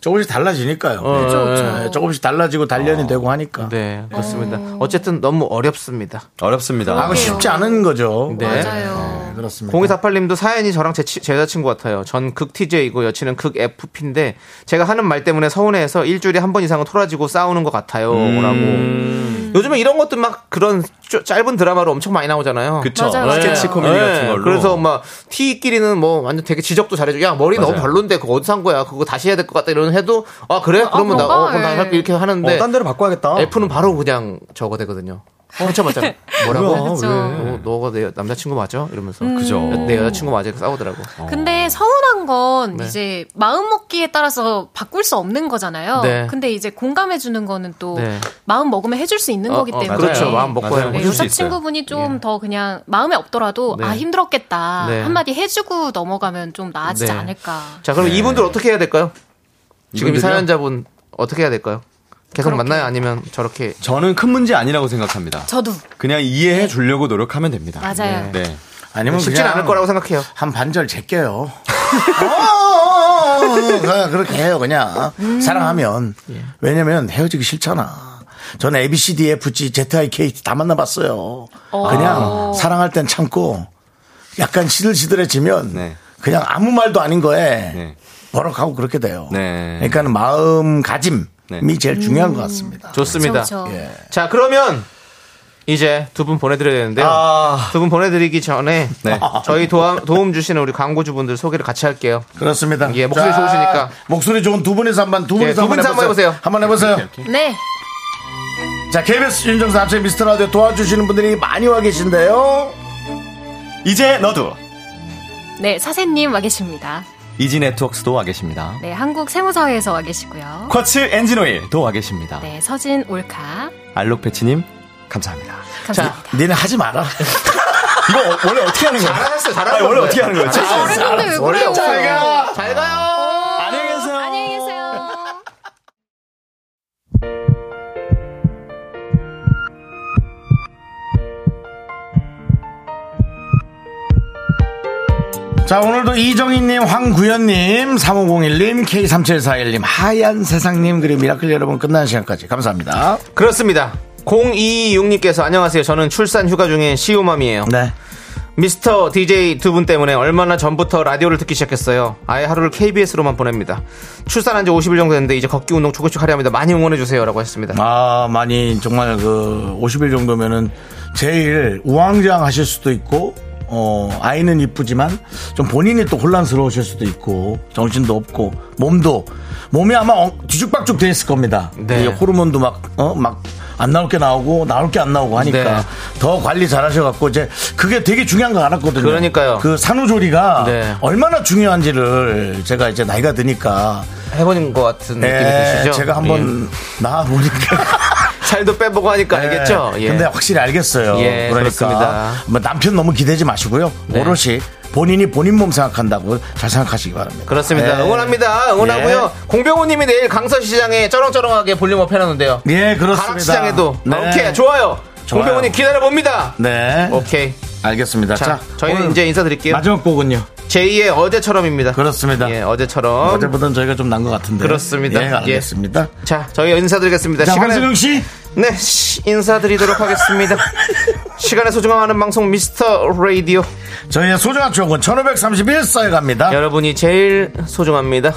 Speaker 1: 조금씩 달라지니까요 네, 조금씩 달라지고 단련이 되고 하니까
Speaker 2: 아. 네, 그렇습니다. 어쨌든 너무 어렵습니다.
Speaker 7: 어렵습니다.
Speaker 1: 아무 쉽지 않은 거죠
Speaker 2: 네.
Speaker 8: 맞아요.
Speaker 1: 네, 그렇습니다
Speaker 2: 0248님도 사연이 저랑 제, 치- 제 여자친구 같아요. 전 극 TJ이고 여친은 극 FP인데 제가 하는 말 때문에 서운해해서 일주일에 한 번 이상은 토라지고 싸우는 것 같아요.
Speaker 7: 음.
Speaker 8: 음.
Speaker 2: 라고. 요즘에 이런 것도 막 그런 쪼- 짧은 드라마로 엄청 많이 나오잖아요.
Speaker 7: 그쵸. 네.
Speaker 8: 맞아요, 맞아요.
Speaker 7: 스케치 코미디
Speaker 2: 예,
Speaker 7: 같은 걸로. 어,
Speaker 2: 그래서 막 T끼리는 뭐 완전 되게 지적도 잘해줘. 야 머리 너무
Speaker 7: 맞아요.
Speaker 2: 별론데 그거 어디 산 거야? 그거 다시 해야 될 것 같다 이런 해도 아 그래? 그러면 나
Speaker 8: 그런가?
Speaker 2: 어, 그럼 나
Speaker 8: 예.
Speaker 2: 할게 이렇게 하는데
Speaker 7: 어, 딴 데로 바꿔야겠다.
Speaker 2: F는 바로 그냥 저거 되거든요. 상처
Speaker 8: <laughs>
Speaker 2: 맞잖아. 뭐라고?
Speaker 7: 뭐야,
Speaker 8: 그쵸. 음.
Speaker 2: 너, 너가 내 남자친구 맞아? 이러면서
Speaker 7: 그죠.
Speaker 2: 내 여자친구 맞아? 이렇게 싸우더라고.
Speaker 8: 근데 서운한 건
Speaker 2: 네.
Speaker 8: 이제 마음 먹기에 따라서 바꿀 수 없는 거잖아요.
Speaker 2: 네.
Speaker 8: 근데 이제 공감해 주는 거는 또
Speaker 2: 네.
Speaker 8: 마음 먹으면 해줄 수 있는
Speaker 2: 어,
Speaker 8: 거기
Speaker 2: 어,
Speaker 8: 때문에
Speaker 2: 그렇죠. 마음 먹고
Speaker 7: 맞아요.
Speaker 2: 해요. 예.
Speaker 8: 네,
Speaker 7: 해줄 수 있어요.
Speaker 8: 여자친구분이 좀 더 그냥 마음에 없더라도
Speaker 2: 네.
Speaker 8: 아 힘들었겠다
Speaker 2: 네.
Speaker 8: 한마디 해주고 넘어가면 좀 나아지지
Speaker 2: 네.
Speaker 8: 않을까.
Speaker 2: 자, 그럼 이분들 어떻게 해야 될까요? 지금 이
Speaker 7: 이분들이요?
Speaker 2: 사연자분 어떻게 해야 될까요? 계속 만나요? 아니면 저렇게
Speaker 7: 저는 큰 문제 아니라고 생각합니다.
Speaker 8: 저도 네.
Speaker 7: 그냥 이해해 주려고 노력하면 됩니다.
Speaker 8: 맞아요.
Speaker 7: 네.
Speaker 1: 아니면
Speaker 2: 쉽진
Speaker 1: 그냥
Speaker 2: 않을 거라고 생각해요.
Speaker 1: 한 반절 제껴요.
Speaker 2: <laughs>
Speaker 1: 어, 어, 어, 어, 그냥 그렇게 해요, 그냥.
Speaker 2: 음.
Speaker 1: 사랑하면.
Speaker 2: 예.
Speaker 1: 왜냐면 헤어지기 싫잖아. 저는 A, B, C,
Speaker 2: 어. 아.
Speaker 1: D, F, G, Z, I, K 다 만나봤어요. 그냥 사랑할 땐 참고 약간 시들시들해지면
Speaker 7: 네.
Speaker 1: 그냥 아무 말도 아닌 거에
Speaker 7: 네.
Speaker 1: 버럭하고 그렇게 돼요.
Speaker 7: 네.
Speaker 1: 그러니까 마음가짐이
Speaker 7: 네.
Speaker 1: 제일 중요한 것 같습니다.
Speaker 2: 음. 좋습니다.
Speaker 8: 그쵸, 그쵸.
Speaker 1: 예.
Speaker 2: 자, 그러면 이제 두 분 보내드려야 되는데요.
Speaker 7: 아.
Speaker 2: 두 분 보내드리기 전에
Speaker 7: 네.
Speaker 2: 저희 도움, 도움 주시는 우리 광고주분들 소개를 같이 할게요.
Speaker 1: 그렇습니다.
Speaker 2: 예, 목소리 좋으시니까. 예,
Speaker 1: 목소리 좋은 두 분이서 한번 두 분이서
Speaker 2: 두 분이서 한번 해보세요. 예.
Speaker 1: 한번 해보세요.
Speaker 8: 네.
Speaker 1: 자, KBS 윤정수 남의 미스터 라디오 도와주시는 분들이 많이 와 계신데요.
Speaker 7: 이제 너도
Speaker 8: 네, 사세님 와 계십니다.
Speaker 7: 이지 네트워크스도 와 계십니다.
Speaker 8: 네, 한국 세무사회에서 와 계시고요.
Speaker 7: 쿼츠 엔진 오일도 와 계십니다.
Speaker 8: 네, 서진 올카.
Speaker 7: 알록패치님 감사합니다.
Speaker 8: 감사합니다.
Speaker 1: 니네 하지 마라.
Speaker 7: <laughs> 이거 어- 원래 어떻게 하는 거예요?
Speaker 2: 잘하셨어요.
Speaker 7: 아니, 원래 어떻게 하는 거예요?
Speaker 8: 어른인데 왜 그래요?
Speaker 2: 잘 가요.
Speaker 7: 안녕히 계세요.
Speaker 8: 안녕히 계세요.
Speaker 1: 자, 오늘도 이정희님, 황구현님, 3501님, K3741님, 하얀 세상님, 그리고 미라클 여러분 끝나는 시간까지 감사합니다.
Speaker 2: 그렇습니다. 0226님께서 안녕하세요. 저는 출산 휴가 중인 시우맘이에요.
Speaker 1: 네.
Speaker 2: 미스터 DJ 두 분 때문에 얼마나 전부터 라디오를 듣기 시작했어요. 아예 하루를 KBS로만 보냅니다. 출산한 지 50일 정도 됐는데 이제 걷기 운동 조금씩 하려 합니다. 많이 응원해 주세요라고 했습니다.
Speaker 1: 아, 많이 정말 그 50일 정도면은 제일 우왕좌왕 하실 수도 있고 어, 아이는 이쁘지만 좀 본인이 또 혼란스러우실 수도 있고 정신도 없고 몸도 몸이 아마 엉- 뒤죽박죽 돼 있을 겁니다.
Speaker 2: 네.
Speaker 1: 이게 호르몬도 막 어, 막 안 나올 게 나오고 나올 게 안 나오고 하니까
Speaker 2: 네.
Speaker 1: 더 관리 잘 하셔 갖고 이제 그게 되게 중요한 거 알았거든요.
Speaker 2: 그러니까요.
Speaker 1: 그 산후조리가
Speaker 2: 네.
Speaker 1: 얼마나 중요한지를 제가 이제 나이가 드니까
Speaker 2: 해보는 것 같은
Speaker 1: 예,
Speaker 2: 느낌이 드시죠?
Speaker 1: 제가 한번 나와 보니까 <laughs>
Speaker 2: 예. 네, 살도 빼보고 하니까 알겠죠?
Speaker 1: 네.
Speaker 2: 예.
Speaker 1: 근데 확실히 알겠어요.
Speaker 2: 예,
Speaker 1: 그러니까
Speaker 2: 그렇습니다.
Speaker 1: 뭐 남편 너무 기대지 마시고요.
Speaker 2: 네.
Speaker 1: 오롯이 본인이 본인 몸 생각한다고 잘 생각하시기 바랍니다.
Speaker 2: 그렇습니다.
Speaker 1: 예.
Speaker 2: 응원합니다. 응원하고요. 공병호님이 내일 강서시장에 쩌렁쩌렁하게 볼륨업 해놨는데요.
Speaker 1: 예, 그렇습니다.
Speaker 2: 가락시장에도
Speaker 1: 네.
Speaker 2: 오케이 좋아요.
Speaker 1: 좋아요.
Speaker 2: 공병호님 기다려 봅니다.
Speaker 1: 네.
Speaker 2: 오케이.
Speaker 1: 알겠습니다.
Speaker 2: 자,
Speaker 1: 자,
Speaker 2: 저희는
Speaker 1: 오늘
Speaker 2: 이제 인사드릴게요.
Speaker 1: 마지막 곡은요.
Speaker 2: 제2의 어제처럼입니다.
Speaker 1: 그렇습니다.
Speaker 2: 예, 어제처럼.
Speaker 1: 어제보다는 저희가 좀 난 것 같은데.
Speaker 2: 그렇습니다.
Speaker 1: 예, 알겠습니다.
Speaker 2: 자, 저희 인사드리겠습니다.
Speaker 1: 자,
Speaker 2: 시간에-
Speaker 1: 황승용 씨.
Speaker 2: 네, 시- 인사드리도록
Speaker 1: <laughs>
Speaker 2: 하겠습니다. 시간의 소중함하는 방송 미스터 라디오.
Speaker 1: 저희의 소중한 추억은 1531 쌓여갑니다.
Speaker 2: 여러분이 제일 소중합니다.